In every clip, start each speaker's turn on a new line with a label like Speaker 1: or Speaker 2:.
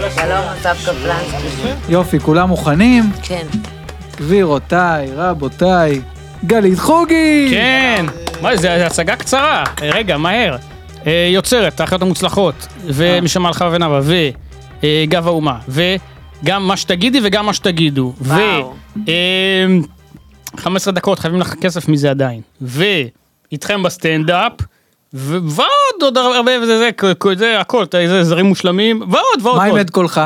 Speaker 1: לא שלום, אסף קפלנסקי.
Speaker 2: יופי, כולם מוכנים?
Speaker 1: כן.
Speaker 2: גבירותיי, רבותיי, גלית חוגי!
Speaker 3: כן, מה זה, זה הצגה קצרה, רגע, מהר. אה, יוצרת, האחיות המוצלחות, ומשמע לך ונאווה, וגב אה, האומה, וגם מה שתגידי וגם מה שתגידו, ו...
Speaker 1: וואו.
Speaker 3: אה, 15 דקות, חייבים לך כסף מזה עדיין, ואיתכם בסטנדאפ, ו- ועוד עוד הרבה, וזה זה, זה, זה הכל, אתה- זה זרים מושלמים, ועוד ועוד
Speaker 2: מה
Speaker 3: ועוד.
Speaker 2: אימד קולך?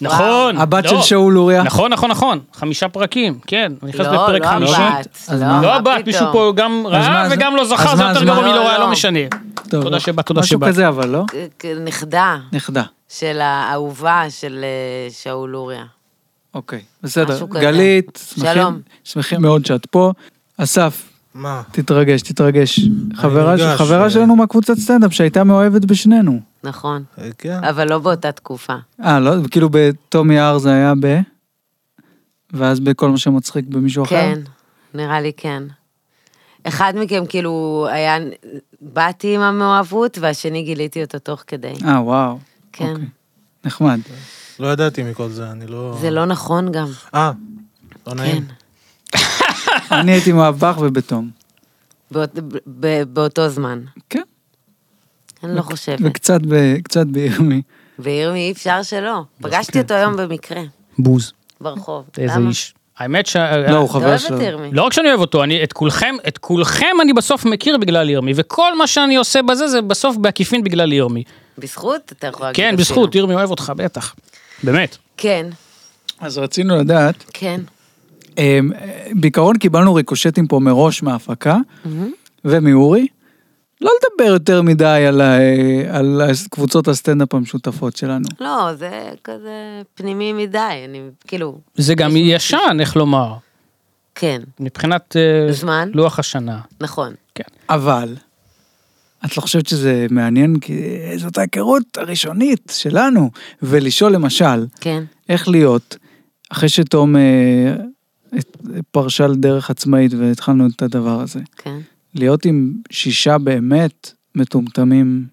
Speaker 3: נכון,
Speaker 2: הבת
Speaker 3: לא.
Speaker 2: של שאול אוריה?
Speaker 3: נכון, נכון, נכון, חמישה פרקים, כן, אני נכנס
Speaker 1: לא,
Speaker 3: לפרק
Speaker 1: לא
Speaker 3: חמישי.
Speaker 1: הבת.
Speaker 2: אז מה?
Speaker 3: לא
Speaker 1: אה, מה
Speaker 3: הבת, מישהו
Speaker 1: פתאום?
Speaker 3: פה גם ראה
Speaker 2: מה, אז-
Speaker 3: וגם לא זכה,
Speaker 2: אז
Speaker 3: זה
Speaker 2: מה,
Speaker 3: יותר
Speaker 2: אז מה?
Speaker 3: גרוע מלא
Speaker 1: לא,
Speaker 3: ראה, לא
Speaker 1: לא.
Speaker 3: משנה.
Speaker 2: טוב, לא.
Speaker 3: תודה שבאת, תודה
Speaker 2: משהו
Speaker 3: שבאת.
Speaker 2: כזה אבל, לא?
Speaker 1: כ- נכדה
Speaker 2: נכדה.
Speaker 1: של האהובה של אה, שאול אוריה.
Speaker 2: אוקיי, בסדר.
Speaker 1: משהו כזה.
Speaker 2: גלית, שמחים-
Speaker 1: שלום.
Speaker 2: שמחים מאוד שאת פה. אסף,
Speaker 4: מה?
Speaker 2: תתרגש, תתרגש. חברה ש-
Speaker 4: נרגש,
Speaker 2: חברה
Speaker 4: אה.
Speaker 2: שלנו מהקבוצת סטנדאפ שהייתה מאוהבת בשנינו.
Speaker 1: נכון.
Speaker 4: אה, כן.
Speaker 1: אבל לא באותה תקופה.
Speaker 2: אה, לא, כאילו בתומי הר זה היה ב... ואז בכל מה שמצחיק במישהו אחר?
Speaker 1: כן, נראה לי כן. אחד מכם כאילו היה, באתי עם המאוהבות, והשני גיליתי אותו תוך כדי.
Speaker 2: אה, וואו.
Speaker 1: כן.
Speaker 2: אוקיי. נחמד.
Speaker 4: לא ידעתי מכל זה, אני לא...
Speaker 1: זה לא נכון גם.
Speaker 4: אה, לא
Speaker 1: כן.
Speaker 4: נעים.
Speaker 2: אני הייתי מהבך ובתום.
Speaker 1: באות, ב, באותו זמן.
Speaker 2: כן.
Speaker 1: אני לא חושבת.
Speaker 2: וקצת ב- קצת בירמי.
Speaker 1: וירמי אי אפשר שלא. פגשתי אותו היום במקרה,
Speaker 3: כן, בוז.
Speaker 1: ברחוב.
Speaker 3: איזה
Speaker 1: למה?
Speaker 3: איש. האמת ש...
Speaker 2: לא, הוא
Speaker 1: אתה
Speaker 2: חבר
Speaker 1: אוהב
Speaker 2: שלו.
Speaker 1: את ירמי.
Speaker 3: לא רק שאני אוהב אותו, אני את כולכם, את כולכם אני בסוף מכיר בגלל ירמי, וכל מה שאני עושה בזה זה בסוף בעקיפין בגלל ירמי.
Speaker 1: בזכות, אתה יכול להגיד.
Speaker 3: כן,
Speaker 1: אפילו.
Speaker 3: בזכות, ירמי אוהב אותך, בטח. באמת.
Speaker 1: כן,
Speaker 2: אז רצינו לדעת,
Speaker 1: כן.
Speaker 2: אמ, בעיקרון קיבלנו ריקושטים פה מראש מההפקה ומאורי. לא לדבר יותר מדי על, ה, על קבוצות הסטנדאפ המשותפות שלנו.
Speaker 1: לא, זה כזה פנימי מדי, אני כאילו,
Speaker 3: זה גם ישן, איך לומר,
Speaker 1: כן,
Speaker 3: מבחינת אה,
Speaker 1: זמן.
Speaker 3: לוח השנה.
Speaker 1: נכון.
Speaker 3: כן.
Speaker 2: אבל, את לא חושבת שזה מעניין? כי זאת ההיכרות הראשונית שלנו. ולשאול למשל,
Speaker 1: כן.
Speaker 2: איך להיות, אחרי שתום אה, את- פרשה לדרך עצמאית והתחלנו את הדבר הזה,
Speaker 1: כן.
Speaker 2: להיות עם שישה באמת מטומטמים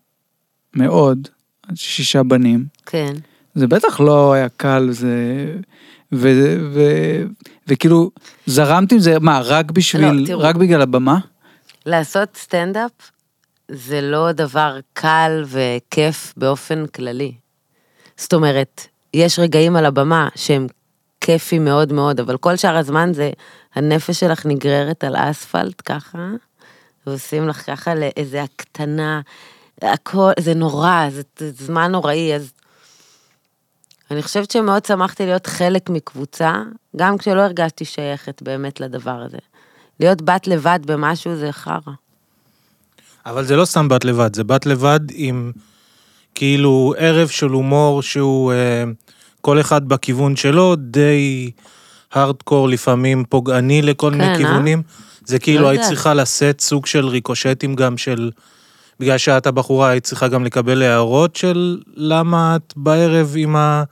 Speaker 2: מאוד, שישה בנים,
Speaker 1: כן.
Speaker 2: זה בטח לא היה קל, זה... ו... ו... וכאילו, זרמת עם זה, מה, רק בשביל,
Speaker 1: לא, תראו. כן.
Speaker 2: רק בגלל הבמה?
Speaker 1: לעשות סטנדאפ זה לא דבר קל וכיף באופן כללי. זאת אומרת, יש רגעים על הבמה שהם כיפים מאוד מאוד, אבל כל שאר הזמן זה, הנפש שלך נגררת על האספלט ככה, ועושים לך ככה לאיזה הקטנה, הכל, זה נורא, זה, זה זמן נוראי, אז... אני חושבת שמאוד שמחתי להיות חלק מקבוצה, גם כשלא הרגשתי שייכת באמת לדבר הזה. להיות בת לבד במשהו זה חרא.
Speaker 4: אבל זה לא סתם בת לבד, זה בת לבד עם כאילו ערב של הומור שהוא אה, כל אחד בכיוון שלו, די הארדקור, לפעמים פוגעני לכל
Speaker 1: כן,
Speaker 4: מיני
Speaker 1: אה?
Speaker 4: כיוונים. זה כאילו
Speaker 1: לא
Speaker 4: היית
Speaker 1: יודעת.
Speaker 4: צריכה לשאת סוג של ריקושטים גם של... בגלל שאת הבחורה, היית צריכה גם לקבל הערות של למה את בערב עם ה...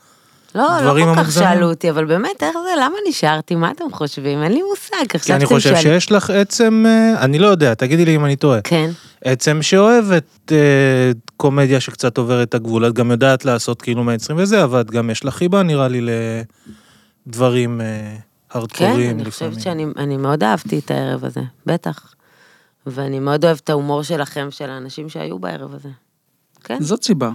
Speaker 1: לא,
Speaker 4: דברים
Speaker 1: לא כל כך
Speaker 4: המוגזמים.
Speaker 1: שאלו אותי, אבל באמת, איך זה, למה נשארתי? מה אתם חושבים? אין לי מושג,
Speaker 4: כי
Speaker 1: עכשיו
Speaker 4: אני
Speaker 1: אתם
Speaker 4: חושב
Speaker 1: שואלים.
Speaker 4: שיש לך עצם, אה, אני לא יודע, תגידי לי אם אני טועה.
Speaker 1: כן,
Speaker 4: עצם שאוהבת אה, קומדיה שקצת עוברת את הגבול, את גם יודעת לעשות כאילו מהיוצרים וזה, אבל את גם יש לך חיבה נראה לי לדברים אה,
Speaker 1: כן,
Speaker 4: הארדקוריים
Speaker 1: אני
Speaker 4: לפעמים.
Speaker 1: חושבת שאני אני מאוד אהבתי את הערב הזה, בטח. ואני מאוד אוהבת את ההומור שלכם, של האנשים שהיו בערב הזה. כן,
Speaker 2: זאת סיבה.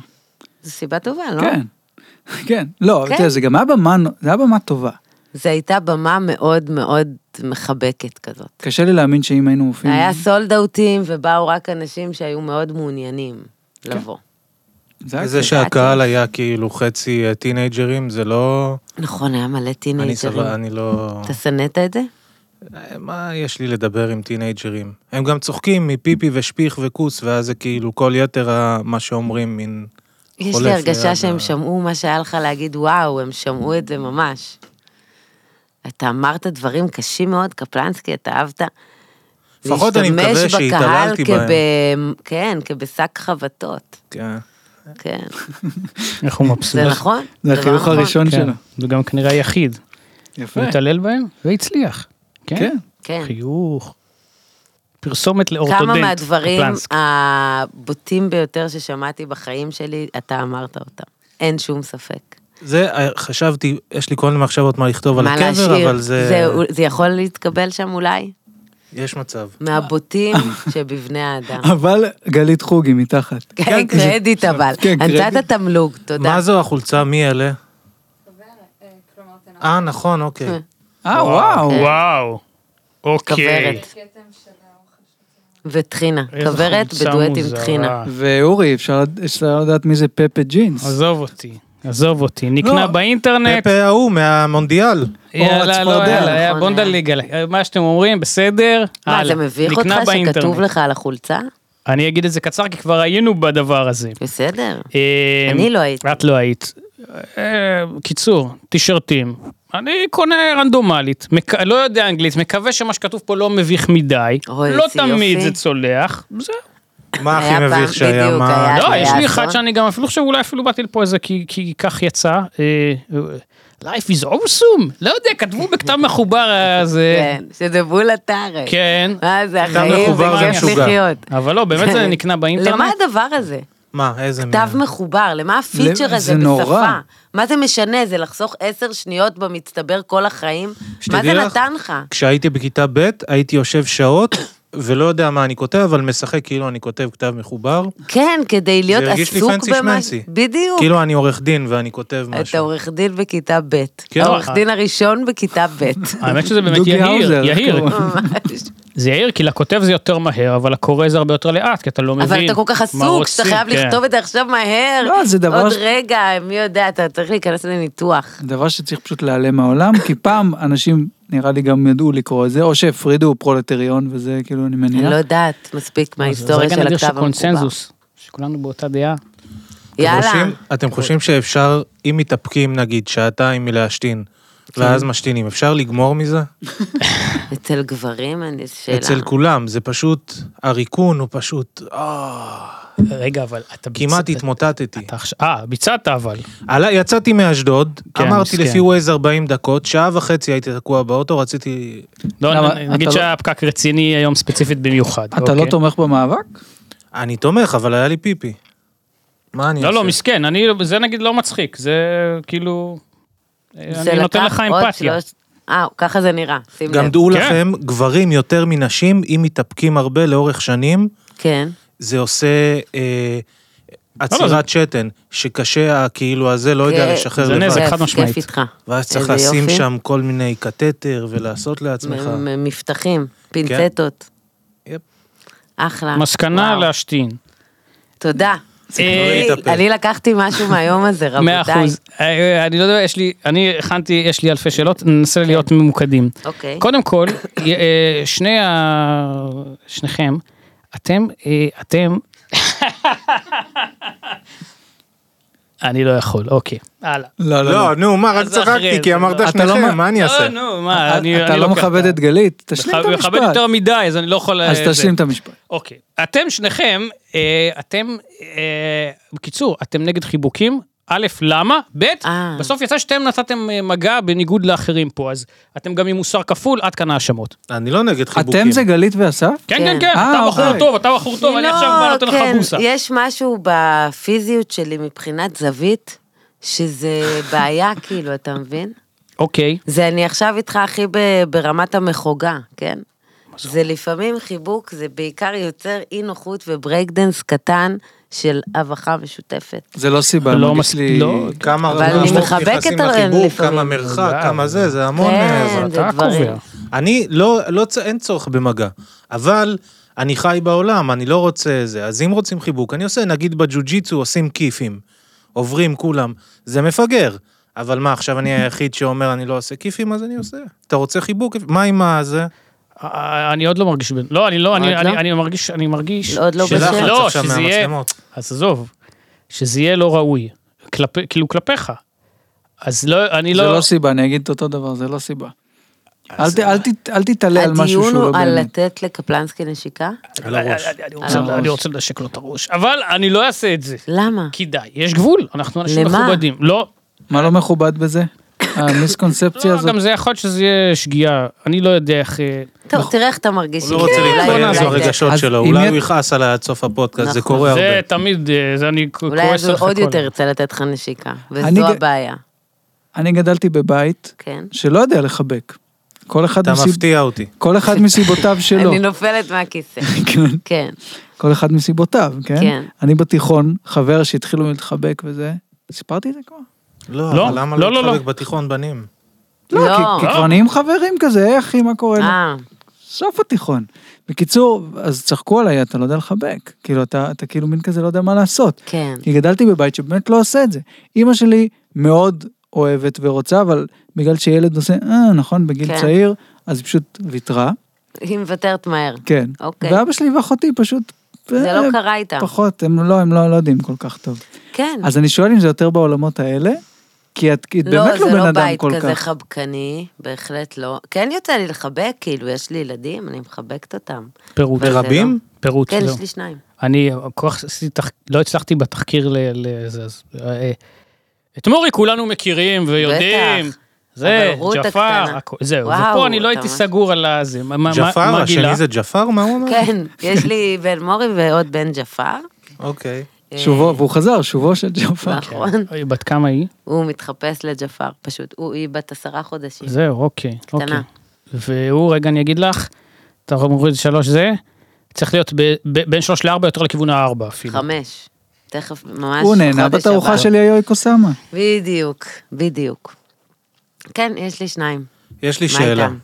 Speaker 1: זו סיבה טובה, לא?
Speaker 2: כן. כן. לא, אבל
Speaker 1: כן.
Speaker 2: תראה, זה גם היה במה, זה היה במה טובה.
Speaker 1: זו הייתה במה מאוד מאוד מחבקת כזאת.
Speaker 2: קשה לי להאמין שאם היינו מופיעים...
Speaker 1: היה סולד אאוטים, ובאו רק אנשים שהיו מאוד מעוניינים
Speaker 4: כן.
Speaker 1: לבוא.
Speaker 2: זה היה
Speaker 4: זה
Speaker 2: כיף.
Speaker 4: שהקהל היה כאילו חצי אה, טינג'רים, זה לא...
Speaker 1: נכון, היה מלא
Speaker 4: אני
Speaker 1: טינג'רים.
Speaker 4: סבבה, אני לא...
Speaker 1: אתה שנאת את זה?
Speaker 4: אה, מה יש לי לדבר עם טינג'רים? הם גם צוחקים מפיפי ושפיך וכוס, ואז זה כאילו כל יתר ה- מה שאומרים, מין...
Speaker 1: יש
Speaker 4: חולף
Speaker 1: לי
Speaker 4: ליד
Speaker 1: הרגשה
Speaker 4: ה-
Speaker 1: שהם שמעו מה שהיה לך להגיד, וואו, הם שמעו את זה ממש. אתה אמרת דברים קשים מאוד, קפלנסקי, אתה אהבת.
Speaker 4: לפחות אני מקווה
Speaker 1: להשתמש
Speaker 4: שהתעללתי
Speaker 1: בקהל
Speaker 4: בהם.
Speaker 1: כב- כן, כבשק חבטות.
Speaker 4: כן.
Speaker 1: כן,
Speaker 3: איך הוא מבסוט.
Speaker 1: זה נכון.
Speaker 2: זה
Speaker 1: דבר
Speaker 2: החיוך
Speaker 1: נכון.
Speaker 2: הראשון
Speaker 3: כן,
Speaker 2: שלו.
Speaker 3: זה גם כנראה היחיד.
Speaker 2: יפה.
Speaker 3: הוא התעלל בהם והצליח.
Speaker 2: כן.
Speaker 3: כן.
Speaker 1: כן.
Speaker 3: חיוך. פרסומת לאורתודנט.
Speaker 1: כמה מהדברים
Speaker 3: קפלנסק.
Speaker 1: הבוטים ביותר ששמעתי בחיים שלי, אתה אמרת אותם. אין שום ספק.
Speaker 4: זה, אה, חשבתי, יש לי כל מיני מחשבות מה לכתוב על
Speaker 1: מה
Speaker 4: הקבר,
Speaker 1: להשאיר?
Speaker 4: אבל זה...
Speaker 1: זה, זה יכול להתקבל שם אולי?
Speaker 4: יש מצב.
Speaker 1: מהבוטים שבבני האדם.
Speaker 2: אבל גלית חוגי מתחת.
Speaker 1: כן, קרדיט אבל.
Speaker 2: כן, קרדיט.
Speaker 1: נתת תמלוג, תודה.
Speaker 4: מה זו החולצה? מי אלה? אה, נכון, אוקיי.
Speaker 2: אה, וואו.
Speaker 3: וואו. אוקיי.
Speaker 1: כוורת. וטחינה.
Speaker 3: איזה
Speaker 1: כוורת
Speaker 3: חולצה
Speaker 1: בדואט עם
Speaker 3: מוזרה.
Speaker 1: טחינה.
Speaker 2: ואורי, אפשר אפשר לדעת מי זה פפה ג'ינס.
Speaker 3: עזוב אותי, עזוב אותי. נקנה
Speaker 2: לא.
Speaker 3: באינטרנט,
Speaker 4: פפה ההוא מהמונדיאל.
Speaker 3: יאללה, לא,
Speaker 2: הצפרדע.
Speaker 3: יאללה, יאללה,
Speaker 1: נכון,
Speaker 3: בוא נדלג עליי. מה שאתם אומרים, בסדר.
Speaker 1: מה,
Speaker 3: הלאה.
Speaker 1: זה מביך אותך
Speaker 3: נקנה
Speaker 1: שכתוב
Speaker 3: באינטרנט.
Speaker 1: לך על החולצה?
Speaker 3: אני אגיד את זה קצר, כי כבר היינו בדבר הזה.
Speaker 1: בסדר.
Speaker 3: אה,
Speaker 1: אני לא הייתי.
Speaker 3: את לא היית. אה, קיצור, טישרטים. אני קונה רנדומלית, מק... לא יודע אנגלית, מקווה שמה שכתוב פה לא מביך מדי,
Speaker 1: אוי,
Speaker 3: לא
Speaker 1: איזה
Speaker 3: תמיד
Speaker 1: יופי.
Speaker 3: זה צולח, זהו.
Speaker 4: מה
Speaker 1: היה
Speaker 4: הכי
Speaker 1: פעם,
Speaker 4: מביך שהיה?
Speaker 1: בדיוק,
Speaker 4: מה-
Speaker 1: היה.
Speaker 3: לא, יש לי
Speaker 1: היה
Speaker 3: אחד
Speaker 1: אסון.
Speaker 3: שאני גם אפילו חושב, אולי אפילו באתי לפה איזה כי, כי כך יצא. אה, Life is awesome, לא יודע, כתבו בכתב מחובר הזה.
Speaker 1: כן, שזה בול הטארק.
Speaker 3: כן.
Speaker 1: מה זה,
Speaker 4: כתב
Speaker 1: החיים, זה
Speaker 4: מחובר זה
Speaker 1: כיף
Speaker 4: משוגע.
Speaker 1: לחיות.
Speaker 3: אבל לא, באמת זה נקנה
Speaker 1: למה
Speaker 3: באינטרנט.
Speaker 1: הדבר הזה?
Speaker 4: מה, איזה מין?
Speaker 1: כתב מחובר, למה הפיצ'ר
Speaker 2: זה
Speaker 1: הזה
Speaker 2: נורא.
Speaker 1: בשפה? מה זה משנה? זה לחסוך עשר שניות במצטבר כל החיים? מה
Speaker 4: שתדעי
Speaker 1: זה
Speaker 4: לך-
Speaker 1: נתן לך?
Speaker 4: כשהייתי בכיתה ב', הייתי יושב שעות, ולא יודע מה אני כותב, אבל משחק כאילו אני כותב כתב מחובר.
Speaker 1: כן, כדי להיות
Speaker 4: הרגיש לי
Speaker 1: עסוק
Speaker 4: fancy
Speaker 1: במה...
Speaker 4: schmancy.
Speaker 1: בדיוק.
Speaker 4: כאילו אני עורך דין ואני כותב
Speaker 1: אתה
Speaker 4: משהו.
Speaker 1: עורך דין בכיתה ב'.
Speaker 4: כן.
Speaker 1: העורך דין הראשון בכיתה ב'.
Speaker 3: האמת שזה באמת
Speaker 2: דוגי
Speaker 3: יהיר,
Speaker 2: האוזר,
Speaker 3: יהיר.
Speaker 2: איך קוראים?
Speaker 1: ממש.
Speaker 3: זה יהיר, כי לכותב זה יותר מהר, אבל לקורא זה הרבה יותר לאט, כי אתה לא מבין.
Speaker 1: אבל אתה כל כך
Speaker 3: מה
Speaker 1: עסוק, שאתה
Speaker 3: רוצים,
Speaker 1: חייב
Speaker 3: כן.
Speaker 1: לכתוב את זה עכשיו מהר.
Speaker 2: לא, זה דבר
Speaker 1: עוד
Speaker 2: ש-
Speaker 1: רגע, מי יודע, אתה צריך להיכנס לניתוח.
Speaker 2: דבר שצריך פשוט להיעלם מהעולם, כי פעם אנשים, נראה לי גם ידעו לקרוא את זה, או שהפרידו פרולטריון, וזה כאילו, אני
Speaker 1: אני לא
Speaker 2: מניח.
Speaker 1: יודעת מספיק
Speaker 3: זה
Speaker 1: מההיסטוריה
Speaker 3: רגע
Speaker 1: של
Speaker 3: נדיר
Speaker 1: הכתב
Speaker 3: של
Speaker 1: המקובל.
Speaker 3: קונצנזוס, שכולנו באותה דעה.
Speaker 4: אתם
Speaker 1: יאללה,
Speaker 4: חושבים- אתם חושבים שאפשר, אם מתאפקים נגיד שעתיים מלהשתין,
Speaker 1: כן.
Speaker 4: ואז משתינים, אפשר לגמור מזה?
Speaker 1: אצל גברים אין איזו שאלה.
Speaker 4: אצל כולם, זה פשוט, הריקון הוא פשוט, אה,
Speaker 3: רגע, אבל אתה
Speaker 4: כמעט התמוטטתי.
Speaker 3: אתה עכשיו- אה, ביצעת אבל.
Speaker 4: עלה, יצאתי מאשדוד,
Speaker 3: כן,
Speaker 4: אמרתי
Speaker 3: מסכן.
Speaker 4: לפי ווייז 40 דקות, שעה וחצי הייתי תקוע באוטו, רציתי...
Speaker 3: לא,
Speaker 2: למה?
Speaker 3: נ- נגיד
Speaker 2: אתה לא-
Speaker 3: שהיה פקק רציני היום ספציפית במיוחד.
Speaker 2: אתה לא
Speaker 3: אוקיי.
Speaker 2: תומך במאבק?
Speaker 4: אני תומך, אבל היה לי פיפי. מה אני
Speaker 3: לא, לא,
Speaker 4: אעשה?
Speaker 3: מסכן, אני, זה נגיד לא מצחיק, זה כאילו...
Speaker 1: זה
Speaker 3: אני נותן
Speaker 1: לקח
Speaker 3: לך
Speaker 1: עוד
Speaker 3: אמפתיה.
Speaker 1: שלוש- אה, ככה זה נראה, שים
Speaker 4: גם
Speaker 1: לב.
Speaker 4: דעו
Speaker 3: כן.
Speaker 4: לכם, גברים יותר מנשים, אם מתאפקים הרבה לאורך שנים,
Speaker 1: כן.
Speaker 4: זה עושה אה,
Speaker 3: לא, לא,
Speaker 4: עצירת שתן, שקשה, ה- כאילו, הזה לא
Speaker 1: כן.
Speaker 4: יודע לשחרר
Speaker 3: זה נזק.
Speaker 4: לבד.
Speaker 3: חד משמעית.
Speaker 1: כיף איתך.
Speaker 4: ואז צריך
Speaker 1: איזה
Speaker 4: לשים
Speaker 1: יופי.
Speaker 4: שם כל מיני קטטר ולעשות לעצמך.
Speaker 1: מ- מ- מפתחים, פינצטות.
Speaker 4: כן. יפ.
Speaker 1: אחלה.
Speaker 3: מסקנה
Speaker 1: וואו.
Speaker 3: להשתין.
Speaker 1: תודה.
Speaker 3: אה,
Speaker 1: אני-
Speaker 4: להתאפק.
Speaker 1: אני לקחתי משהו מהיום הזה,
Speaker 3: מאה
Speaker 1: רבותיי.
Speaker 3: אחוז. אה, אה, אני לא יודע, יש לי, אני הכנתי, יש לי אלפי שאלות, ננסה להיות ממוקדים.
Speaker 1: כן. אוקיי.
Speaker 3: קודם כל, י- אה, שני ה... שניכם, אתם, אה, אתם... אני לא יכול, אוקיי. הלאה.
Speaker 2: לא,
Speaker 4: לא, נו, מה, רק
Speaker 3: אז אחרי
Speaker 4: צחקתי,
Speaker 3: זה,
Speaker 4: כי
Speaker 3: לא.
Speaker 4: אמרת
Speaker 2: אתה לא
Speaker 4: שניכם,
Speaker 2: מ-
Speaker 4: מה אני
Speaker 3: לא,
Speaker 4: אעשה?
Speaker 3: נו, מה, אני...
Speaker 2: אתה
Speaker 3: אני
Speaker 2: לא
Speaker 3: לוקח.
Speaker 2: מכבד את גלית, תשלים את
Speaker 3: מכבד- מכבד
Speaker 2: המשפט.
Speaker 3: יותר מדי, אז אני לא יכול...
Speaker 2: אז
Speaker 3: אה, זה.
Speaker 2: תשלים את המשפט.
Speaker 3: אוקיי. אתם שניכם, אה, אתם, אה, בקיצור, אתם נגד חיבוקים. א', למה? ב',
Speaker 1: אה.
Speaker 3: בסוף יצא שאתם נתתם אה, מגע בניגוד לאחרים פה, אז אתם גם עם מוסר כפול, עד כאן האשמות.
Speaker 4: אני לא נגד חיבוקים.
Speaker 2: אתם זה גלית ואסף?
Speaker 3: כן,
Speaker 1: כן.
Speaker 3: כן, כן,
Speaker 2: אה,
Speaker 3: אתה בחור
Speaker 2: אוקיי.
Speaker 3: טוב, אתה בחור טוב, אני
Speaker 1: לא,
Speaker 3: עכשיו כבר נותן לך
Speaker 1: כן,
Speaker 3: בוסה.
Speaker 1: יש משהו בפיזיות שלי מבחינת זווית, שזה בעיה, כאילו, אתה מבין?
Speaker 3: אוקיי.
Speaker 1: זה אני עכשיו איתך הכי ב- ברמת המחוגה, כן? זה לפעמים חיבוק, זה בעיקר יוצר אי נוחות וברקדנס קטן של הבכה משותפת.
Speaker 2: זה לא סיבה,
Speaker 3: לא
Speaker 2: מרגיש
Speaker 3: מס-
Speaker 2: לי...
Speaker 3: לא,
Speaker 4: כמה
Speaker 1: אבל אני
Speaker 4: רמות
Speaker 1: מחבקת
Speaker 4: נכנסים
Speaker 1: הרעיון
Speaker 4: לחיבוק,
Speaker 1: לפעמים.
Speaker 4: כמה מרחק,
Speaker 3: אה,
Speaker 4: כמה זה, זה המון...
Speaker 1: כן,
Speaker 4: אה, זה.
Speaker 1: זה
Speaker 3: אתה
Speaker 1: דברים.
Speaker 3: קובע.
Speaker 4: אני לא, לא, צ- אין צורך במגע, אבל אני חי בעולם, אני לא רוצה זה. אז אם רוצים חיבוק, אני עושה, נגיד בג'ו-ג'יצו עושים כיפים, עוברים כולם, זה מפגר. אבל מה, עכשיו אני היחיד שאומר אני לא עושה כיפים, אז אני עושה. אתה רוצה חיבוק? מה עם הזה?
Speaker 3: אה, אני עוד לא מרגיש, בן- לא, אני לא, אני-
Speaker 1: עוד
Speaker 3: אני
Speaker 1: לא?
Speaker 3: אני מרגיש, אני מרגיש,
Speaker 1: עוד לא
Speaker 3: שזה-
Speaker 1: בשל.
Speaker 3: לא,
Speaker 4: עכשיו
Speaker 3: שזה יהיה-
Speaker 4: מהמצלמות.
Speaker 3: אז עזוב, שזה יהיה לא ראוי, כלפי- כאילו כלפיך. אז לא, אני
Speaker 2: זה
Speaker 3: לא...
Speaker 2: לא סיבה, אני אגיד אותו דבר, זה לא סיבה. אל ת-
Speaker 3: לא-
Speaker 2: אל ת- אל תתעלה על משהו
Speaker 1: הדיון
Speaker 2: שהוא לא
Speaker 1: הוא על
Speaker 2: באמת.
Speaker 1: לתת לקפלנסקי נשיקה?
Speaker 4: על הראש.
Speaker 1: אה,
Speaker 3: אני- אני רוצה-
Speaker 2: הראש.
Speaker 3: אני רוצה לנשק לו את הראש, אבל אני לא אעשה את זה.
Speaker 1: למה?
Speaker 3: כי די, יש גבול, אנחנו אנשים
Speaker 1: למה?
Speaker 3: מכובדים. לא,
Speaker 2: מה לא מכובד בזה? המיסקונספציה
Speaker 3: לא,
Speaker 2: הזאת?
Speaker 3: גם זה יכול להיות שזה יהיה שגיאה, אני לא יודע איך... אה,
Speaker 1: טוב,
Speaker 2: נכון.
Speaker 1: תראה איך אתה מרגיש.
Speaker 4: הוא לא רוצה
Speaker 1: כן, אולי-
Speaker 4: להתכונן
Speaker 1: אולי זה-
Speaker 4: ברגשות
Speaker 2: אז
Speaker 4: שלו,
Speaker 2: אם
Speaker 4: אולי
Speaker 2: את-
Speaker 4: הוא יכעס עליי עד סוף הפודקאסט, זה
Speaker 1: אה, נכון.
Speaker 4: קורה הרבה.
Speaker 3: זה תמיד, אה, זה אני כ-
Speaker 1: אולי
Speaker 3: כועס
Speaker 1: אז הוא
Speaker 3: עליך
Speaker 1: עוד
Speaker 3: כל
Speaker 1: יותר
Speaker 3: הזמן.
Speaker 1: ירצה לתת לך נשיקה,
Speaker 2: אני
Speaker 1: וזו
Speaker 2: ג-
Speaker 1: הבעיה,
Speaker 2: אני גדלתי בבית
Speaker 1: כן?
Speaker 2: שלא יודע לחבק. כל אחד
Speaker 4: אתה
Speaker 2: מסיב-
Speaker 4: מפתיע לא- אותי.
Speaker 2: כל אחד מסיבותיו שלו.
Speaker 1: אני נופלת מהכיסא.
Speaker 2: כן.
Speaker 1: כן.
Speaker 2: כל אחד מסיבותיו, כן?
Speaker 1: כן.
Speaker 2: אני בתיכון, חבר שהתחילו להתחבק וזה, סיפרתי את זה כבר?
Speaker 4: לא,
Speaker 3: לא,
Speaker 4: אבל למה
Speaker 3: לא, לא, לא.
Speaker 4: להתחבק בתיכון בנים?
Speaker 2: לא,
Speaker 1: לא.
Speaker 2: כי, כי כבר נהיים חברים כזה, היי אחי, מה קורה? 아.
Speaker 1: אה,
Speaker 2: סוף התיכון. בקיצור, אז צחקו עליי, אתה לא יודע לחבק. כאילו, אתה, אתה כאילו מין כזה לא יודע מה לעשות.
Speaker 1: כן.
Speaker 2: כי גדלתי בבית שבאמת לא עושה את זה. אימא שלי מאוד אוהבת ורוצה, אבל בגלל שילד עושה, אה, נכון, בגיל
Speaker 1: כן.
Speaker 2: צעיר, אז היא פשוט ויתרה.
Speaker 1: היא מוותרת מהר.
Speaker 2: כן.
Speaker 1: אוקיי.
Speaker 2: ואבא שלי ואחותי פשוט...
Speaker 1: זה
Speaker 2: אה,
Speaker 1: לא קרה איתה.
Speaker 2: פחות, הם לא, הם לא, לא יודעים כל כך טוב.
Speaker 1: כן.
Speaker 2: אז אני שואל אם זה יותר בעולמות האלה, כי את כי את באמת לא בן אדם כל
Speaker 1: זה לא בית כזה
Speaker 2: כך.
Speaker 1: חבקני, בהחלט לא. כן יוצא לי לחבק, כאילו, יש לי ילדים, אני מחבקת אותם.
Speaker 3: פירוט.
Speaker 1: אבל זה
Speaker 4: ברבים?
Speaker 3: פירוט,
Speaker 1: כן,
Speaker 3: זהו.
Speaker 2: לא.
Speaker 1: יש לי שניים.
Speaker 3: אני כל כך עשיתי תח- לא הצלחתי בתחקיר ל- לזה. אז, אה, את מורי כולנו מכירים ויודעים.
Speaker 1: בטח.
Speaker 3: זה,
Speaker 1: אבל רות
Speaker 3: ג'פר,
Speaker 1: הקטנה.
Speaker 3: הכ- זהו,
Speaker 1: וואו,
Speaker 3: ופה אני לא
Speaker 1: אתה
Speaker 3: הייתי
Speaker 1: ממש-
Speaker 3: סגור על הזה, מה- מה-
Speaker 4: ג'פר,
Speaker 3: מה גילה?
Speaker 4: השני זה ג'פר? מה הוא אומר?
Speaker 1: כן, יש לי בן מורי ועוד בן ג'פר.
Speaker 4: אוקיי.
Speaker 2: שובו, והוא חזר, שובו של ג'פר.
Speaker 1: נכון.
Speaker 3: אוי, בת כמה היא?
Speaker 1: הוא מתחפש לג'פר, פשוט. הוא, היא בת עשרה חודשים.
Speaker 3: זהו, אוקיי.
Speaker 1: קטנה.
Speaker 3: אוקיי. והוא, רגע, אני אגיד לך, אתה מוריד שלוש זה, צריך להיות ב- ב- בין שלוש לארבע, יותר לכיוון הארבע אפילו.
Speaker 1: חמש. תכף, ממש
Speaker 2: כאילו. הוא נהנה
Speaker 1: חודש הבא.
Speaker 2: בתערוכה של יאיו קוסאמה.
Speaker 1: בדיוק, בדיוק. כן, יש לי שניים.
Speaker 4: יש לי
Speaker 1: מה
Speaker 4: שאלה.
Speaker 1: איתם?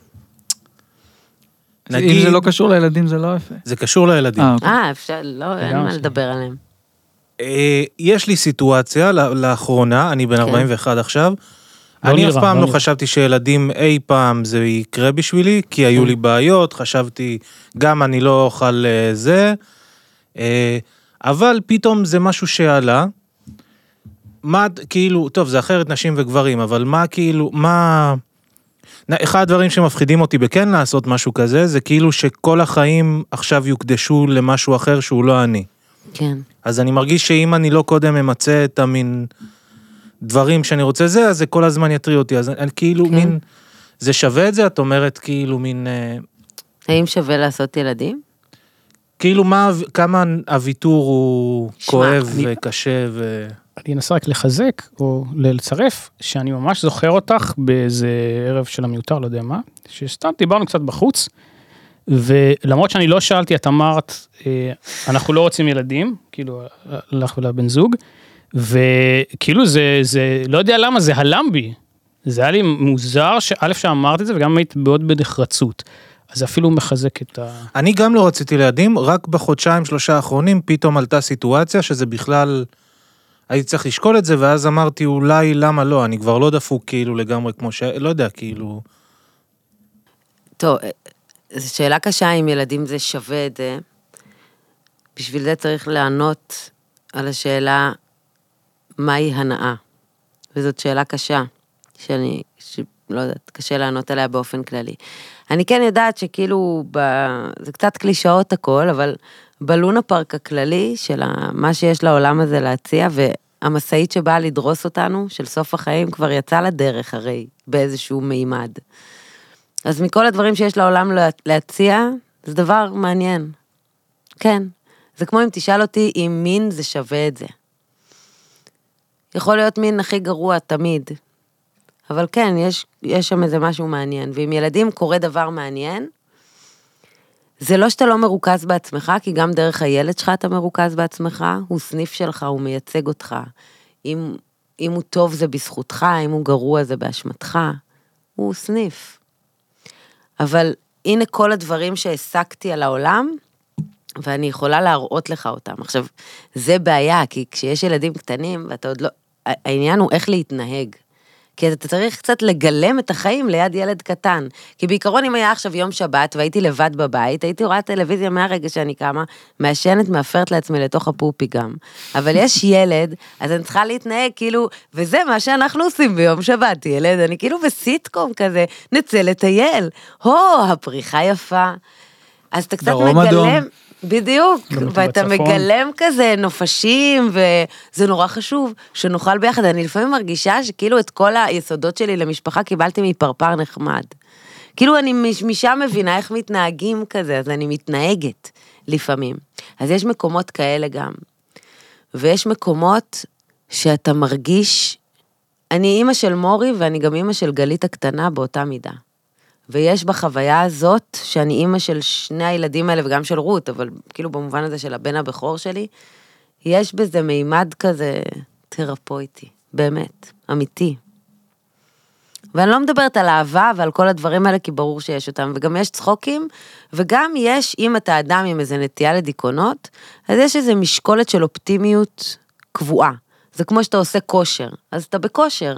Speaker 2: אם
Speaker 4: נגיד,
Speaker 2: זה לא קשור לילדים זה לא יפה.
Speaker 4: זה קשור לילדים.
Speaker 2: אה, אוקיי.
Speaker 1: אה, אפשר, לא, אין מה
Speaker 3: שניים.
Speaker 1: לדבר עליהם.
Speaker 4: אה, יש לי סיטואציה, ל- לאחרונה, אני בן 41 עכשיו,
Speaker 3: לא
Speaker 4: אני
Speaker 3: נראה,
Speaker 4: אף
Speaker 3: לא
Speaker 4: פעם לא
Speaker 3: נראה.
Speaker 4: חשבתי שילדים אי פעם זה יקרה בשבילי, כי
Speaker 3: כן.
Speaker 4: היו לי בעיות, חשבתי, גם אני לא אוכל אה, זה, אה, אבל פתאום זה משהו שעלה. מה, כאילו, טוב, זה אחרת נשים וגברים, אבל מה כאילו, מה... נ- אחד הדברים שמפחידים אותי בכן לעשות משהו כזה, זה כאילו שכל החיים עכשיו יוקדשו למשהו אחר שהוא לא אני.
Speaker 1: כן.
Speaker 4: אז אני מרגיש שאם אני לא קודם אמצה את המין דברים שאני רוצה זה, אז זה כל הזמן יטריע אותי. אז אני כאילו
Speaker 1: כן.
Speaker 4: מין, זה שווה את זה? את אומרת כאילו מין, אה,
Speaker 1: האם שווה לעשות ילדים?
Speaker 4: כאילו מה, ה- כמה הוויתור הוא
Speaker 1: שמע,
Speaker 4: כואב
Speaker 3: אני-
Speaker 4: וקשה ו...
Speaker 3: אני אנסה רק לחזק או לצרף, שאני ממש זוכר אותך באיזה ערב של המיותר, לא יודע מה, שסתם דיברנו קצת בחוץ, ולמרות שאני לא שאלתי, את אמרת, אה, אנחנו לא רוצים ילדים, כאילו, אה, לך ולבן זוג, וכאילו זה, זה, לא יודע למה, זה הלם בי. זה היה לי מוזר, שא' שאמרת את זה, וגם היית מאוד בנחרצות. אז זה אפילו מחזק את ה...
Speaker 4: אני גם לא רציתי לידים, רק בחודשיים שלושה האחרונים פתאום עלתה סיטואציה שזה בכלל... הייתי צריך לשקול את זה, ואז אמרתי אולי למה לא, אני כבר לא דפוק כאילו לגמרי כמו ש... לא יודע, כאילו...
Speaker 1: טוב, אה, זו שאלה קשה אם ילדים זה שווה את זה. בשביל זה צריך לענות על השאלה מהי הנאה. וזאת שאלה קשה, שאני, שלא יודעת, קשה לענות עליה באופן כללי. אני כן יודעת שכאילו, ב... זה קצת קלישאות הכל, אבל בלונה פארק הכללי של ה... מה שיש לעולם הזה להציע, והמשאית שבאה לדרוס אותנו, של סוף החיים, כבר יצאה לדרך הרי, באיזשהו מימד. אז מכל הדברים שיש לעולם לה- להציע, זה דבר מעניין. כן. זה כמו אם תשאל אותי אם מין זה שווה את זה. יכול להיות מין הכי גרוע תמיד, אבל כן, יש, יש שם איזה משהו מעניין. ועם ילדים קורה דבר מעניין, זה לא שאתה לא מרוכז בעצמך, כי גם דרך הילד שלך אתה מרוכז בעצמך, הוא סניף שלך, הוא מייצג אותך. אם, אם הוא טוב זה בזכותך, אם הוא גרוע זה באשמתך. הוא סניף. אבל הנה כל הדברים שהעסקתי על העולם, ואני יכולה להראות לך אותם. עכשיו, זה בעיה, כי כשיש ילדים קטנים, ואתה עוד לא... העניין הוא איך להתנהג. כי אתה צריך קצת לגלם את החיים ליד ילד קטן. כי בעיקרון, אם היה עכשיו יום שבת והייתי לבד בבית, הייתי רואה טלוויזיה מהרגע שאני קמה, מעשנת, מאפרת לעצמי לתוך הפופי גם. אבל יש ילד, אז אני צריכה להתנהג כאילו, וזה מה שאנחנו עושים ביום שבת, ילד. אני כאילו בסיטקום כזה, נצא לטייל. הו, הפריחה יפה. אז אתה קצת
Speaker 2: דרום
Speaker 1: מגלם...
Speaker 2: אדום.
Speaker 1: בדיוק,
Speaker 3: גם אתה
Speaker 1: ואתה
Speaker 3: בצפון.
Speaker 1: מגלם כזה נופשים, וזה נורא חשוב שנאכל ביחד. אני לפעמים מרגישה שכאילו את כל היסודות שלי למשפחה קיבלתי מפרפר נחמד. כאילו אני מש- משם מבינה איך מתנהגים כזה, אז אני מתנהגת לפעמים. אז יש מקומות כאלה גם. ויש מקומות שאתה מרגיש... אני אימא של מורי ואני גם אימא של גלית הקטנה באותה מידה. ויש בחוויה הזאת, שאני אימא של שני הילדים האלה וגם של רות, אבל כאילו במובן הזה של הבן הבכור שלי, יש בזה מימד כזה תרפויטי, באמת, אמיתי. ואני לא מדברת על אהבה ועל כל הדברים האלה, כי ברור שיש אותם, וגם יש צחוקים, וגם יש, אם אתה אדם עם איזה נטייה לדיכאונות, אז יש איזו משקולת של אופטימיות קבועה. זה כמו שאתה עושה כושר, אז אתה בכושר.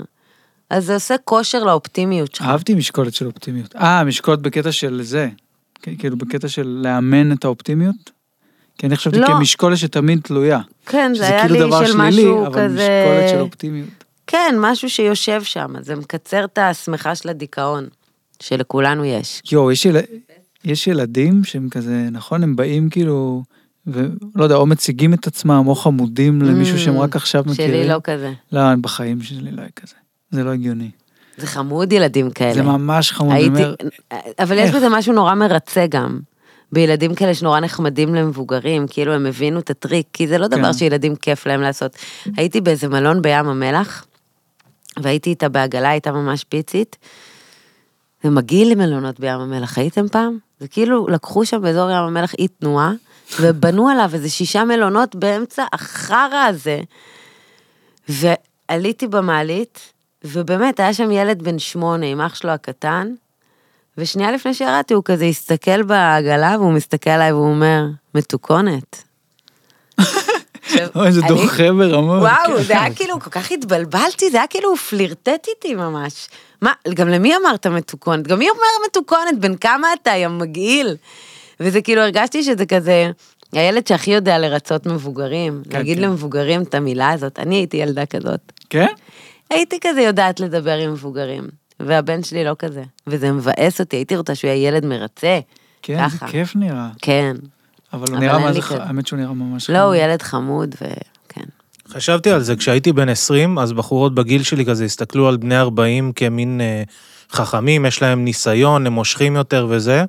Speaker 1: אז זה עושה כושר לאופטימיות שלך.
Speaker 2: אהבתי משקולת של אופטימיות. אה, משקולת בקטע של זה. כ- כאילו בקטע של לאמן את האופטימיות? כי אני חשבתי
Speaker 1: לא.
Speaker 2: כמשקולת שתמיד תלויה.
Speaker 1: כן, זה
Speaker 2: שזה
Speaker 1: היה
Speaker 2: כאילו
Speaker 1: לי
Speaker 2: דבר
Speaker 1: של
Speaker 2: שלילי,
Speaker 1: משהו
Speaker 2: אבל
Speaker 1: כזה...
Speaker 2: משקולת של אופטימיות.
Speaker 1: כן, משהו שיושב שם, אז זה מקצר את השמחה של הדיכאון, שלכולנו יש.
Speaker 2: יואו, יש, יל... יש ילדים שהם כזה, נכון, הם באים כאילו, ולא יודע, או מציגים את עצמם, או חמודים למישהו שהם רק עכשיו מכירים.
Speaker 1: Mm, שלי לא כזה.
Speaker 2: לא, אני בחיים שלי לא היה כזה. זה לא הגיוני.
Speaker 1: זה חמוד ילדים כאלה.
Speaker 2: זה ממש חמוד. אני
Speaker 1: הייתי...
Speaker 2: אומר,
Speaker 1: אבל יש
Speaker 2: איך?
Speaker 1: בזה משהו נורא מרצה גם. בילדים כאלה שנורא נחמדים למבוגרים, כאילו הם הבינו את הטריק, כי זה לא
Speaker 2: כן.
Speaker 1: דבר שילדים כיף להם לעשות. הייתי באיזה מלון בים המלח, והייתי איתה בעגלה, הייתה ממש פיצית. זה מגעיל למלונות בים המלח, הייתם פעם? זה כאילו לקחו שם באזור ים המלח אי תנועה, ובנו עליו איזה שישה מלונות באמצע החרא הזה. ועליתי במעלית, ובאמת, היה שם ילד בן שמונה עם אח שלו הקטן, ושנייה לפני שירדתי, הוא כזה הסתכל בעגלה, והוא מסתכל עליי והוא אומר, מתוקונת. עכשיו,
Speaker 2: אוי, זה
Speaker 1: אני-
Speaker 2: דוחה ברמות. כן,
Speaker 1: וואו, זה היה כאילו, כל כך התבלבלתי, זה היה כאילו, הוא פלירטט איתי ממש. מה, גם למי אמרת מתוקונת? גם מי אומר מתוקונת? בן כמה אתה, יא מגעיל? וזה כאילו, הרגשתי שזה כזה, הילד שהכי יודע לרצות מבוגרים,
Speaker 2: כן,
Speaker 1: להגיד
Speaker 2: כן.
Speaker 1: למבוגרים את המילה הזאת. אני הייתי ילדה כזאת.
Speaker 2: כן?
Speaker 1: הייתי כזה יודעת לדבר עם מבוגרים, והבן שלי לא כזה, וזה מבאס אותי, הייתי רוצה שהוא יהיה ילד מרצה.
Speaker 2: כן, זה
Speaker 1: ככה.
Speaker 2: כיף נראה.
Speaker 1: כן.
Speaker 2: אבל הוא
Speaker 1: אבל
Speaker 2: נראה
Speaker 1: אין
Speaker 2: מה זה,
Speaker 1: לי
Speaker 2: ח-
Speaker 1: כזה.
Speaker 2: האמת שהוא נראה ממש
Speaker 1: לא, הוא ילד חמוד, וכן.
Speaker 4: חשבתי על זה כשהייתי בן 20, אז בחורות בגיל שלי כזה הסתכלו על בני 40 כמין אה, חכמים, יש להם ניסיון, הם מושכים יותר וזה,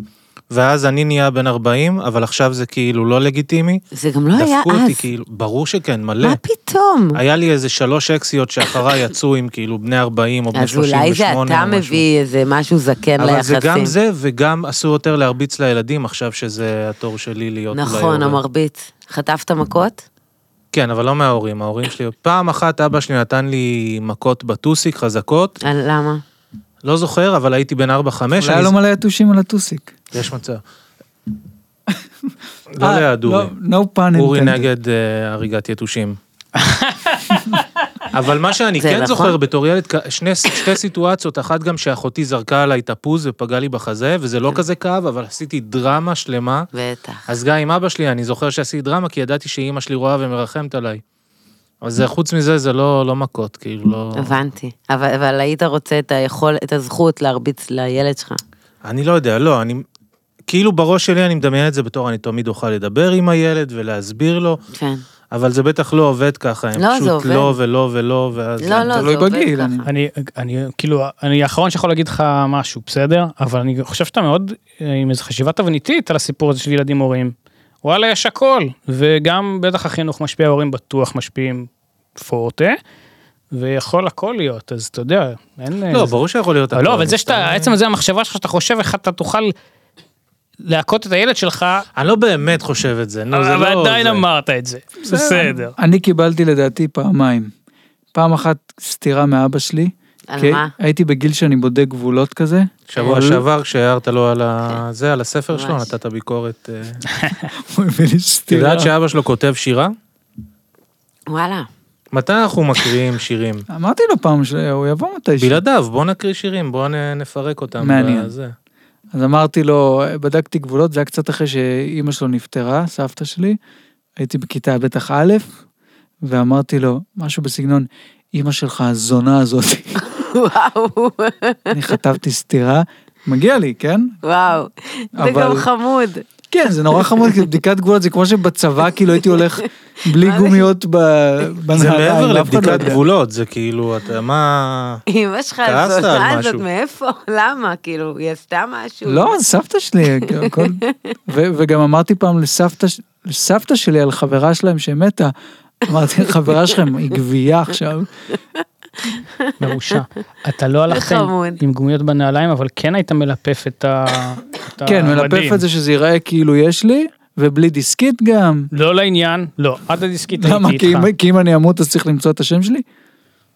Speaker 4: ואז אני נהיה בן 40, אבל עכשיו זה כאילו לא לגיטימי.
Speaker 1: זה גם לא היה
Speaker 4: דפקו אותי
Speaker 1: אז.
Speaker 4: כאילו, ברור שכן, מלא.
Speaker 1: מה פתאום?
Speaker 4: היה לי איזה שלוש אקסיות שאחריי יצאו עם כאילו בני 40 או בני
Speaker 1: אז
Speaker 4: 38
Speaker 1: אולי זה
Speaker 4: או
Speaker 1: אתה
Speaker 4: משהו.
Speaker 1: מביא איזה משהו זקן ליחסים.
Speaker 4: אבל זה גם זה, וגם אסור יותר להרביץ לילדים עכשיו שזה התור שלי להיות אולי
Speaker 1: נכון,
Speaker 4: הורה.
Speaker 1: המרביץ. חטפת מכות?
Speaker 4: כן, אבל לא מההורים, ההורים שלי... פעם אחת אבא שלי נתן לי מכות בטוסיק חזקות,
Speaker 1: אה, למה?
Speaker 4: לא זוכר, אבל הייתי בן 4-5,
Speaker 2: אולי לא היה לו מלא יתושים על הטוסיק.
Speaker 4: יש מצב. לא ליד אורי.
Speaker 2: לא, no pun
Speaker 4: אורי
Speaker 2: intended.
Speaker 4: נגד אה, הריגת יתושים. אבל מה שאני
Speaker 1: זה
Speaker 4: כן
Speaker 1: נכון.
Speaker 4: זוכר בתור ילד, כ- שני- שתי סיטואציות, אחת גם שאחותי זרקה עליי תפוז ופגעה לי בחזה, וזה לא כזה כאב, אבל עשיתי דרמה שלמה.
Speaker 1: בטח.
Speaker 4: אז גם עם אבא שלי, אני זוכר שעשיתי דרמה, כי ידעתי שאימא שלי רואה ומרחמת עליי. אז זה- חוץ מזה, זה לא לא מכות, כאילו, לא...
Speaker 1: הבנתי. אבל אבל היית רוצה את היכול, את הזכות להרביץ לילד שלך.
Speaker 4: אני לא יודע, לא, אני... כאילו בראש שלי אני מדמיין את זה בתור אני תמיד אוכל לדבר עם הילד ולהסביר לו,
Speaker 1: כן.
Speaker 4: אבל זה בטח לא עובד ככה, הם
Speaker 1: לא, זה
Speaker 4: פשוט
Speaker 1: עובד.
Speaker 4: לא ולא ולא, ואז...
Speaker 1: לא, לא,
Speaker 2: תלוי
Speaker 1: זה עובד
Speaker 2: בגיל, אני-
Speaker 1: ככה.
Speaker 3: אני, אני, כאילו, אני האחרון שיכול להגיד לך משהו, בסדר? אבל אני חושב שאתה מאוד אה, עם איזו חשיבה תבניתית על הסיפור הזה של ילדים הורים. וואלה, יש הכל. וגם בטח החינוך משפיע, ההורים בטוח משפיעים פורטה, ויכול הכל להיות, אז אתה יודע, אין...
Speaker 4: לא,
Speaker 3: איזה-
Speaker 4: ברור שיכול להיות...
Speaker 3: אבל לא,
Speaker 4: הכל,
Speaker 3: אבל זה שאתה,
Speaker 4: סתם-
Speaker 1: אה.
Speaker 3: עצם זה המחשבה שלך, שאתה חושב איך אתה תוכל להכות את הילד שלך,
Speaker 4: אני לא באמת חושב את זה, נו, זה לא...
Speaker 3: אבל עדיין
Speaker 4: זה.
Speaker 3: אמרת את זה. בסדר.
Speaker 2: אני קיבלתי לדעתי פעמיים. פעם אחת סטירה מאבא שלי.
Speaker 1: על
Speaker 4: כן.
Speaker 2: כי
Speaker 1: מה?
Speaker 2: כן? הייתי בגיל שאני בודק גבולות כזה.
Speaker 4: שבוע
Speaker 2: אבל
Speaker 4: שעבר, כשהערת לו על ה... זה, על הספר שלו,
Speaker 1: כן. ממש.
Speaker 4: נתת ביקורת. אה.
Speaker 2: הוא הביא לי
Speaker 4: את
Speaker 2: סטירה.
Speaker 4: יודעת שאבא שלו כותב שירה?
Speaker 1: וואלה.
Speaker 4: מתי אנחנו מקריאים שירים?
Speaker 2: אמרתי לו פעם שהוא יבוא מתישהו.
Speaker 4: בלעדיו, בוא נקריא שירים, בוא נ- נפרק אותם.
Speaker 2: מעניין.
Speaker 4: בזה.
Speaker 2: אז אמרתי לו, בדקתי גבולות, זה היה קצת אחרי שאימא שלו נפטרה, סבתא שלי. הייתי בכיתה בטח א', ואמרתי לו, משהו בסגנון, אימא שלך הזונה הזאת.
Speaker 1: וואו.
Speaker 2: אני חטפתי סטירה, מגיע לי, כן?
Speaker 1: וואו. זה
Speaker 2: אבל-
Speaker 1: גם חמוד.
Speaker 2: כן, זה נורא חמוד, כי בדיקת גבולות זה כמו שבצבא, כאילו הייתי הולך בלי
Speaker 1: מה זה?
Speaker 2: גומיות ב-
Speaker 4: זה
Speaker 2: בנהליים, אף
Speaker 4: מעבר
Speaker 2: אחד לא
Speaker 4: לבדיקת
Speaker 2: יודע.
Speaker 4: גבולות, זה כאילו, אתה מה...
Speaker 1: אמא שלך
Speaker 4: כעסת על
Speaker 1: הזונה הזאת,
Speaker 4: משהו.
Speaker 1: מאיפה? למה? כאילו, היא עשתה משהו?
Speaker 2: לא, סבתא שלי, כאילו, הכל... ו- וגם אמרתי פעם לסבתא, ש- לסבתא שלי על חברה שלהם שמתה, אמרתי, חברה שלכם היא גבייה עכשיו.
Speaker 3: מרושע. אתה לא הלכת עם-
Speaker 1: חמוד.
Speaker 3: עם גומיות בנעליים, אבל כן היית מלפף את ה... את
Speaker 2: כן,
Speaker 3: המדים.
Speaker 2: מלפף את זה שזה ייראה כאילו יש לי, ובלי דיסקית גם.
Speaker 3: לא לעניין, לא, עד הדיסקית
Speaker 2: למה?
Speaker 3: הייתי
Speaker 2: כי
Speaker 3: איתך.
Speaker 2: אם- כי אם אני אמות אז צריך למצוא את השם שלי?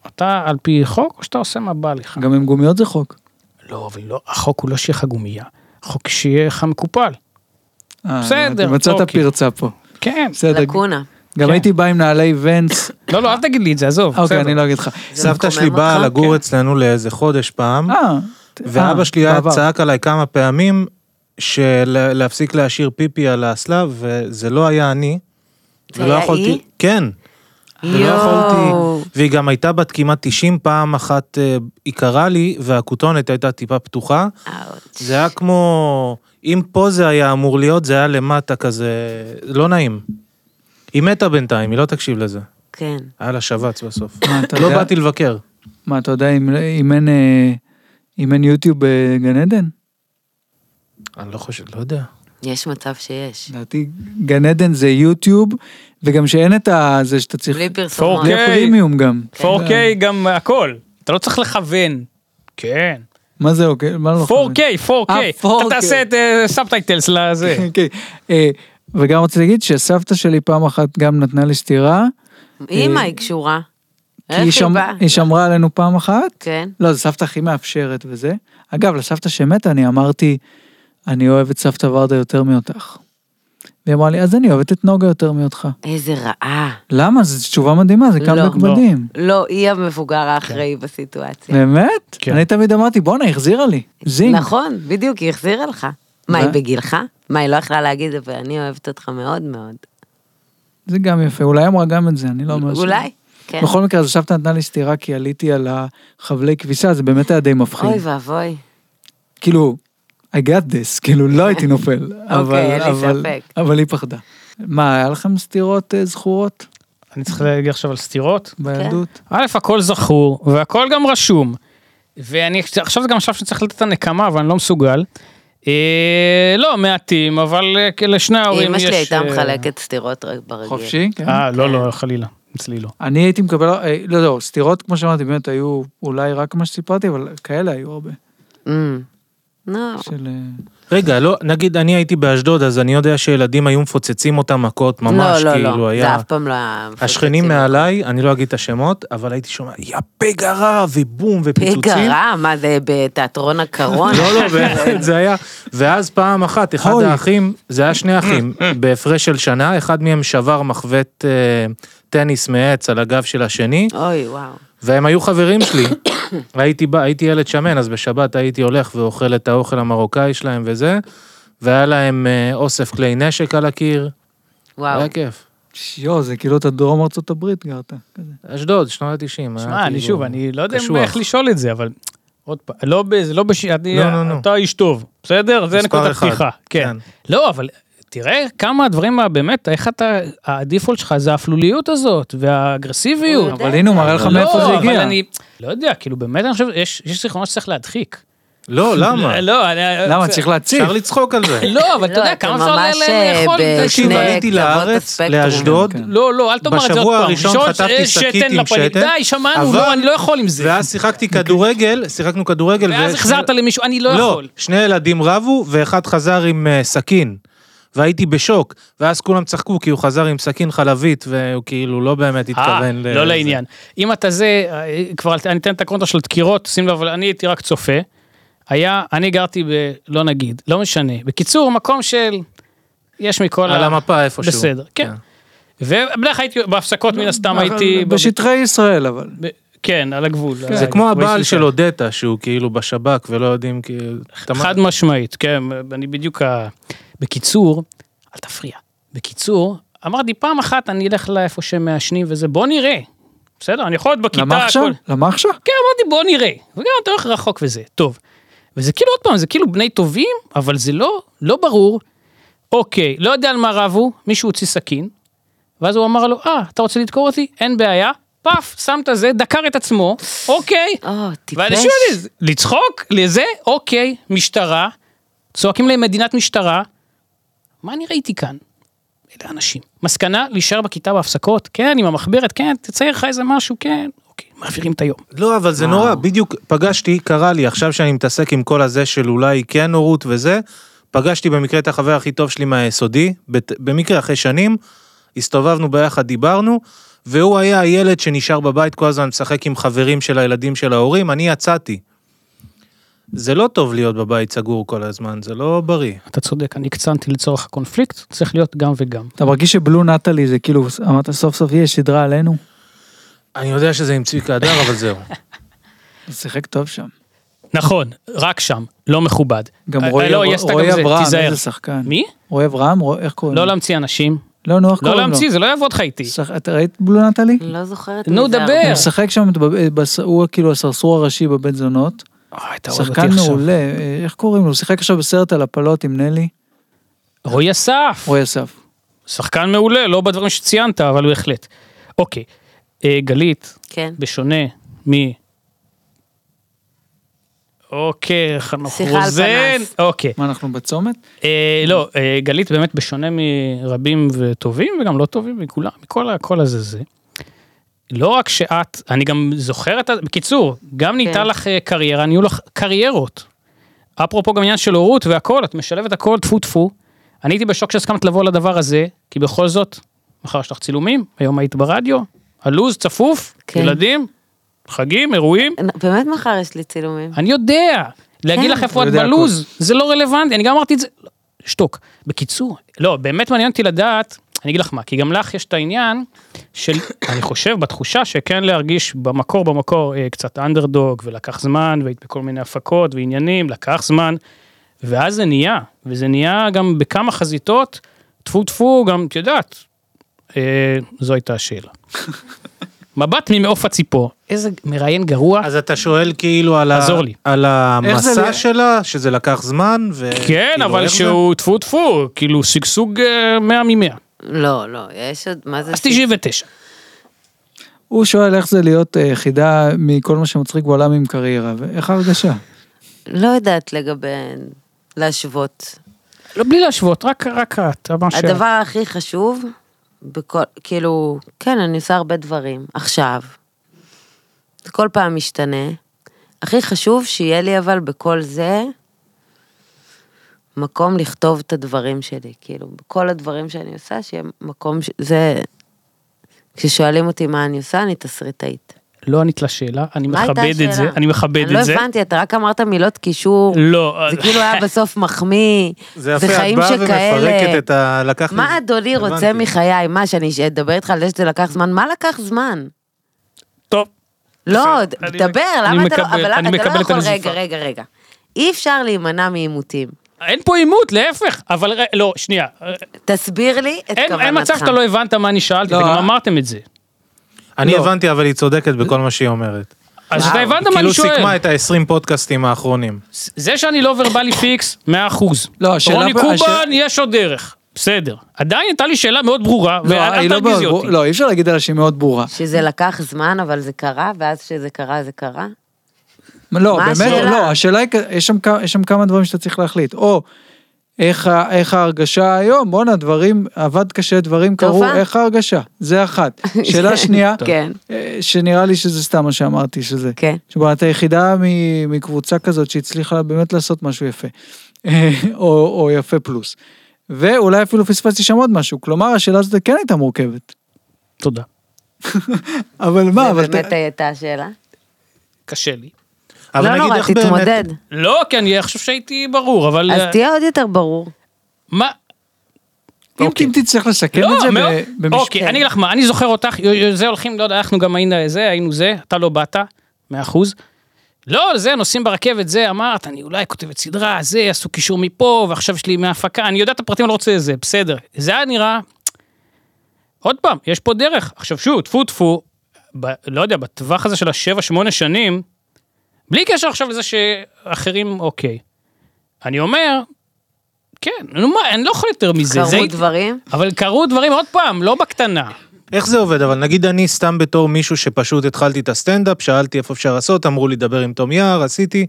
Speaker 3: אתה על פי חוק או שאתה עושה מה בא לך?
Speaker 2: גם עם גומיות זה חוק.
Speaker 3: לא, אבל לא, החוק הוא לא שיהיה לך גומייה, החוק שיהיה לך מקופל.
Speaker 2: אה,
Speaker 3: בסדר,
Speaker 2: אתה מצאת
Speaker 3: אוקיי.
Speaker 2: פרצה פה.
Speaker 3: כן,
Speaker 2: בסדר.
Speaker 1: לקונה.
Speaker 2: גם
Speaker 3: כן.
Speaker 2: הייתי בא עם נעלי ונס.
Speaker 3: לא, לא, אל תגיד לי את זה, עזוב,
Speaker 2: אוקיי,
Speaker 3: בסדר.
Speaker 2: אני לא אגיד לך.
Speaker 1: זה
Speaker 4: סבתא
Speaker 1: מקומם
Speaker 4: שלי באה
Speaker 1: אותך?
Speaker 4: לגור
Speaker 3: כן.
Speaker 4: אצלנו לאיזה חודש פעם,
Speaker 3: לא-
Speaker 2: אה.
Speaker 4: ואבא
Speaker 2: אה,
Speaker 4: שלי היה
Speaker 2: בעבר.
Speaker 4: צעק עליי כמה פעמים של להפסיק להשאיר פיפי על האסלה, וזה לא היה אני.
Speaker 1: זה
Speaker 4: ולא
Speaker 1: היה
Speaker 4: יכולתי-
Speaker 1: היא?
Speaker 4: כן. ולא
Speaker 1: יואו.
Speaker 4: יכולתי, והיא גם הייתה בת כמעט 90 פעם אחת, אה, היא קראה לי, והכותונת הייתה טיפה פתוחה.
Speaker 1: אאוץ'.
Speaker 4: זה היה כמו, אם פה זה היה אמור להיות, זה היה למטה כזה, לא נעים. היא מתה בינתיים, היא לא תקשיב לזה.
Speaker 1: כן.
Speaker 4: היה לה שבץ בסוף.
Speaker 2: מה, אתה
Speaker 4: לא
Speaker 2: יודע-
Speaker 4: באתי לבקר.
Speaker 2: מה, אתה יודע אם- אם אין, אה, אם אין יוטיוב בגן עדן?
Speaker 4: אני לא חושב, לא יודע.
Speaker 1: יש מצב שיש.
Speaker 2: לדעתי גן עדן זה יוטיוב, וגם שאין את ה... זה שאתה צריך...
Speaker 1: בלי פרסומות.
Speaker 3: פורקט.
Speaker 4: כן,
Speaker 2: זה פרימיום גם.
Speaker 3: 4K
Speaker 2: כן.
Speaker 3: גם הכל, אתה לא צריך לכוון. כן.
Speaker 2: מה זה אוקיי? מה לא...
Speaker 3: 4K, 4K.
Speaker 2: אה,
Speaker 3: אתה
Speaker 2: 4K.
Speaker 3: תעשה את סאבטייטלס לזה.
Speaker 2: אוקיי. אה, וגם רציתי להגיד שסבתא שלי פעם אחת גם נתנה לי סטירה,
Speaker 1: אימא היא קשורה.
Speaker 2: כי היא
Speaker 1: איך היא
Speaker 2: שמ-
Speaker 1: באה?
Speaker 2: היא שמרה עלינו פעם אחת.
Speaker 1: כן.
Speaker 2: לא, זו סבתא הכי מאפשרת וזה. אגב, לסבתא שמתה אני אמרתי, אני אוהב את סבתא ורדה יותר מאותך. והיא אמרה לי, אז אני אוהבת את נוגה יותר מאותך.
Speaker 1: איזה רעה.
Speaker 2: למה? זו תשובה מדהימה, זה
Speaker 1: לא,
Speaker 2: קאמבק
Speaker 3: לא.
Speaker 2: מדהים.
Speaker 1: לא, היא המבוגר האחראי בסיטואציה.
Speaker 2: באמת?
Speaker 3: כן.
Speaker 2: אני תמיד אמרתי, בואנה, היא החזירה לי. זינג.
Speaker 1: לא. נכון, בדיוק, היא החזירה לך. מה, היא בגילך? מה, היא לא יכלה להגיד, אבל אני אוהבת אותך מאוד מאוד.
Speaker 2: זה גם יפה, אולי אמרה גם את זה, אני לא אומר שלא.
Speaker 1: אולי? כן.
Speaker 2: בכל מקרה, אז סבתא נתנה לי סטירה כי עליתי על החבלי כביסה, זה באמת היה די
Speaker 1: אוי
Speaker 2: מפחיד.
Speaker 1: ואבוי.
Speaker 2: כאילו, I got this, כאילו, לא הייתי נופל. אבל-
Speaker 1: אוקיי, אין לי
Speaker 2: אבל-
Speaker 1: ספק.
Speaker 2: אבל היא פחדה. מה, היה לכם סטירות אה, זכורות
Speaker 3: אני צריך להגיד עכשיו על סתירות.
Speaker 1: כן.
Speaker 2: בילדות?
Speaker 3: א', הכל זכור, והכל גם רשום. ואני, עכשיו זה גם עכשיו שאני צריך לתת את הנקמה, אבל אני לא מסוגל. אה, לא, מעטים, אבל אה, לשני ההורים
Speaker 1: אמא
Speaker 3: יש...
Speaker 1: שלי הייתה
Speaker 3: אה,
Speaker 1: מחלקת סטירות רק ברגיל.
Speaker 2: חופשי? כן.
Speaker 3: אה, לא, לא, חלילה, אצלי לא.
Speaker 2: אני הייתי מקבל, אה, לא, לא, סטירות, כמו שאמרתי, באמת היו אולי רק מה שסיפרתי, אבל כאלה היו הרבה.
Speaker 1: Mm. לא,
Speaker 2: של... אה,
Speaker 4: רגע, לא, נגיד אני הייתי באשדוד, אז אני יודע שילדים היו מפוצצים אותם מכות ממש,
Speaker 1: לא, לא,
Speaker 4: כאילו
Speaker 1: לא, זה
Speaker 4: היה...
Speaker 1: אף פעם לא היה...
Speaker 4: השכנים
Speaker 1: מפוצצים.
Speaker 4: מעליי, אני לא אגיד את השמות, אבל הייתי שומע, יא פגע רע, ובום, ופיצוצים.
Speaker 1: פגע רע? מה זה, בתיאטרון הקרון?
Speaker 4: לא, לא, באמת, זה היה... ואז פעם אחת, אחד
Speaker 2: אוי.
Speaker 4: האחים, זה היה שני אחים,
Speaker 1: אה.
Speaker 4: בהפרש של שנה, אחד מהם שבר מחבט אה, טניס מעץ על הגב של השני,
Speaker 1: אוי, וואו.
Speaker 4: והם היו חברים שלי. הייתי, בא, הייתי ילד שמן, אז בשבת הייתי הולך ואוכל את האוכל המרוקאי שלהם וזה, והיה להם אה, אוסף כלי נשק על הקיר,
Speaker 1: וואו.
Speaker 4: היה כיף.
Speaker 2: יואו, זה כאילו אתה דרום ארצות הברית
Speaker 1: כן.
Speaker 2: גרת. כזה.
Speaker 4: אשדוד, שנות אה, כאילו. ה-90.
Speaker 3: שמע, אני שוב, אני לא יודע
Speaker 4: קשוח.
Speaker 3: איך לשאול את זה, אבל... עוד פעם, לא ב... זה לא בש... אני-
Speaker 4: לא, לא, לא.
Speaker 3: אתה איש טוב, בסדר? זה
Speaker 4: מספר
Speaker 3: נקודת
Speaker 4: אחד.
Speaker 3: פתיחה. כן. לא, אבל תראה כמה הדברים, ה- באמת, איך אתה, הדיפולט שלך זה האפלוליות הזאת, והאגרסיביות.
Speaker 1: יודע.
Speaker 2: אבל הנה, הוא מראה לך
Speaker 4: אבל
Speaker 2: מאיפה
Speaker 3: לא,
Speaker 2: זה
Speaker 3: אבל
Speaker 2: הגיע.
Speaker 3: אני, לא יודע, כאילו באמת אני חושב, יש יש זיכרונות שצריך להדחיק.
Speaker 4: לא, למה?
Speaker 3: לא, אני-
Speaker 2: למה?
Speaker 3: זה-
Speaker 2: צריך להציף.
Speaker 4: אפשר לצחוק על זה.
Speaker 3: לא, אבל אתה
Speaker 1: לא,
Speaker 3: יודע,
Speaker 1: אתם
Speaker 3: כמה אפשר
Speaker 1: ממש, אה,
Speaker 3: לאכול?
Speaker 1: בשני-
Speaker 4: תקשיב, עליתי
Speaker 1: קצוות
Speaker 4: לארץ,
Speaker 1: הספקטרום.
Speaker 4: לאשדוד,
Speaker 2: כן, כן.
Speaker 3: לא, לא, אל תאמר את זה עוד
Speaker 4: בשבוע
Speaker 3: פעם.
Speaker 4: הראשון
Speaker 3: ראשון,
Speaker 4: חטפתי
Speaker 3: אה,
Speaker 4: שקית
Speaker 3: שתן
Speaker 4: עם
Speaker 3: לפנים.
Speaker 4: שתן,
Speaker 3: די, שמענו,
Speaker 4: אבל-
Speaker 3: נו, אני לא יכול עם זה.
Speaker 4: ואז שיחקתי כדורגל, שיחקנו כדורגל.
Speaker 3: ואז
Speaker 4: ושני-
Speaker 3: החזרת למישהו, אני לא יכול.
Speaker 4: שני ילדים רבו, ואחד חזר עם אה, סכין. והייתי בשוק, ואז כולם צחקו כי הוא חזר עם סכין חלבית, והוא כאילו לא באמת
Speaker 3: אה,
Speaker 4: התכוון ל...
Speaker 3: לא לעניין. אם אתה זה, אה, כבר אני אתן את הקונטרה של דקירות, שים לב, אבל אני הייתי רק צופה. היה, אני גרתי ב... לא נגיד, לא משנה. בקיצור, מקום של... יש מכל
Speaker 4: על
Speaker 3: ה-
Speaker 4: המפה איפשהו.
Speaker 3: לא, בסדר, כן.
Speaker 4: כן.
Speaker 3: ובדרך כלל הייתי, בהפסקות מן הסתם
Speaker 2: אבל
Speaker 3: הייתי... בב-
Speaker 2: בשטחי ישראל, אבל.
Speaker 3: ב- כן, על הגבול.
Speaker 4: זה כמו הבעל של אודטה, שהוא כאילו בשב"כ ולא יודעים כאילו... אתה מה-
Speaker 3: חד משמעית, כן, אני בדיוק ה... בקיצור, אל תפריע. בקיצור, אמרתי פעם אחת אני אלך לאיפה שמעשנים וזה, בוא נראה. בסדר, אני יכול להיות בכיתה...
Speaker 2: למה עכשיו?
Speaker 3: הכל.
Speaker 2: למה עכשיו?
Speaker 3: כן, אמרתי בוא נראה. וגם אתה הולך רחוק וזה, טוב. וזה כאילו, עוד פעם, זה כאילו בני טובים, אבל זה לא, לא ברור. אוקיי, לא יודע על מה רבו, מישהו הוציא סכין, ואז הוא אמר לו, אה, אתה רוצה לדקור אותי? אין בעיה. פאף, שם את הזה, דקר את עצמו, אוקיי.
Speaker 1: או, אה, טיפש.
Speaker 3: ואנשים יודעים, לצחוק, לזה, אוקיי, משטרה, צועקים להם מדינת משטרה, מה אני ראיתי כאן? אלה אנשים. מסקנה, להישאר בכיתה בהפסקות, כן, עם המחברת, כן, תצייר לך איזה משהו, כן, אוקיי, מעבירים את היום.
Speaker 4: לא, אבל זה
Speaker 1: וואו.
Speaker 4: נורא, בדיוק פגשתי, קרה לי, עכשיו שאני מתעסק עם כל הזה של אולי כן הורות וזה, פגשתי במקרה את החבר הכי טוב שלי מהיסודי, בת- במקרה אחרי שנים, הסתובבנו ביחד, דיברנו, והוא היה הילד שנשאר בבית כל הזמן משחק עם חברים של הילדים של ההורים, אני יצאתי. זה לא טוב להיות בבית סגור כל הזמן, זה לא בריא.
Speaker 3: אתה צודק, אני הקצנתי לצורך הקונפליקט, צריך להיות גם וגם.
Speaker 2: אתה מרגיש שבלו נטלי זה כאילו, אמרת סוף סוף יש סדרה עלינו?
Speaker 4: אני יודע שזה עם צביקה הדר, אבל זהו.
Speaker 2: הוא שיחק טוב שם.
Speaker 3: נכון, רק שם, לא מכובד.
Speaker 2: גם
Speaker 3: אה,
Speaker 2: רועי
Speaker 3: לא,
Speaker 2: אב-
Speaker 3: יש את גם
Speaker 2: רועי
Speaker 3: זה,
Speaker 2: אברהם,
Speaker 3: תיזהר.
Speaker 2: איזה שחקן. נכון.
Speaker 3: מי?
Speaker 2: רועי אברהם, רוע- איך קוראים לו?
Speaker 3: לא להמציא אנשים,
Speaker 2: לא, נו, איך
Speaker 3: לא
Speaker 2: קוראים לו?
Speaker 3: להמציא, כן. זה לא יעבוד לך איתי.
Speaker 2: שח- אתה ראית בלו נטלי?
Speaker 1: לא זוכרת
Speaker 3: נו,
Speaker 1: מי זה,
Speaker 3: דבר.
Speaker 1: אבל-
Speaker 2: הוא משחק שם, את בב- בס- הוא כאילו הסרסור הראשי בבית זונות.
Speaker 3: אוי, אתה הורג אותי
Speaker 2: שחקן
Speaker 3: עכשיו.
Speaker 2: מעולה, אה, איך קוראים לו? הוא שיחק עכשיו בסרט על הפלות עם נלי.
Speaker 3: רועי אסף,
Speaker 2: רועי אסף.
Speaker 3: שחקן מעולה, לא בדברים שציינת, אבל בהחלט. אוקיי, אה, גלית,
Speaker 1: כן.
Speaker 3: בשונה מ... אוקיי, חנוך
Speaker 1: שיחה על
Speaker 3: רוזן.
Speaker 1: פנס.
Speaker 3: אוקיי.
Speaker 2: מה, אנחנו בצומת?
Speaker 3: אה, לא, אה, גלית באמת בשונה מרבים וטובים וגם לא טובים מכולם, מכל ה- כל הזה זה. לא רק שאת, אני גם זוכר את ה... בקיצור, גם נהייתה
Speaker 1: כן.
Speaker 3: לך אה, קריירה, נהיו לך קריירות. אפרופו גם עניין של הורות והכל, את משלבת הכל טפו טפו. אני הייתי בשוק שהסכמת לבוא לדבר הזה, כי בכל זאת, מחר יש לך צילומים, היום היית ברדיו, הלו"ז צפוף,
Speaker 1: כן.
Speaker 3: ילדים, חגים, אירועים.
Speaker 1: באמת מחר יש לי צילומים.
Speaker 3: אני יודע. להגיד
Speaker 1: כן.
Speaker 3: לך איפה
Speaker 2: הוא
Speaker 3: את
Speaker 2: יודע
Speaker 3: בלוז, זה לא רלוונטי, אני גם אמרתי את זה, לא, שתוק. בקיצור, לא, באמת מעניין אותי לדעת, אני אגיד לך מה, כי גם לך יש את העניין של, אני חושב, בתחושה שכן להרגיש במקור במקור אה, קצת אנדרדוג, ולקח זמן, והיית בכל מיני הפקות ועניינים, לקח זמן, ואז זה נהיה, וזה נהיה גם בכמה חזיתות, טפו טפו, גם, את יודעת, אה, זו הייתה השאלה. מבט ממעוף הציפור, איזה מראיין גרוע.
Speaker 4: אז אתה שואל כאילו על, ה...
Speaker 3: עזור לי.
Speaker 4: על
Speaker 2: איך זה
Speaker 4: המסע
Speaker 2: לי-
Speaker 4: שלה, שזה לקח זמן, ו...
Speaker 3: כן,
Speaker 4: כאילו,
Speaker 3: אבל
Speaker 4: איך זה?
Speaker 3: שהוא טפו טפו, כאילו שגשוג אה, 100 מ-100.
Speaker 1: לא, לא, יש עוד, מה זה?
Speaker 3: אז 99.
Speaker 2: הוא שואל איך זה להיות אה, יחידה מכל מה שמצחיק בעולם עם קריירה, ואיך ההרגשה?
Speaker 1: לא יודעת לגבי... להשוות.
Speaker 3: לא, בלי להשוות, רק רק את, מה ש...
Speaker 1: הדבר הכי חשוב, בכל, כאילו, כן, אני עושה הרבה דברים, עכשיו. זה כל פעם משתנה. הכי חשוב שיהיה לי אבל בכל זה מקום לכתוב את הדברים שלי, כאילו, בכל הדברים שאני עושה, שיהיה מקום, ש... זה... כששואלים אותי מה אני עושה, אני תסריטאית.
Speaker 3: לא ענית לשאלה, אני
Speaker 1: מה הייתה
Speaker 3: מכבד את זה,
Speaker 1: השאלה?
Speaker 3: אני מכבד
Speaker 1: אני לא
Speaker 3: את זה.
Speaker 1: הבנתי, אתה רק אמרת מילות קישור,
Speaker 3: לא,
Speaker 1: זה כאילו היה בסוף מחמיא,
Speaker 4: זה יפה,
Speaker 1: זה
Speaker 4: את
Speaker 1: חיים
Speaker 4: באה
Speaker 1: שכאלה.
Speaker 4: ומפרקת את ה... לקח לי-
Speaker 1: מה אדוני רוצה
Speaker 4: הבנתי.
Speaker 1: מחיי? מה, שאני אדבר איתך על זה שזה לקח זמן? מה לקח זמן?
Speaker 3: טוב.
Speaker 1: לא,
Speaker 3: בסדר, אני
Speaker 1: דבר,
Speaker 3: מק-
Speaker 1: למה
Speaker 3: אני
Speaker 1: אתה לא...
Speaker 3: מקבל-
Speaker 1: אבל
Speaker 3: אני
Speaker 1: למה אתה
Speaker 3: מקבל
Speaker 1: לא
Speaker 3: את
Speaker 1: יכול...
Speaker 3: הנזיפה.
Speaker 1: רגע, רגע, רגע. אי אפשר להימנע מעימותים.
Speaker 3: אין פה עימות, להפך, אבל ר- לא, שנייה.
Speaker 1: תסביר לי את
Speaker 3: אין
Speaker 1: כוונתך.
Speaker 3: אין מצב שאתה לא הבנת מה אני שאלתי,
Speaker 2: לא,
Speaker 3: וגם
Speaker 2: אה.
Speaker 3: אמרתם את זה.
Speaker 4: אני
Speaker 2: לא.
Speaker 4: הבנתי, אבל היא צודקת בכל מה שהיא אומרת.
Speaker 3: אז אתה הבנת
Speaker 4: היא
Speaker 3: מה אני
Speaker 4: כאילו סיכמה
Speaker 3: שואל.
Speaker 4: את ה-20 פודקאסטים האחרונים.
Speaker 3: זה שאני לא ורבלי פיקס, 100%.
Speaker 2: לא, השאלה-
Speaker 3: רוני
Speaker 2: השאלה-
Speaker 3: קובן, יש עוד דרך. בסדר. עדיין הייתה לי שאלה מאוד ברורה,
Speaker 2: לא, היא
Speaker 3: ואל
Speaker 2: לא
Speaker 3: תרגיזי
Speaker 2: מאוד
Speaker 3: אותי.
Speaker 2: ברור- לא, אי אפשר להגיד עליה שהיא מאוד ברורה.
Speaker 1: שזה לקח זמן, אבל זה קרה, ואז שזה קרה, זה קרה?
Speaker 2: לא,
Speaker 1: מה
Speaker 2: באמת,
Speaker 1: השאלה?
Speaker 2: לא, השאלה היא, כ- יש שם כ- יש שם כמה דברים שאתה צריך להחליט. או, איך ה- איך ההרגשה היום, בואנה, דברים, עבד קשה, דברים
Speaker 1: טובה.
Speaker 2: קרו, איך ההרגשה? זה אחת. שאלה שנייה,
Speaker 1: כן.
Speaker 2: אה, שנראה לי שזה סתם מה שאמרתי שזה.
Speaker 1: כן.
Speaker 2: שבו את היחידה מ- מקבוצה כזאת שהצליחה באמת לעשות משהו יפה. אה, או, או יפה פלוס. ואולי אפילו פספסתי שם עוד משהו, כלומר השאלה הזאת כן הייתה מורכבת.
Speaker 3: תודה.
Speaker 2: אבל
Speaker 4: לא,
Speaker 2: מה, אבל...
Speaker 1: זה באמת
Speaker 2: ת-
Speaker 1: הייתה השאלה.
Speaker 3: קשה לי.
Speaker 4: אבל
Speaker 1: לא
Speaker 4: נגיד
Speaker 1: נורא,
Speaker 4: איך באמת-
Speaker 1: תתמודד.
Speaker 3: לא, כי אני חושב שהייתי ברור, אבל...
Speaker 1: אז
Speaker 3: אה,
Speaker 1: תהיה עוד יותר ברור.
Speaker 3: מה?
Speaker 2: אם
Speaker 3: אוקיי.
Speaker 2: אם תצטרך לסכם
Speaker 3: לא,
Speaker 2: את זה ב-
Speaker 3: מאוד.
Speaker 2: במשפט.
Speaker 3: אוקיי, אני אגיד לך מה, אני זוכר אותך, יו- יו- זה הולכים, לא יודע, אנחנו גם היינו זה, היינו זה, אתה לא באת, מאה אחוז. לא, זה, נוסעים ברכבת, זה, אמרת, אני אולי כותבת סדרה, זה, עשו קישור מפה, ועכשיו יש לי מהפקה, אני יודע את הפרטים, אני לא רוצה את זה, בסדר. זה היה נראה... עוד פעם, יש פה דרך. עכשיו שוב, טפו טפו, ב- לא יודע, בטווח הזה של השבע, שמונה שנים, בלי קשר עכשיו לזה שאחרים, אוקיי. אני אומר, כן, נו מה, אני לא יכול יותר מזה. זה
Speaker 1: קרו
Speaker 3: הייתי-
Speaker 1: דברים?
Speaker 3: אבל קרו דברים, עוד פעם, לא בקטנה.
Speaker 4: איך זה עובד? אבל נגיד אני סתם בתור מישהו שפשוט התחלתי את הסטנדאפ, שאלתי איפה אפשר לעשות, אמרו לי דבר עם תום יער, עשיתי.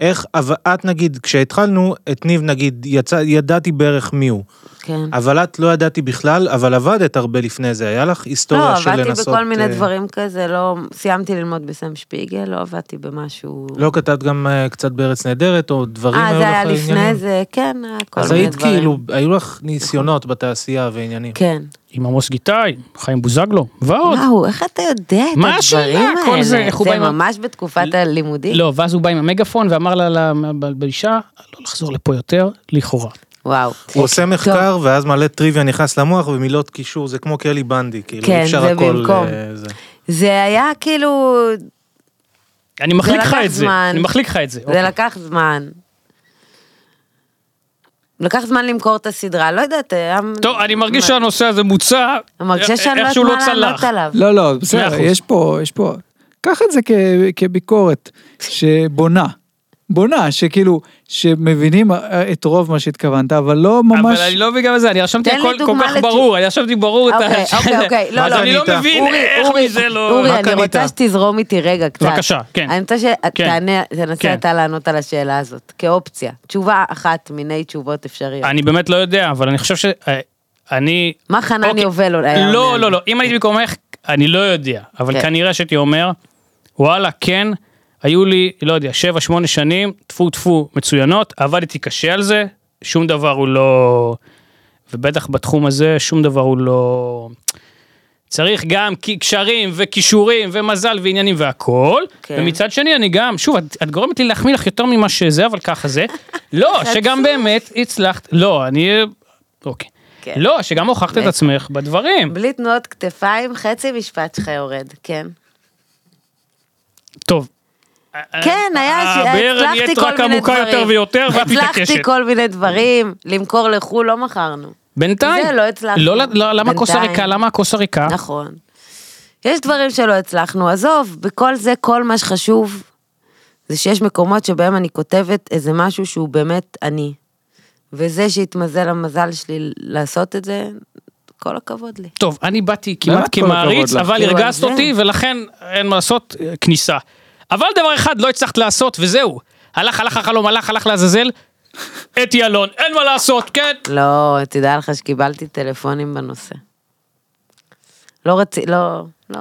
Speaker 4: איך, אבל את נגיד, כשהתחלנו, את ניב נגיד, יצא, ידעתי בערך מי הוא.
Speaker 1: כן.
Speaker 4: אבל את לא ידעתי בכלל, אבל עבדת הרבה לפני זה, היה לך היסטוריה של
Speaker 1: לא,
Speaker 4: לנסות...
Speaker 1: עבדתי בכל מיני
Speaker 4: אה,
Speaker 1: דברים כזה, לא... סיימתי ללמוד בסם שפיגל, לא עבדתי במשהו...
Speaker 4: לא כתבת גם אה, קצת בארץ נהדרת, או דברים
Speaker 1: אה,
Speaker 4: היו
Speaker 1: זה
Speaker 4: לך
Speaker 1: היה לפני
Speaker 4: עניינים?
Speaker 1: זה, כן, היה כל
Speaker 4: אז
Speaker 1: מיני
Speaker 4: היית
Speaker 1: דברים.
Speaker 4: כאילו, היו לך ניסיונות בתעשייה ועניינים.
Speaker 1: כן.
Speaker 3: עם עמוס גיטאי, חיים בוזגלו, ועוד.
Speaker 1: וואו, איך אתה יודע את
Speaker 3: מה
Speaker 1: הדברים
Speaker 3: השאלה?
Speaker 1: האלה?
Speaker 3: כל זה, איך הוא בא עם ה-
Speaker 1: זה ממש בתקופת הלימודים?
Speaker 3: לא, ואז הוא בא עם המגפון ואמר לה, לה- ב- באישה, לא לחזור לפה יותר, לכאורה.
Speaker 1: וואו.
Speaker 4: הוא עושה מחקר, ואז מלא טריוויה נכנס למוח, ומילות קישור, זה כמו קלי בנדי, כאילו,
Speaker 1: כן,
Speaker 4: אי אפשר
Speaker 1: זה
Speaker 4: הכל...
Speaker 1: במקום.
Speaker 4: אה, זה.
Speaker 1: זה היה כאילו...
Speaker 3: אני מחליק לך
Speaker 1: לקח
Speaker 3: את זה,
Speaker 1: זמן.
Speaker 3: אני מחליק לך את זה.
Speaker 1: זה
Speaker 3: אוקיי.
Speaker 1: לקח זמן. לקח זמן למכור את הסדרה, לא יודעת, היה...
Speaker 3: טוב, אני מרגיש שהנושא הזה מוצע,
Speaker 1: אני מרגישה שאני לא
Speaker 3: איכשהו לא
Speaker 1: יודעת מה לענות
Speaker 3: צלח.
Speaker 1: עליו.
Speaker 2: לא, לא,
Speaker 3: מאה
Speaker 2: בסדר,
Speaker 3: אחוז.
Speaker 2: יש פה, יש פה, קח את זה כ, כביקורת שבונה, בונה, שכאילו, שמבינים אה, את רוב מה שהתכוונת, אבל לא ממש...
Speaker 3: אבל אני לא מבין גם את זה, אני רשמתי
Speaker 1: תן לי
Speaker 3: הכל כל
Speaker 1: דוגמה
Speaker 3: כך
Speaker 1: לת-
Speaker 3: ברור, אני רשמתי ברור את ה...
Speaker 1: אוקיי, אוקיי, אוקיי, לא,
Speaker 4: מה זה
Speaker 1: לא.
Speaker 3: אני
Speaker 4: ענית?
Speaker 3: לא מבין
Speaker 1: אורי,
Speaker 3: איך
Speaker 1: אורי,
Speaker 3: מזה לא...
Speaker 1: אורי,
Speaker 4: רק
Speaker 1: אני רוצה
Speaker 4: ענית.
Speaker 1: שתזרום איתי רגע קצת.
Speaker 3: בבקשה, כן.
Speaker 1: אני רוצה
Speaker 3: כן.
Speaker 1: שתענה, תנסה
Speaker 3: כן.
Speaker 1: אתה לענות על השאלה הזאת, כאופציה. תשובה אחת מיני תשובות אפשריות.
Speaker 3: אני באמת לא יודע, אבל אני חושב ש... אה, אני...
Speaker 1: מה חנן
Speaker 3: אוקיי.
Speaker 1: יובל אולי היה
Speaker 3: לא,
Speaker 1: אומר?
Speaker 3: לא, לא, אם הייתי במקומך, אני לא יודע, אבל
Speaker 1: כן.
Speaker 3: כנראה שהייתי אומר, וואלה, כן, היו לי, לא יודע, שבע, שמונה שנים, טפו טפו, מצוינות, עבדתי קשה על זה, שום דבר הוא לא... ובטח בתחום הזה, שום דבר הוא לא... צריך גם כי- קשרים וכישורים ומזל ועניינים והכל.
Speaker 1: כן.
Speaker 3: ומצד שני אני גם, שוב, את, את גורמת לי להחמיא לך יותר ממה שזה, אבל ככה זה. לא, שגם באמת הצלחת, לא, אני... אוקיי.
Speaker 1: כן.
Speaker 3: לא, שגם הוכחת את
Speaker 1: בטח.
Speaker 3: עצמך בדברים.
Speaker 1: בלי תנועות כתפיים, חצי משפט שלך יורד, כן.
Speaker 3: טוב. אה,
Speaker 1: כן, היה, ש-
Speaker 3: הבאר נהיית
Speaker 1: הצלחתי כל
Speaker 3: רק
Speaker 1: מיני
Speaker 3: עמוקה
Speaker 1: דברים.
Speaker 3: יותר ויותר, ואת מתעקשת.
Speaker 1: הצלחתי כל מיני דברים, למכור לחו"ל לא מכרנו.
Speaker 3: בינתיים.
Speaker 1: זה לא הצלחנו.
Speaker 3: לא, לא, למה
Speaker 1: בינתיים.
Speaker 3: כוס הריקה? למה הכוס הריקה?
Speaker 1: נכון. יש דברים שלא הצלחנו, עזוב, בכל זה כל מה שחשוב זה שיש מקומות שבהם אני כותבת איזה משהו שהוא באמת אני. וזה שהתמזל המזל שלי לעשות את זה, כל הכבוד לי.
Speaker 3: טוב, אני באתי כמעט
Speaker 2: כל הכבוד
Speaker 3: כמעריץ,
Speaker 2: לך?
Speaker 3: אבל
Speaker 1: כאילו,
Speaker 3: הרגזת
Speaker 1: על זה.
Speaker 3: אותי, ולכן אין מה לעשות, אה, כניסה. אבל דבר אחד לא הצלחת לעשות, וזהו. הלך, הלך החלום, הלך, הלך לעזאזל, אתי אלון, אין מה לעשות, כן?
Speaker 1: לא, תדע לך שקיבלתי טלפונים בנושא. לא רציתי, לא, לא.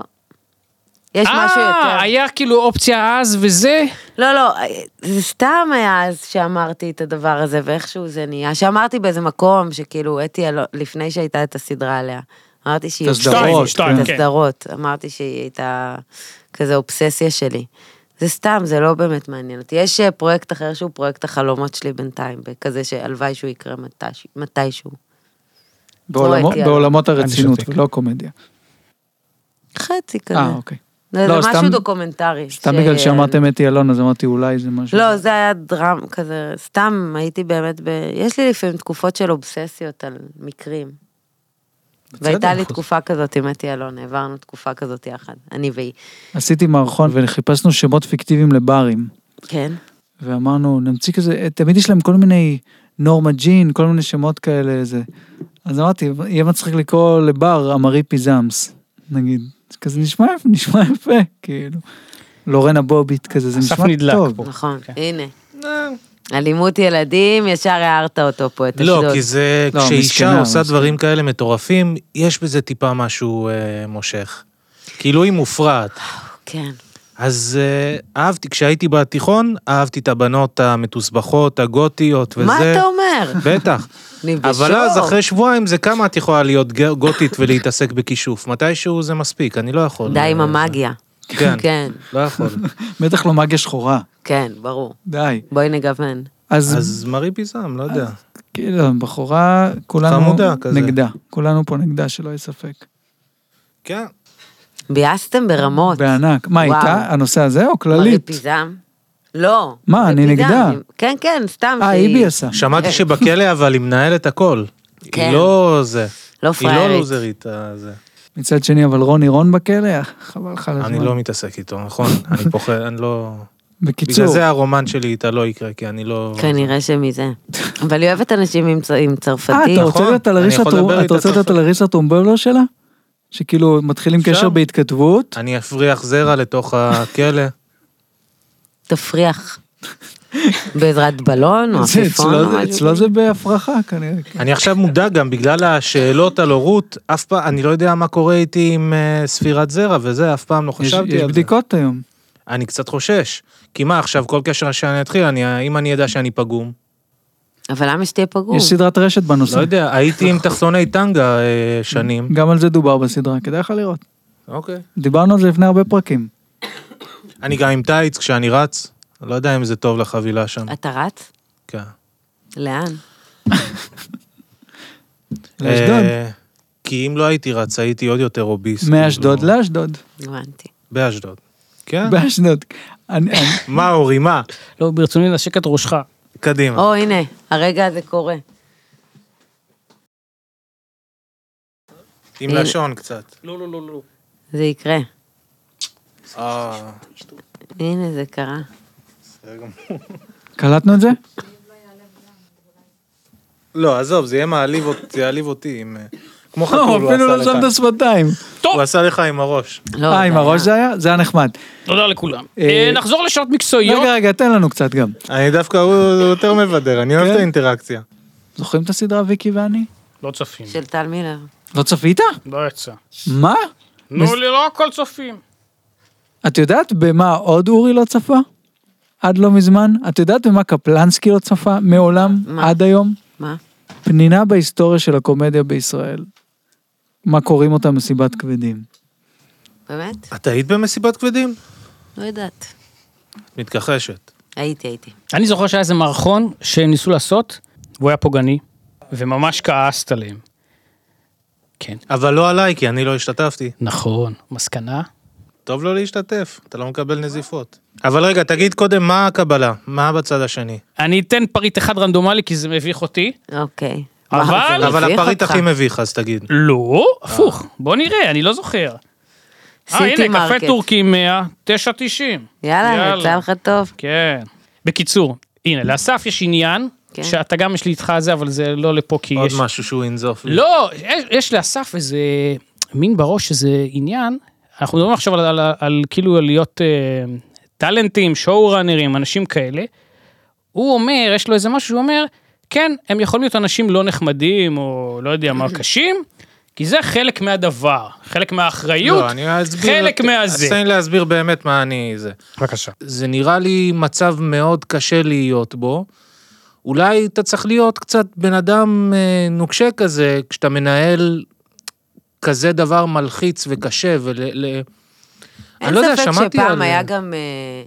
Speaker 1: יש משהו יותר.
Speaker 3: אה, היה כאילו אופציה אז וזה?
Speaker 1: לא, לא, זה סתם היה אז שאמרתי את הדבר הזה, ואיכשהו זה נהיה. שאמרתי באיזה מקום, שכאילו, אתי, אלון- לפני שהייתה את הסדרה עליה, אמרתי שהיא...
Speaker 2: את הסדרות,
Speaker 3: שתיים,
Speaker 1: את
Speaker 3: כן.
Speaker 1: הסדרות, אמרתי שהיא הייתה כזה אובססיה שלי. זה סתם, זה לא באמת מעניין אותי. יש אה, פרויקט אחר שהוא פרויקט החלומות שלי בינתיים, כזה שהלוואי שהוא יקרה מתיש- מתישהו.
Speaker 2: בעולמות,
Speaker 1: לא,
Speaker 2: בעולמות
Speaker 3: אני
Speaker 2: הרצינות,
Speaker 3: שותק.
Speaker 2: ולא קומדיה.
Speaker 1: חצי כזה.
Speaker 2: אה, אוקיי.
Speaker 1: זה
Speaker 2: לא,
Speaker 1: זה משהו
Speaker 2: סתם-
Speaker 1: דוקומנטרי.
Speaker 2: סתם
Speaker 1: ש-
Speaker 2: בגלל שאמרתם אתי אלון, אז אמרתי אולי זה משהו.
Speaker 1: לא, זה היה דרם כזה, סתם הייתי באמת ב... יש לי לפעמים תקופות של אובססיות על מקרים. והייתה לי
Speaker 2: אחוז.
Speaker 4: נכון.
Speaker 1: תקופה כזאת עם אתי אלון, העברנו תקופה כזאת יחד, אני והיא.
Speaker 2: עשיתי מערכון וחיפשנו שמות פיקטיביים לברים.
Speaker 1: כן.
Speaker 2: ואמרנו, נמציא כזה, תמיד יש להם כל מיני נורמה ג'ין, כל מיני שמות כאלה, זה. אז אמרתי, יהיה מצחיק לקרוא לבר אמרי פיזמס, נגיד. זה כזה נשמע, יפ- נשמע יפה, כאילו. לורנה בוביט כזה, זה
Speaker 3: אסף
Speaker 2: נשמע
Speaker 3: נדלק
Speaker 2: טוב.
Speaker 3: פה.
Speaker 1: נכון,
Speaker 3: אוקיי.
Speaker 1: הנה.
Speaker 4: אה.
Speaker 1: אלימות ילדים, ישר הערת אותו פה, את
Speaker 4: לא,
Speaker 1: אשדוד.
Speaker 4: כי זה,
Speaker 2: לא,
Speaker 4: כשאישה
Speaker 2: מסכנה,
Speaker 4: עושה
Speaker 2: מסכנה.
Speaker 4: דברים כאלה מטורפים, יש בזה טיפה משהו אה, מושך. כאילו היא מופרעת.
Speaker 1: כן.
Speaker 4: אז אה, אהבתי, כשהייתי בתיכון, אהבתי את הבנות המתוסבכות, הגותיות וזה.
Speaker 1: מה אתה אומר?
Speaker 4: בטח.
Speaker 1: אני בשוק.
Speaker 4: אבל לא, אז אחרי שבועיים זה כמה את יכולה להיות ג- גותית ולהתעסק בכישוף. מתישהו זה מספיק, אני לא יכול.
Speaker 1: די עם
Speaker 4: אה,
Speaker 1: המאגיה.
Speaker 4: כן.
Speaker 1: כן,
Speaker 4: לא יכול.
Speaker 2: בטח לא מגיה שחורה,
Speaker 1: כן, ברור.
Speaker 2: די.
Speaker 1: בואי נגוון.
Speaker 2: אז, אז...
Speaker 4: אז מרי פיזם, לא יודע.
Speaker 2: כאילו, בחורה, כולנו
Speaker 4: חמודה כזה.
Speaker 2: נגדה. כולנו פה נגדה, שלא יהיה ספק.
Speaker 4: כן.
Speaker 1: ביאסתם ברמות.
Speaker 2: בענק. מה,
Speaker 1: וואו.
Speaker 2: איתה? הנושא הזה או
Speaker 1: מרי
Speaker 2: כללית?
Speaker 1: פיזם? לא.
Speaker 2: מה,
Speaker 1: מרי
Speaker 2: אני
Speaker 1: פיזם,
Speaker 2: נגדה.
Speaker 1: אני- כן, כן, סתם.
Speaker 2: אה,
Speaker 1: שהיא-
Speaker 2: איבי עשה.
Speaker 4: שמעתי שבכלא אבל היא מנהלת הכל.
Speaker 1: כן.
Speaker 4: היא לא זה.
Speaker 1: לא
Speaker 4: היא לא
Speaker 1: פראיירית.
Speaker 4: לוזרית. אה, זה.
Speaker 2: מצד שני, אבל רוני רון בכלא, אה, חבל לך על הזמן.
Speaker 4: לא אני לא מתעסק איתו, נכון? אני פוחד, אני לא...
Speaker 2: בקיצור,
Speaker 4: בגלל זה הרומן שלי איתה לא יקרה, כי אני לא...
Speaker 1: כנראה שמזה. אבל היא אוהבת אנשים עם צ- עם
Speaker 2: אה,
Speaker 1: צרפתי.
Speaker 2: אתה רוצה
Speaker 4: נכון,
Speaker 2: להיות על
Speaker 4: אני
Speaker 2: הריס
Speaker 4: יכול
Speaker 2: הטרום-
Speaker 4: לדבר
Speaker 2: אתה
Speaker 4: איתה
Speaker 2: רוצה להיות
Speaker 4: סוף
Speaker 2: על הריס הטרומבולו שלה? שכאילו מתחילים
Speaker 4: אפשר.
Speaker 2: קשר בהתכתבות,
Speaker 4: אני אפריח זרע לתוך הכלא.
Speaker 1: תפריח. בעזרת בלון או
Speaker 2: זה
Speaker 1: עפיפון
Speaker 2: אצלו
Speaker 1: או
Speaker 2: זה-
Speaker 1: משהו.
Speaker 4: אוקיי.
Speaker 2: אצלו זה בהפרחה כנראה. כן.
Speaker 4: אני עכשיו מודע גם בגלל השאלות על הורות, אף פעם, אני לא יודע מה קורה איתי עם אה, ספירת זרע וזה, אף פעם לא
Speaker 2: יש-
Speaker 4: חשבתי
Speaker 2: יש
Speaker 4: על זה.
Speaker 2: בדיקות היום.
Speaker 4: אני קצת חושש. כי מה עכשיו, כל קשר שאני אתחיל, אני- אם אני אדע שאני פגום,
Speaker 1: אבל למה שתהיה פגום?
Speaker 2: יש סדרת רשת
Speaker 4: לא
Speaker 2: בנושא.
Speaker 4: יודע, הייתי עם תחתוני טנגה אה, שנים.
Speaker 2: גם על זה דובר בסדרה, כדאי לך לראות.
Speaker 4: אוקיי.
Speaker 2: דיברנו על זה לפני הרבה פרקים.
Speaker 4: אני גם עם טייץ כשאני רץ, לא יודע אם זה טוב לחבילה שם.
Speaker 1: אתה רץ?
Speaker 4: כן.
Speaker 1: לאן?
Speaker 2: לאשדוד.
Speaker 4: אה, כי אם לא הייתי רץ, הייתי עוד יותר אוביס.
Speaker 2: מאשדוד
Speaker 4: כאילו.
Speaker 2: לאשדוד.
Speaker 1: לא הבנתי.
Speaker 4: באשדוד. כן?
Speaker 2: באשדוד. אני- אני-
Speaker 4: מה אורי, מה?
Speaker 3: לא, ברצוני לנשק את ראשך.
Speaker 4: קדימה.
Speaker 1: או, הנה, הרגע הזה קורה.
Speaker 4: עם
Speaker 1: הנה.
Speaker 4: לשון קצת.
Speaker 3: לא, לא, לא, לא.
Speaker 1: זה יקרה.
Speaker 4: אה,
Speaker 1: הנה, זה קרה.
Speaker 4: בסדר גמור.
Speaker 2: קלטנו את זה?
Speaker 4: לא, עזוב, זה יהיה מעליב אותי, זה יעליב אותי אם... אה, כמו חתול,
Speaker 2: לא,
Speaker 4: הוא
Speaker 2: אפילו לא
Speaker 4: עשה
Speaker 2: שם את
Speaker 4: לך.
Speaker 2: השפתיים.
Speaker 4: הוא עשה לך עם הראש.
Speaker 1: לא,
Speaker 2: אה, עם
Speaker 1: זה
Speaker 2: הראש
Speaker 1: היה.
Speaker 2: זה היה? זה היה נחמד.
Speaker 3: תודה לכולם.
Speaker 2: אה,
Speaker 3: אה, נחזור לשעות מקצועיות.
Speaker 2: רגע, רגע, תן לנו קצת גם.
Speaker 4: אני דווקא, הוא הוא יותר מבדר, אני
Speaker 2: כן.
Speaker 4: אוהב את האינטראקציה.
Speaker 2: זוכרים את הסדרה ויקי ואני?
Speaker 3: לא צופים,
Speaker 1: של טל מילר.
Speaker 2: לא צפית?
Speaker 3: לא יצא.
Speaker 2: מה?
Speaker 3: נו, לי לא הכל צופים.
Speaker 2: את יודעת במה עוד אורי לא צפה? עד לא מזמן? את יודעת במה קפלנסקי לא צפה מעולם?
Speaker 1: מה?
Speaker 2: עד היום?
Speaker 1: מה?
Speaker 2: פנינה בהיסטוריה של הקומדיה בישראל. מה קוראים אותה מסיבת כבדים.
Speaker 1: באמת?
Speaker 4: את היית במסיבת כבדים?
Speaker 1: לא יודעת.
Speaker 4: את מתכחשת.
Speaker 1: הייתי, הייתי.
Speaker 3: אני זוכר שהיה איזה מערכון שהם ניסו לעשות, והוא היה פוגעני, וממש כעסת עליהם. כן,
Speaker 4: אבל לא עליי, כי אני לא השתתפתי.
Speaker 3: נכון. מסקנה?
Speaker 4: טוב לא להשתתף, אתה לא מקבל נזיפות. אבל רגע, תגיד קודם מה הקבלה, מה בצד השני.
Speaker 3: אני אתן פריט אחד רנדומלי כי זה מביך אותי.
Speaker 1: אוקיי.
Speaker 3: אבל-
Speaker 1: וואו,
Speaker 2: לא,
Speaker 1: זה
Speaker 4: אבל
Speaker 1: מביך
Speaker 4: הפריט
Speaker 1: אותך.
Speaker 4: הכי מביך, אז תגיד.
Speaker 3: לא, הפוך. בוא נראה, אני לא זוכר. אה,
Speaker 1: סיטי
Speaker 3: הנה,
Speaker 1: מרקט.
Speaker 3: קפה טורקי 100, 990.
Speaker 1: יאללה, יצא לך טוב.
Speaker 3: כן. בקיצור, הנה, לאסף יש עניין,
Speaker 1: כן.
Speaker 3: שאתה גם יש לי איתך על זה, אבל זה לא לפה כי
Speaker 4: עוד
Speaker 3: יש...
Speaker 4: משהו שהוא ינזוף. לי.
Speaker 3: לא, יש, יש לאסף איזה מין בראש איזה עניין. אנחנו מדברים עכשיו על, על, על, על כאילו על להיות אה, טאלנטים, שואו-ראנרים, אנשים כאלה. הוא אומר, יש לו איזה משהו שהוא אומר, כן, הם יכולים להיות אנשים לא נחמדים, או לא יודע מה, קשים, כי זה חלק מהדבר, חלק מהאחריות,
Speaker 4: לא, אני אסביר.
Speaker 3: חלק מהזה.
Speaker 4: אז תן לי להסביר באמת מה אני זה.
Speaker 3: בבקשה.
Speaker 4: זה נראה לי מצב מאוד קשה להיות בו. אולי אתה צריך להיות קצת בן אדם אה, נוקשה כזה, כשאתה מנהל כזה דבר מלחיץ וקשה, ול... ל...
Speaker 1: אין
Speaker 4: אני לא יודע,
Speaker 1: ספק
Speaker 4: שמעתי
Speaker 1: שפעם
Speaker 4: על-
Speaker 1: היה גם... אה,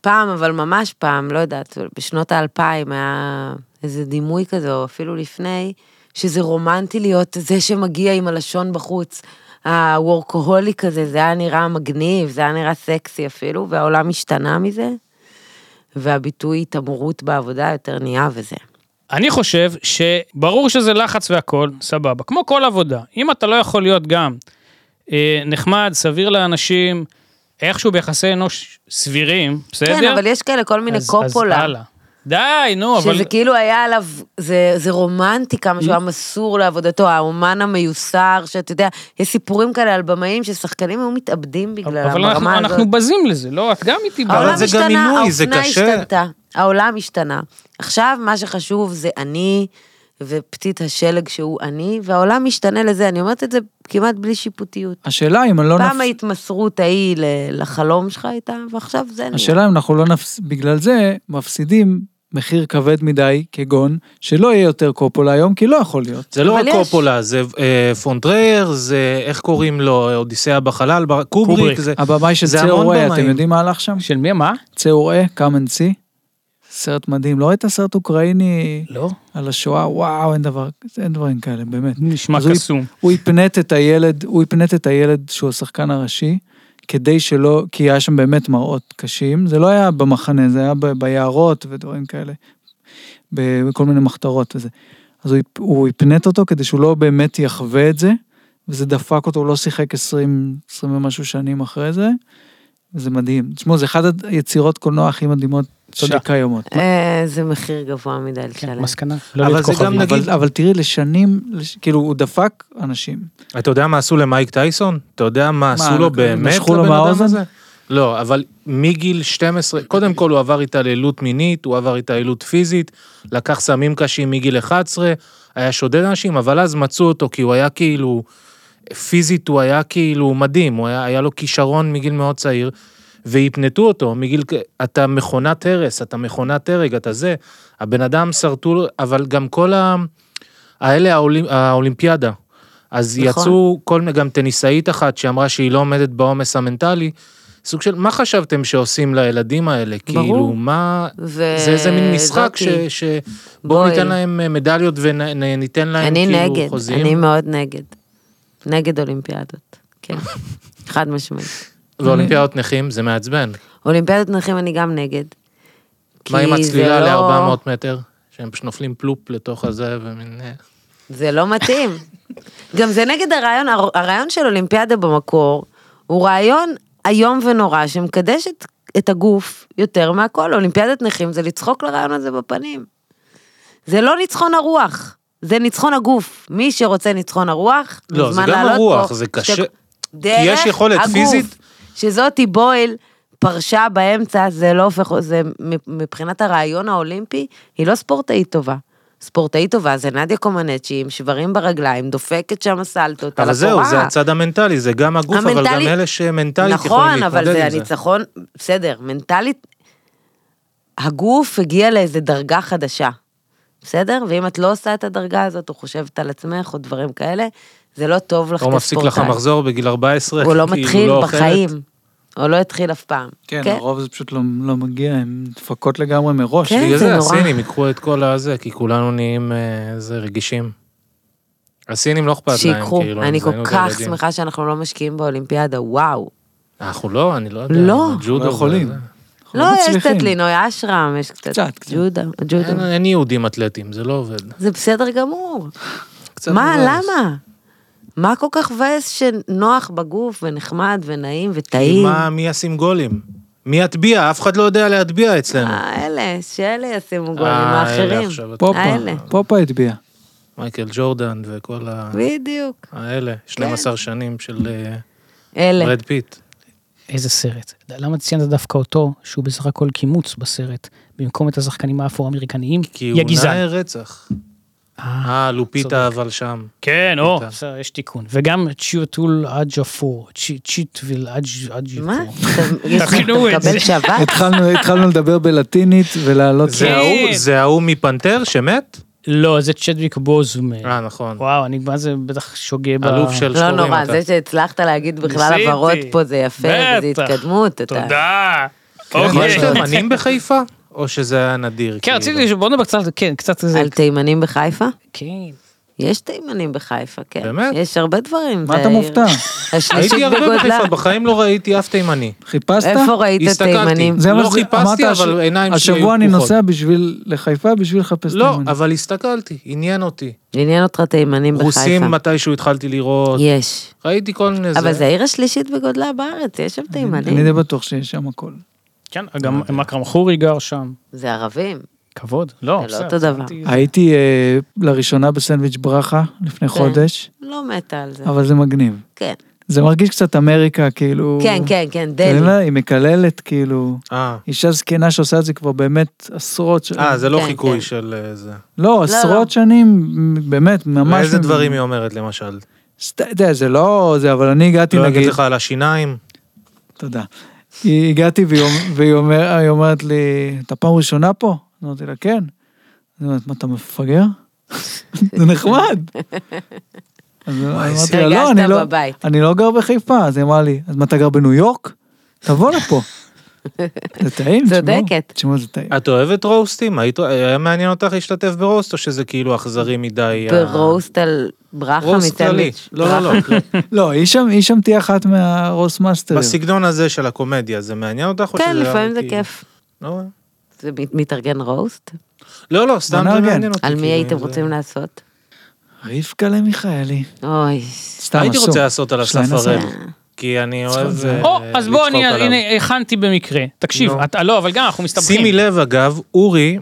Speaker 1: פעם, אבל ממש פעם, לא יודעת, בשנות האלפיים היה איזה דימוי כזה, או אפילו לפני, שזה רומנטי להיות זה שמגיע עם הלשון בחוץ. הוורקוהולי כזה, זה היה נראה מגניב, זה היה נראה סקסי אפילו, והעולם השתנה מזה, והביטוי התעמרות בעבודה יותר נהיה וזה.
Speaker 3: אני חושב שברור שזה לחץ והכול, סבבה. כמו כל עבודה, אם אתה לא יכול להיות גם אה, נחמד, סביר לאנשים, איכשהו ביחסי אנוש סבירים, בסדר?
Speaker 1: כן, אבל יש כאלה, כל מיני
Speaker 3: אז- אז
Speaker 1: קופולה.
Speaker 3: הלאה. די, נו, אבל...
Speaker 1: שזה כאילו היה עליו, זה, זה רומנטי כמה שהוא היה מסור לעבודתו, האומן המיוסר, שאתה יודע, יש סיפורים כאלה על במאים ששחקנים היו מתאבדים בגללם,
Speaker 3: אבל אנחנו,
Speaker 1: כאילו ברמה הזאת.
Speaker 3: אנחנו בזים לזה, לא? את גם איתי
Speaker 4: אבל
Speaker 1: העולם
Speaker 4: זה גם
Speaker 1: השתנה,
Speaker 4: עינוי, זה
Speaker 1: האופנה
Speaker 4: קשה.
Speaker 1: השתנתה, העולם השתנה. עכשיו, מה שחשוב זה אני ופתית השלג שהוא אני, והעולם משתנה לזה, אני אומרת את זה כמעט בלי שיפוטיות.
Speaker 2: השאלה אם אני לא
Speaker 1: פעם
Speaker 2: נפסיק...
Speaker 1: ההתמסרות ההיא ל- לחלום שלך הייתה, ועכשיו זה נהיה.
Speaker 2: השאלה אם אנחנו לא נפס... בגלל זה מפסידים מחיר כבד מדי, כגון, שלא יהיה יותר קופולה היום, כי לא יכול להיות.
Speaker 4: זה לא
Speaker 1: אבל
Speaker 4: רק
Speaker 1: יש.
Speaker 4: קופולה, זה אה, פונטרייר, זה איך קוראים לו, אודיסאה בחלל, בר- קובריק,
Speaker 3: קובריק.
Speaker 4: זה...
Speaker 2: הבמאי של
Speaker 4: זה המון
Speaker 2: צאוראה,
Speaker 4: במאים.
Speaker 2: אתם יודעים מה הלך שם?
Speaker 3: של מי, מה?
Speaker 2: צאוראה, קאמן סי. סרט מדהים. לא ראית סרט אוקראיני
Speaker 3: לא.
Speaker 2: על השואה? וואו, אין דבר, אין דברים כאלה, באמת.
Speaker 3: נשמע
Speaker 2: אז הוא-
Speaker 3: קסום.
Speaker 2: הוא הפנט את הילד, הוא הפנט את הילד שהוא השחקן הראשי, כדי שלא, כי היה שם באמת מראות קשים, זה לא היה במחנה, זה היה ב- ביערות ודברים כאלה, בכל מיני מחתרות וזה. אז הוא, הפ- הוא הפנט אותו כדי שהוא לא באמת יחווה את זה, וזה דפק אותו, הוא לא שיחק 20, 20 ומשהו שנים אחרי זה, זה מדהים. תשמעו, זה אחת היצירות קולנוע הכי מדהימות שלי
Speaker 3: תודה.
Speaker 2: כיומות.
Speaker 1: אה, זה מחיר גבוה מדי
Speaker 3: כן,
Speaker 1: לשלם.
Speaker 3: מסקנה, לא
Speaker 4: אבל
Speaker 3: להיות
Speaker 4: זה גם
Speaker 3: כוכבים.
Speaker 4: נגיד-
Speaker 2: אבל, אבל תראי, לשנים, לש... כאילו, הוא דפק אנשים.
Speaker 4: אתה יודע מה עשו למייק טייסון? אתה יודע מה עשו לו
Speaker 2: לקחו-
Speaker 4: באמת
Speaker 2: משכו לו
Speaker 4: לבן אדם
Speaker 2: מהאוזן?
Speaker 4: הזה? לא, אבל מגיל 12, קודם כל הוא עבר התעללות מינית, הוא עבר התעללות פיזית, לקח סמים קשים מגיל 11, היה שודד אנשים, אבל אז מצאו אותו כי הוא היה כאילו, פיזית הוא היה כאילו מדהים, הוא היה, היה לו כישרון מגיל מאוד צעיר, והפנטו אותו מגיל, כ- אתה מכונת הרס, אתה מכונת הרג, אתה זה. הבן אדם שרטו, לו- אבל גם כל ה... האלה האולימ, האולימפיאדה. אז
Speaker 1: נכון.
Speaker 4: נכון. יצאו כל מיני, גם טניסאית אחת שאמרה שהיא לא עומדת בעומס המנטלי, סוג של, מה חשבתם שעושים לילדים האלה?
Speaker 1: ברור.
Speaker 4: כאילו, מה...
Speaker 1: ו-
Speaker 4: זה איזה מין משחק ש...
Speaker 1: זאתי,
Speaker 4: ש... בואו
Speaker 1: בואי.
Speaker 4: ניתן להם אה, מדליות וניתן להם
Speaker 1: אני
Speaker 4: כאילו
Speaker 1: נגד,
Speaker 4: חוזים.
Speaker 1: אני מאוד נגד. נגד אולימפיאדות, כן. חד משמעית.
Speaker 4: ואולימפיאדות נכים, זה מעצבן.
Speaker 1: אולימפיאדות נכים אני גם נגד.
Speaker 4: מה עם
Speaker 1: כי זה
Speaker 4: הצלילה
Speaker 1: לא-
Speaker 4: ל-400 מטר? שהם פשוט נופלים פלופ לתוך הזה ומין... אה,
Speaker 1: זה לא מתאים. גם זה נגד הרעיון, הר- הרעיון של אולימפיאדה במקור, הוא רעיון איום ונורא שמקדש את, את הגוף יותר מהכל. אולימפיאדת נכים זה לצחוק לרעיון הזה בפנים. זה לא ניצחון הרוח, זה ניצחון הגוף. מי שרוצה ניצחון הרוח,
Speaker 4: לא, זה
Speaker 1: מוזמן
Speaker 4: גם
Speaker 1: לעלות
Speaker 4: הרוח,
Speaker 1: פה.
Speaker 4: זה
Speaker 1: שתי-
Speaker 4: קשה.
Speaker 1: דרך
Speaker 4: יש יכולת
Speaker 1: הגוף.
Speaker 4: פיזית?
Speaker 1: שזאתי בויל פרשה באמצע, זה לא הופך, זה מבחינת הרעיון האולימפי, היא לא ספורטאית טובה. ספורטאית טובה זה נדיה קומנצ'י עם שברים ברגליים, דופקת שם סלטות על
Speaker 4: אבל
Speaker 1: הקורה.
Speaker 4: זהו, זה הצד המנטלי, זה גם הגוף, אבל גם
Speaker 1: המנטלי-
Speaker 4: אלה שמנטלית יכולים
Speaker 1: נכון, אבל
Speaker 4: להתמודד
Speaker 1: זה
Speaker 4: עם זה.
Speaker 1: הניצחון, בסדר, מנטלית, הגוף הגיע לאיזה דרגה חדשה, בסדר? ואם את לא עושה את הדרגה הזאת, או חושבת על עצמך, או דברים כאלה, זה לא טוב לך
Speaker 4: הוא מפסיק לך
Speaker 1: כספורטאי.
Speaker 4: מחזור בגיל כאילו, 14,
Speaker 1: אה. הוא לא
Speaker 4: כי
Speaker 1: מתחיל
Speaker 4: אוכלת.
Speaker 1: בחיים, או לא התחיל אף פעם.
Speaker 2: כן, הרוב זה פשוט לא, לא מגיע, הן דפקות לגמרי מראש.
Speaker 1: כן.
Speaker 4: בגלל
Speaker 1: זה
Speaker 4: זה
Speaker 1: נורא.
Speaker 4: הסינים ייקחו את כל הזה, כי כולנו נהיים אה, זה רגישים. הסינים לא אכפת להם, כאילו.
Speaker 1: שיקחו.
Speaker 4: הם
Speaker 1: אני כל
Speaker 4: זיינו את
Speaker 1: כך
Speaker 4: הילדים.
Speaker 1: שמחה שאנחנו לא משקיעים באולימפיאדה, וואו.
Speaker 4: אנחנו לא, אני לא יודע.
Speaker 1: לא.
Speaker 4: עם הג'ודו
Speaker 2: לא יכולים.
Speaker 4: וזה.
Speaker 2: אנחנו
Speaker 1: לא, יש
Speaker 2: מצליחים.
Speaker 1: קצת לינוי אשרם, יש קצת
Speaker 2: קצת, קצת.
Speaker 1: ג'ודו, ג'ודו.
Speaker 4: אין- אין יהודים אתלטים, זה לא עובד.
Speaker 1: זה בסדר גמור.
Speaker 4: קצת
Speaker 1: מה,
Speaker 4: מבאס.
Speaker 1: למה? מה כל כך מבאס שנוח בגוף ונחמד ונעים
Speaker 4: כי
Speaker 1: וטעים?
Speaker 4: מה, מי ישים גולים? מי יטביע? אף אחד לא יודע להטביע אצלנו.
Speaker 1: אה, אלה, שאלה ישימו גולים
Speaker 4: אה, אלה
Speaker 1: האחרים.
Speaker 4: עכשיו, את-
Speaker 2: פופה,
Speaker 1: האלה.
Speaker 2: פופה הטביע.
Speaker 4: מייקל ג'ורדן וכל ה-
Speaker 1: בדיוק,
Speaker 4: האלה, 12 שנים של אה,
Speaker 1: כן. אלה.
Speaker 4: ברד פיט.
Speaker 3: איזה סרט. למה ציינת דווקא אותו, שהוא בסך הכל קימוץ בסרט, במקום את השחקנים האפרו-אמריקניים?
Speaker 4: כי
Speaker 3: יא
Speaker 4: הוא
Speaker 3: גזען.
Speaker 4: נאה רצח.
Speaker 3: אה,
Speaker 4: אה, לופיטה אבל שם.
Speaker 3: כן, או,
Speaker 4: אתה.
Speaker 3: בסדר, יש תיקון. וגם צ'יוטול אג'אפור, צ'יטוויל אג'אפור.
Speaker 1: מה? אתה- יש לך- אתה
Speaker 3: תכנו את
Speaker 1: מקבל
Speaker 3: זה.
Speaker 1: שבת?
Speaker 2: התחלנו, התחלנו לדבר בלטינית ולעלות...
Speaker 4: זה ההוא- זה ההוא מפנתר שמת?
Speaker 3: לא, זה צ'דוויק בוזמן.
Speaker 4: אה, נכון.
Speaker 3: וואו, אני מה זה בטח שוגה ב...
Speaker 4: אלוף של
Speaker 1: לא
Speaker 4: שחורים.
Speaker 1: נורא,
Speaker 4: אתה.
Speaker 1: זה שהצלחת להגיד בכלל
Speaker 3: ניסיתי.
Speaker 1: הבהרות פה זה יפה, וזה
Speaker 3: בטח.
Speaker 1: התקדמות, אתה...
Speaker 3: תודה.
Speaker 4: כן. יש
Speaker 3: אוקיי.
Speaker 4: תימנים בחיפה? או שזה היה נדיר?
Speaker 3: כן,
Speaker 4: כאילו?
Speaker 3: רציתי, בוא נדבר קצת, כן, קצת איזה...
Speaker 1: על תימנים בחיפה?
Speaker 3: כן.
Speaker 1: יש תימנים בחיפה, כן.
Speaker 4: באמת?
Speaker 1: יש הרבה דברים.
Speaker 2: מה
Speaker 1: זה העיר
Speaker 2: אתה מופתע?
Speaker 4: הייתי
Speaker 1: השלישית
Speaker 4: הרבה
Speaker 1: בגודלה.
Speaker 4: בחיפה, בחיים לא ראיתי אף תימני.
Speaker 3: אוקיי,
Speaker 2: חיפשת?
Speaker 1: איפה ראית את
Speaker 4: הסתכלתי.
Speaker 1: התימנים?
Speaker 4: זה- לא
Speaker 2: מה
Speaker 4: חיפשתי,
Speaker 2: אמרת,
Speaker 4: אבל
Speaker 2: הש-
Speaker 4: עיניים שלי היו
Speaker 2: השבוע אני
Speaker 4: פקוחות.
Speaker 2: נוסע בשביל, לחיפה בשביל לחפש
Speaker 4: לא,
Speaker 2: תימנים.
Speaker 4: אבל הסתכלתי, עניין אותי.
Speaker 1: עניין אותך תימנים
Speaker 4: רוסים
Speaker 1: בחיפה.
Speaker 4: מתישהו התחלתי לראות,
Speaker 1: יש.
Speaker 4: ראיתי כל מיני
Speaker 1: אבל זה
Speaker 4: זה.
Speaker 1: העיר השלישית בגודלה בארץ, יש שם
Speaker 2: אני די
Speaker 1: תימנים.
Speaker 2: בטוח שיש שם הכל.
Speaker 3: כן, גם
Speaker 4: אוקיי.
Speaker 3: מקרם חורי גר שם.
Speaker 1: זה ערבים.
Speaker 3: כבוד. לא,
Speaker 1: זה לא
Speaker 3: בסדר,
Speaker 1: אותו דבר.
Speaker 3: הבנתי.
Speaker 2: הייתי אה, לראשונה בסנדוויץ' ברכה לפני חודש,
Speaker 1: לא מתה על זה.
Speaker 2: אבל זה מגניב.
Speaker 1: כן.
Speaker 2: זה מרגיש קצת אמריקה, כאילו...
Speaker 1: כן, כן, כן,
Speaker 2: כן,
Speaker 1: דלי.
Speaker 2: לא, היא מקללת, כאילו...
Speaker 4: אה,
Speaker 2: אישה זקנה שעושה את זה כבר באמת עשרות שנים.
Speaker 4: אה, זה לא
Speaker 1: כן, כן.
Speaker 4: חיקוי של אה, זה.
Speaker 2: לא,
Speaker 1: לא.
Speaker 2: עשרות שנים, באמת, ממש...
Speaker 4: איזה דברים היא אומרת למשל?
Speaker 2: סת- אתה יודע, זה לא... זה, אבל אני הגעתי,
Speaker 4: לא אגיד
Speaker 2: נגיד...
Speaker 4: לך על השיניים?
Speaker 2: תודה. היא הגעתי והיא אומ- והיא אומר- היא אומרת לי, אתה פעם ראשונה פה? אמרתי לה, כן. אז היא אומרת, מה, אתה מפגר? זה נחמד. אז אמרתי לה, לא,
Speaker 1: הרגשת
Speaker 2: אני לא,
Speaker 1: בבית."
Speaker 2: אני לא גר בחיפה. אז היא אמרה לי, אז מה, אתה גר בניו יורק? תבוא לפה. זה טעים, תשמעו.
Speaker 1: צודקת.
Speaker 2: תשמעו, זה טעים.
Speaker 4: את אוהבת רוסטים? היית- היה מעניין אותך להשתתף ברוסט, או שזה כאילו אכזרי מדי? ה-
Speaker 1: ברוסט על ברכה
Speaker 4: רוסט כללי.
Speaker 1: מצלמיץ'.
Speaker 4: לא, לא, לא.
Speaker 2: לא, היא שם, היא שם תהיה אחת מהרוס מאסטרים.
Speaker 4: בסגנון הזה של הקומדיה, זה מעניין אותך? או
Speaker 1: כן,
Speaker 4: שזה
Speaker 1: לפעמים זה
Speaker 4: כאילו-
Speaker 1: כיף.
Speaker 4: לא,
Speaker 1: זה מת- מתארגן רוסט?
Speaker 4: לא, לא, סתם זה
Speaker 2: בוא נארגן.
Speaker 4: מעניין אותי.
Speaker 1: על מי
Speaker 4: כאילו,
Speaker 1: הייתם
Speaker 4: זה-
Speaker 1: רוצים לעשות?
Speaker 2: רבקלה מיכאלי.
Speaker 1: אוי,
Speaker 2: סתם,
Speaker 4: הייתי
Speaker 2: אסור.
Speaker 4: רוצה לעשות על
Speaker 2: שליין
Speaker 4: אסף הראל.
Speaker 2: אסף.
Speaker 4: כי אני אוהב... אה,
Speaker 3: או, אז בוא, אני,
Speaker 4: לצחוק עליו.
Speaker 3: הנה, הכנתי במקרה. תקשיב,
Speaker 4: נו.
Speaker 3: אתה, לא, אבל גם אנחנו מסתבכים.
Speaker 4: שימי לב, אגב, אורי...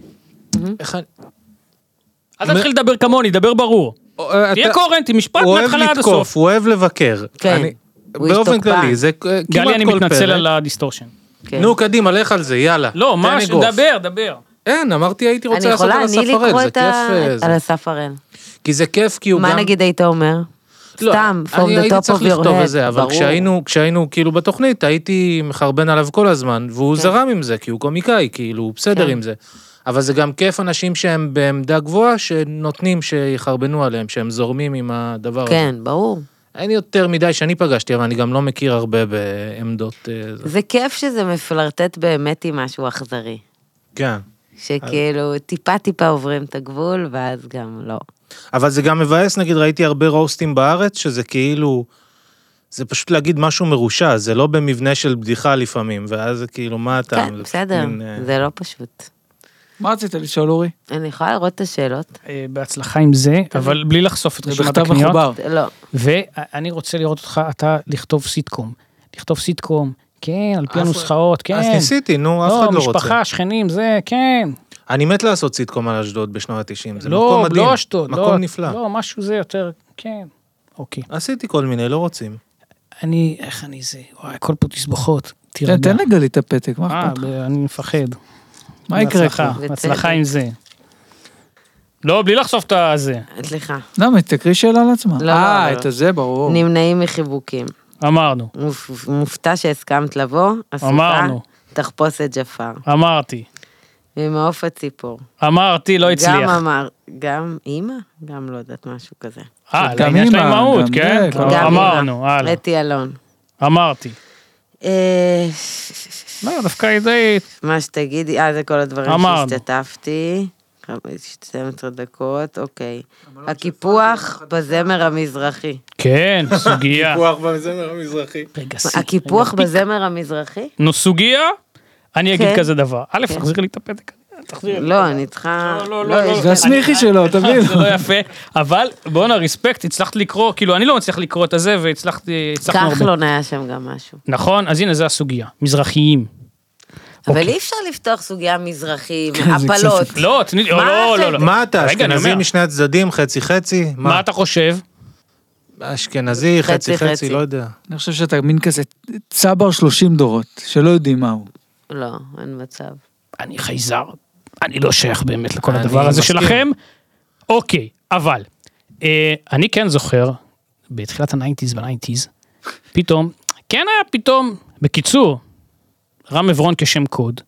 Speaker 3: אל תתחיל לדבר כמוני, דבר ברור. אה, תהיה קוהרנטי, משפט
Speaker 4: הוא אוהב
Speaker 3: מההתחלה עד הסוף.
Speaker 4: לתקוף, הוא אוהב לבקר.
Speaker 1: כן.
Speaker 4: אני-
Speaker 1: הוא איש
Speaker 4: באופן
Speaker 1: תוקפן.
Speaker 4: כללי, זה אה, כמעט כל פרק.
Speaker 3: גלי, אני מתנצל על הדיסטורשן.
Speaker 1: כן.
Speaker 4: נו, קדימה, לך על זה, יאללה.
Speaker 3: לא,
Speaker 4: תן
Speaker 3: מה,
Speaker 4: אגרוף.
Speaker 3: דבר, דבר.
Speaker 4: אין, אמרתי הייתי רוצה
Speaker 1: אני
Speaker 4: לעשות
Speaker 1: יכולה,
Speaker 4: על
Speaker 1: אני
Speaker 4: אסף הראל,
Speaker 1: לקרוא
Speaker 4: זה
Speaker 1: את ה...
Speaker 4: כיף. אה, זה-
Speaker 1: על אסף הראל.
Speaker 4: כי זה כיף, כי הוא גם...
Speaker 1: מה נגיד היית אומר?
Speaker 4: לא,
Speaker 1: סתם, from
Speaker 4: אני
Speaker 1: the
Speaker 4: הייתי
Speaker 1: top
Speaker 4: צריך
Speaker 1: of your
Speaker 4: לכתוב את
Speaker 1: head,
Speaker 4: זה, אבל
Speaker 1: ברור.
Speaker 4: כשהיינו, כשהיינו כאילו בתוכנית, הייתי מחרבן עליו כל הזמן, והוא זרם עם זה, כי הוא קומיקאי, כאילו, הוא בסדר
Speaker 1: כן.
Speaker 4: עם זה. אבל זה גם כיף אנשים שהם בעמדה גבוהה, שנותנים שיחרבנו עליהם, שהם זורמים עם הדבר הזה.
Speaker 1: כן, ברור.
Speaker 4: אין יותר מדי שאני פגשתי, אבל אני גם לא מכיר הרבה בעמדות... אה, זה.
Speaker 1: זה כיף שזה מפלרטט באמת עם משהו אכזרי.
Speaker 4: כן. אה.
Speaker 1: שכאילו טיפה טיפה עוברים את הגבול, ואז גם לא.
Speaker 4: אבל זה גם מבאס, נגיד, ראיתי הרבה רוסטים בארץ, שזה כאילו... זה פשוט להגיד משהו מרושע, זה לא במבנה של בדיחה לפעמים, ואז זה כאילו, מה אתה... אה,
Speaker 1: כן, בסדר, זה לא פשוט.
Speaker 2: מה רצית לשאול, אורי?
Speaker 1: אני יכולה לראות את השאלות?
Speaker 3: אה, בהצלחה עם זה, אבל בלי לחשוף את
Speaker 2: זה
Speaker 3: רשימת
Speaker 2: בכתב
Speaker 3: הקניות.
Speaker 2: מחובר.
Speaker 1: לא.
Speaker 3: ואני רוצה לראות אותך, אתה לכתוב סיטקום. לכתוב סיטקום, כן, על פי
Speaker 4: אף-
Speaker 3: הנוסחאות, כן.
Speaker 4: אז ניסיתי, נו, אף אחד לא רוצה.
Speaker 3: משפחה, שכנים, זה, כן.
Speaker 4: אני מת לעשות סיטקום על אשדוד בשנות ה-90, זה מקום
Speaker 3: לא,
Speaker 4: מדהים.
Speaker 3: לא אשדוד, לא,
Speaker 4: מקום נפלא.
Speaker 3: לא, משהו זה יותר, כן. אוקיי.
Speaker 4: עשיתי כל מיני, לא רוצים.
Speaker 3: אני, איך אני זה, וואי, הכל פה תסבוכות.
Speaker 2: כן, תן-
Speaker 3: תירגע.
Speaker 2: תן לגלי את הפתק, מה
Speaker 3: אה,
Speaker 2: אכפת?
Speaker 3: ב- אני מפחד.
Speaker 2: מה יקרה לך?
Speaker 3: בהצלחה,
Speaker 1: זה
Speaker 3: בהצלחה
Speaker 1: צדק.
Speaker 3: עם זה. לא, בלי לחשוף את הזה.
Speaker 1: סליחה.
Speaker 2: למה? לא, תקריא שאלה על עצמה.
Speaker 1: לא,
Speaker 2: אה,
Speaker 1: לא, לא.
Speaker 2: את הזה, ברור.
Speaker 1: נמנעים מחיבוקים.
Speaker 3: אמרנו,
Speaker 1: מופ- מופתע שהסכמת לבוא, אסופה,
Speaker 3: אמרנו.
Speaker 1: תחפוש את ג'פר.
Speaker 3: אמרתי.
Speaker 1: ממעוף הציפור.
Speaker 3: אמרתי, לא הצליח.
Speaker 1: גם אמר, גם אימא? גם לא יודעת משהו כזה.
Speaker 3: אה,
Speaker 2: גם
Speaker 3: לעניין של
Speaker 2: אמא,
Speaker 3: האימהות,
Speaker 2: גם
Speaker 3: כן?
Speaker 2: זה,
Speaker 3: כבר
Speaker 2: גם
Speaker 1: גם
Speaker 3: אמרנו,
Speaker 1: אימא.
Speaker 3: הלאה.
Speaker 1: אתי אלון.
Speaker 3: אמרתי.
Speaker 1: אה,
Speaker 3: לא, דווקא היא די...
Speaker 1: מה שתגידי, אה, זה כל הדברים
Speaker 3: אמרנו.
Speaker 1: שהשתתפתי. חמש- 12 דקות, אוקיי. הקיפוח בזמר המזרחי.
Speaker 3: כן, סוגיה.
Speaker 4: פיקוח במזמר המזרחי.
Speaker 3: רגע,
Speaker 1: מה, הקיפוח בזמר המזרחי?
Speaker 3: נו, סוגיה? אני אגיד
Speaker 1: כן.
Speaker 3: כזה דבר. א', תחזיר לי את הפתק. תחזיר לי.
Speaker 1: לא, אני צריכה...
Speaker 3: לא, לא, לא,
Speaker 1: יש
Speaker 2: זה
Speaker 1: לי-
Speaker 2: הסמיכי שלו, תביא
Speaker 3: זה
Speaker 2: לו.
Speaker 3: לא יפה, אבל בואנה, רספקט, הצלחת לקרוא, כאילו, אני לא מצליח לקרוא את הזה, והצלחתי, הצלחנו הרבה.
Speaker 1: כחלון היה שם גם משהו.
Speaker 3: נכון, אז הנה, זה הסוגיה. מזרחיים.
Speaker 1: אבל
Speaker 3: אוקיי.
Speaker 1: אי אפשר לפתוח סוגיה מזרחים,
Speaker 2: כן, זה קצת-
Speaker 1: הפלות.
Speaker 3: לא, תני לי,
Speaker 1: מה
Speaker 3: לא, לא,
Speaker 1: החלק?
Speaker 3: לא.
Speaker 4: מה אתה,
Speaker 3: רגע, אני
Speaker 4: אשכנזי
Speaker 3: אומר,
Speaker 4: משני הצדדים, חצי חצי?
Speaker 3: מה אתה חושב?
Speaker 4: אשכנזי, חצי חצי,
Speaker 1: חצי.
Speaker 4: לא יודע.
Speaker 2: אני חושב שאתה מין כזה צבר 30 דורות, שלא יודעים מהו.
Speaker 1: לא, אין מצב.
Speaker 3: אני חייזר, אני לא שייך באמת לכל
Speaker 4: אני
Speaker 3: הדבר הזה
Speaker 4: מסכים.
Speaker 3: שלכם. אוקיי, אבל אה, אני כן זוכר, בתחילת הניינטיז בניינטיז, פתאום, כן היה פתאום, בקיצור, רם עברון כשם קוד.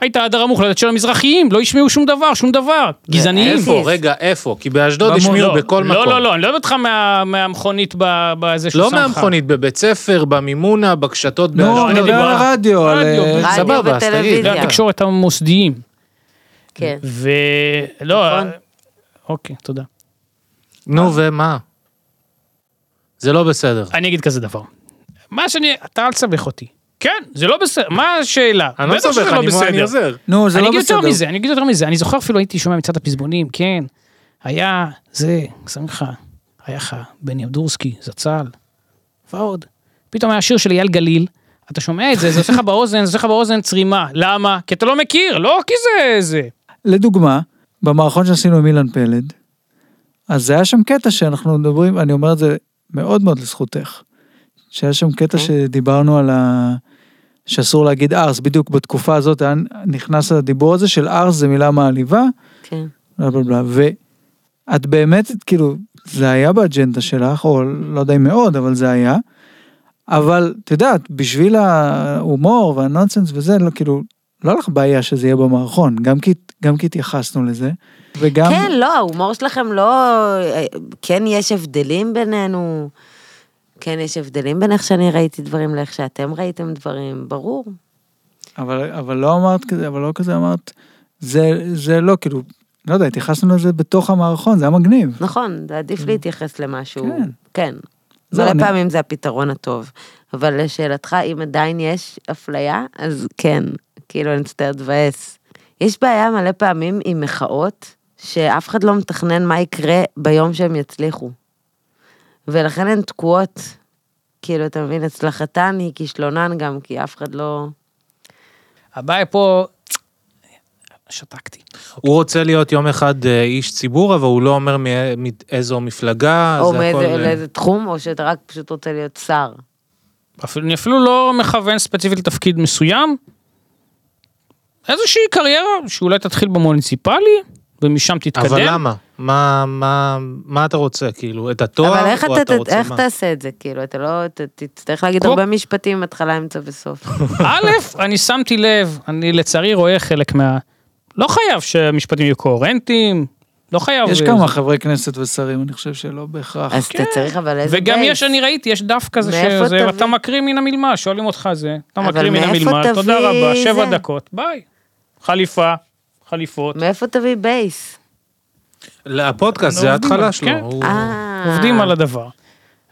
Speaker 3: הייתה הדרה מוחלטת של המזרחיים, לא השמיעו שום דבר, שום דבר. גזעניים.
Speaker 1: איפה?
Speaker 4: איפה, רגע, איפה? כי באשדוד
Speaker 2: במון-
Speaker 4: השמיעו
Speaker 3: לא,
Speaker 4: בכל מקום.
Speaker 3: לא, לא, לא, אני לא מדבר אותך מה- מהמכונית ב- בזה ששם
Speaker 4: לא
Speaker 3: לך.
Speaker 4: מהמכונית, בבית ספר, במימונה, בקשתות
Speaker 1: לא,
Speaker 2: נו,
Speaker 4: באשדוד.
Speaker 3: אני
Speaker 2: נדבר על
Speaker 3: דיברתי.
Speaker 2: הרדיו, על...
Speaker 3: רדיו,
Speaker 2: אה,
Speaker 4: סבבה,
Speaker 1: רדיו
Speaker 4: אז תגיד. לא,
Speaker 1: וטלוויזיה.
Speaker 4: זה
Speaker 3: והתקשורת המוסדיים.
Speaker 1: כן.
Speaker 3: ולא,
Speaker 1: נכון.
Speaker 3: אוקיי, תודה.
Speaker 4: נו, ומה? זה לא בסדר.
Speaker 3: אני אגיד כזה דבר. מה שאני, אתה אל תסבך אותי. כן, זה לא בסדר, מה השאלה?
Speaker 4: אני לא
Speaker 3: בטח שזה
Speaker 4: מסובך, אני
Speaker 3: בסדר.
Speaker 4: אני עוזר.
Speaker 2: נו, זה
Speaker 3: אני
Speaker 2: לא
Speaker 3: אגיד יותר
Speaker 2: בסדר.
Speaker 3: מזה, אני אגיד יותר מזה, אני זוכר אפילו הייתי שומע מצעד הפזמונים, כן, היה זה, שם לך, היה לך בני אמדורסקי, זצ"ל, ועוד. פתאום היה שיר של אייל גליל, אתה שומע את זה, זה עושה לך באוזן, זה עושה לך באוזן צרימה, למה? כי אתה לא מכיר, לא כי זה זה.
Speaker 2: לדוגמה, במערכון שעשינו עם אילן פלד, אז היה שם קטע שאנחנו מדברים, אני אומר את זה מאוד מאוד לזכותך, שהיה שם קטע
Speaker 3: אוקיי.
Speaker 2: שדיברנו על ה... שאסור להגיד ארס, בדיוק בתקופה הזאת היה נכנס הדיבור הזה של ארס זה מילה מעליבה,
Speaker 4: Mm.
Speaker 1: כן.
Speaker 2: בלה בלה בלה, ואת באמת, כאילו, זה היה באג'נדה שלך, או לא יודע אם מאוד, אבל זה היה. אבל, את יודעת, בשביל ההומור והנונסנס וזה, לא, כאילו, לא היה לך בעיה שזה יהיה במערכון, גם כי, גם כי התייחסנו לזה, וגם...
Speaker 1: כן, לא, ההומור שלכם לא... כן, יש הבדלים בינינו. כן, יש הבדלים בין איך שאני ראיתי דברים לאיך שאתם ראיתם דברים, ברור.
Speaker 2: אבל, אבל לא אמרת כזה, אבל לא כזה אמרת, זה, זה לא, כאילו, לא יודע, התייחסנו לזה בתוך המערכון, זה היה מגניב.
Speaker 1: נכון, זה עדיף להתייחס למשהו.
Speaker 2: כן.
Speaker 1: כן.
Speaker 2: זהו,
Speaker 1: מלא
Speaker 2: אני-
Speaker 1: פעמים זה הפתרון הטוב. אבל לשאלתך, אם עדיין יש אפליה, אז כן. כאילו, אני מצטערת לבאס. יש בעיה מלא פעמים עם מחאות, שאף אחד לא מתכנן מה יקרה ביום שהם יצליחו. ולכן הן תקועות. כאילו, אתה מבין, הצלחתן היא כישלונן גם, כי אף אחד לא...
Speaker 3: הבעיה פה, שתקתי.
Speaker 4: הוא רוצה להיות יום אחד אה, איש ציבור, אבל הוא לא אומר מא- מאיזו מפלגה,
Speaker 1: או
Speaker 4: זה
Speaker 1: מאיזה
Speaker 4: הכל, אה,
Speaker 1: לאיזה תחום, או שאתה רק פשוט רוצה להיות שר.
Speaker 3: אפילו, אני אפילו לא מכוון ספציפית לתפקיד מסוים. איזושהי קריירה שאולי תתחיל במוניציפלי, ומשם תתקדם.
Speaker 4: אבל למה? מה, מה, מה אתה רוצה? כאילו, את התואר,
Speaker 1: אבל איך,
Speaker 4: או
Speaker 1: אתה,
Speaker 4: אתה רוצה
Speaker 1: איך
Speaker 4: מה?
Speaker 1: תעשה את זה? כאילו, אתה לא... אתה תצטרך להגיד
Speaker 3: כמו-
Speaker 1: הרבה משפטים, התחלה, אמצע וסוף.
Speaker 3: אה, א', אני שמתי לב, אני לצערי רואה חלק מה... לא חייב שהמשפטים יהיו קוהרנטיים, לא חייב...
Speaker 2: יש כמה חברי כנסת ושרים, אני חושב שלא בהכרח.
Speaker 1: אז אתה צריך אבל איזה
Speaker 3: כן. וגם
Speaker 1: בייס.
Speaker 3: יש, אני ראיתי, יש דף כזה,
Speaker 1: מאיפה
Speaker 3: שזה,
Speaker 1: תביא?
Speaker 3: אתה מקריא מן המלמד, שואלים אותך זה, אתה
Speaker 1: אבל
Speaker 3: מקריא מן
Speaker 1: מאיפה
Speaker 3: המלמד, תודה
Speaker 1: תביא
Speaker 3: רבה, שבע
Speaker 1: זה?
Speaker 3: דקות, ביי. חליפה, חליפות,
Speaker 1: מאיפה תביא בייס?
Speaker 4: הפודקאסט
Speaker 3: לא
Speaker 4: זה
Speaker 3: עובדים על-
Speaker 4: ההתחלה שלו.
Speaker 3: כן.
Speaker 4: הוא-
Speaker 1: אה...
Speaker 3: עובדים על הדבר.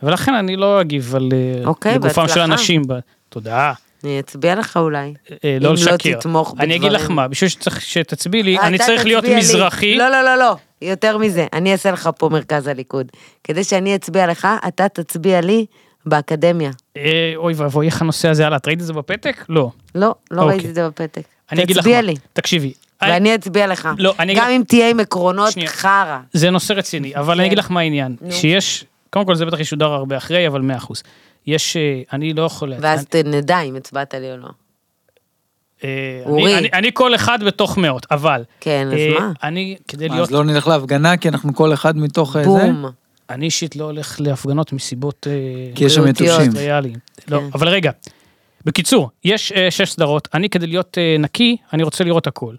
Speaker 3: ולכן אני לא אגיב על אה,
Speaker 1: אוקיי,
Speaker 3: לגופם של
Speaker 1: בהצלחה.
Speaker 3: אנשים. ב- תודה.
Speaker 1: אני אצביע לך אולי.
Speaker 3: אה, לא
Speaker 1: אם
Speaker 3: לשקר.
Speaker 1: לא תתמוך
Speaker 3: אני אגיד
Speaker 1: בדברים. אה,
Speaker 3: לך מה, בשביל שצריך- שתצביעי לי,
Speaker 1: אתה
Speaker 3: אני צריך להיות
Speaker 1: תצביע לי.
Speaker 3: מזרחי.
Speaker 1: לא, לא, לא, לא. יותר מזה, אני אעשה לך פה מרכז הליכוד. כדי שאני אצביע לך, אתה תצביע לי באקדמיה.
Speaker 3: אה, אוי ואבוי, איך הנושא הזה עלה, את ראית את זה בפתק? לא.
Speaker 1: לא, לא
Speaker 3: אוקיי.
Speaker 1: ראיתי את זה בפתק.
Speaker 3: אני אגיד לך
Speaker 1: תצביע
Speaker 3: מה,
Speaker 1: לי,
Speaker 3: תקשיבי. אני-
Speaker 1: ואני אצביע לך.
Speaker 3: לא, אני אגיד
Speaker 1: גם
Speaker 3: לך-
Speaker 1: אם תהיה עם עקרונות
Speaker 3: שנייה.
Speaker 1: חרא.
Speaker 3: זה נושא רציני, אבל אני אגיד לך מה העניין.
Speaker 1: כן. נו.
Speaker 3: שיש, קודם כל זה בטח ישודר הרבה אחרי, אבל מאה אחוז. יש, אה, אני לא יכול...
Speaker 1: ואז
Speaker 3: אני-
Speaker 1: ת- נדע אם הצבעת לי או לא.
Speaker 3: אה, אני-
Speaker 1: אורי.
Speaker 3: אני- אני כל אחד בתוך מאות, אבל...
Speaker 1: כן, אז
Speaker 3: אה,
Speaker 1: מה?
Speaker 3: אני, כדי
Speaker 2: מה,
Speaker 3: להיות...
Speaker 2: אז לא נלך להפגנה, כי אנחנו כל אחד מתוך אה, זה,
Speaker 1: בום.
Speaker 3: אני אישית לא הולך להפגנות מסיבות...
Speaker 1: כן,
Speaker 3: אה,
Speaker 2: כי יש שם
Speaker 1: בריאותיות.
Speaker 2: יתושים.
Speaker 3: ריאליים. לא,
Speaker 1: כן.
Speaker 3: אבל רגע, בקיצור, יש אה, שש סדרות, אני כדי להיות אה, נקי, אני רוצה לראות הכל.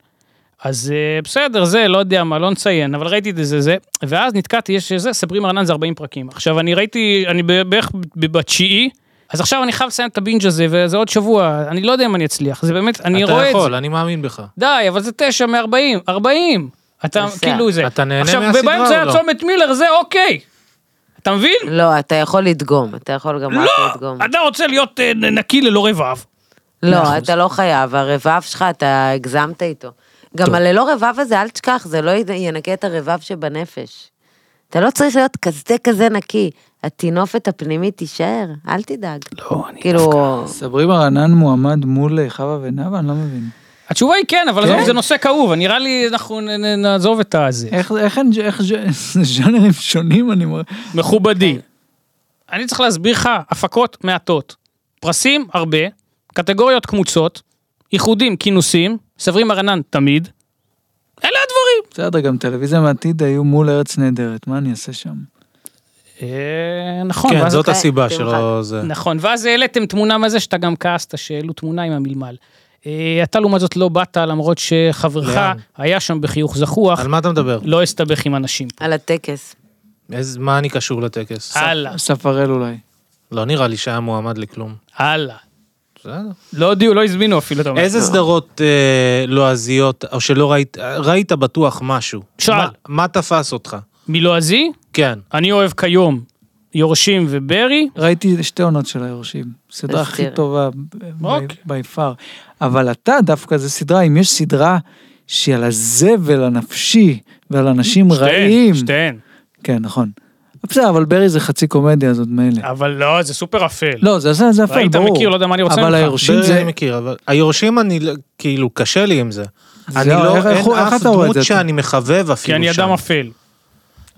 Speaker 3: אז אה, בסדר, זה, לא יודע מה, לא נציין, אבל ראיתי את זה, זה, ואז נתקעתי, יש זה, סברי מרנן זה 40 פרקים. עכשיו, אני ראיתי, אני ב- בערך ב- בתשיעי, אז עכשיו אני חייב לסיים את הבינג' הזה, וזה עוד שבוע, אני לא יודע אם אני אצליח, זה באמת, אני
Speaker 4: אתה
Speaker 3: רואה את זה.
Speaker 4: יכול, אני מאמין בך.
Speaker 3: די, אבל זה תשע מ-40, 40. אתה
Speaker 1: בסדר.
Speaker 3: כאילו זה.
Speaker 4: אתה נהנה
Speaker 3: עכשיו,
Speaker 4: מהסדרה או
Speaker 3: ובאמצע
Speaker 4: לא?
Speaker 3: הצומת מילר זה אוקיי. אתה מבין?
Speaker 1: לא, אתה יכול לדגום, אתה יכול גם רק לדגום.
Speaker 3: לא! אתה רוצה להיות אה, נקי ללא רבב.
Speaker 1: לא, אתה לא חייב, הרבב שלך, אתה הגזמת איתו. גם הללא רבב הזה, אל תשכח, זה לא י- ינקה את הרבב שבנפש. אתה לא צריך להיות כזה כזה נקי. הטינופת הפנימית תישאר, אל תדאג.
Speaker 3: לא, אני...
Speaker 1: כאילו,
Speaker 2: כן. סברי ברנן מועמד מול אה, חווה ונאווה, אני לא מבין.
Speaker 3: התשובה היא כן, אבל עזוב,
Speaker 2: כן.
Speaker 3: זה נושא כאוב, נראה לי אנחנו נ- נ- נעזוב את הזה.
Speaker 2: איך איך אין- איך ז'- ז'אנרים שונים, אני אומר.
Speaker 3: מכובדי, אני צריך להסביר לך, הפקות מעטות. פרסים, הרבה, קטגוריות קמוצות, איחודים, כינוסים, סברי מרנן תמיד. אלה הדברים.
Speaker 2: בסדר, גם טלוויזיה מהעתיד היו מול ארץ נהדרת, מה אני אעשה שם?
Speaker 3: אה, נכון,
Speaker 4: כן,
Speaker 3: ואז
Speaker 4: זאת
Speaker 1: אתה-
Speaker 4: הסיבה
Speaker 1: תמחק.
Speaker 4: שלא זה.
Speaker 3: נכון, ואז העליתם תמונה מזה שאתה גם כעסת, שהעלו תמונה עם המלמל. אה, אתה לעומת זאת לא באת, למרות שחברך
Speaker 4: לאן?
Speaker 3: היה שם בחיוך זחוח,
Speaker 4: על מה אתה מדבר?
Speaker 3: לא הסתבך עם אנשים.
Speaker 1: על הטקס.
Speaker 4: איז- מה אני קשור לטקס?
Speaker 3: הלאה,
Speaker 2: אסף הראל אולי.
Speaker 4: לא נראה לי שהיה מועמד לכלום.
Speaker 3: הלאה.
Speaker 4: בסדר.
Speaker 3: לא הודיעו, לא הזמינו אפילו, אתה אומר.
Speaker 4: איזה סדרות אה, לועזיות, או שלא ראית, ראית בטוח משהו.
Speaker 3: שאל.
Speaker 4: מה- מה תפס אותך?
Speaker 3: מלועזי,
Speaker 4: כן.
Speaker 3: אני אוהב כיום יורשים וברי,
Speaker 2: ראיתי שתי עונות של היורשים, סדרה הכי
Speaker 1: בסדר.
Speaker 2: טובה
Speaker 3: אוקיי.
Speaker 2: by far. אבל אתה דווקא, זה סדרה, אם יש סדרה שהיא על הזבל הנפשי ועל אנשים רעים.
Speaker 3: שתיהן, שתיהן.
Speaker 2: כן, נכון. בסדר, אבל ברי זה חצי קומדיה, אז עוד מילא.
Speaker 3: אבל לא, זה סופר אפל.
Speaker 2: לא, זה זה- זה אפל, ברור.
Speaker 3: ראית, מכיר, לא יודע מה אני רוצה ממך.
Speaker 2: אבל היורשים
Speaker 4: ברי
Speaker 2: זה...
Speaker 4: אני מכיר, אבל היורשים אני לא- כאילו קשה לי עם זה.
Speaker 2: זהו,
Speaker 4: אני לא,
Speaker 2: איך- איך-
Speaker 4: אין
Speaker 2: איך
Speaker 4: אף
Speaker 2: אתה רואה את
Speaker 4: דמות
Speaker 2: זה?
Speaker 4: שאני מחבב אפילו שם.
Speaker 3: כי אני אדם אפל.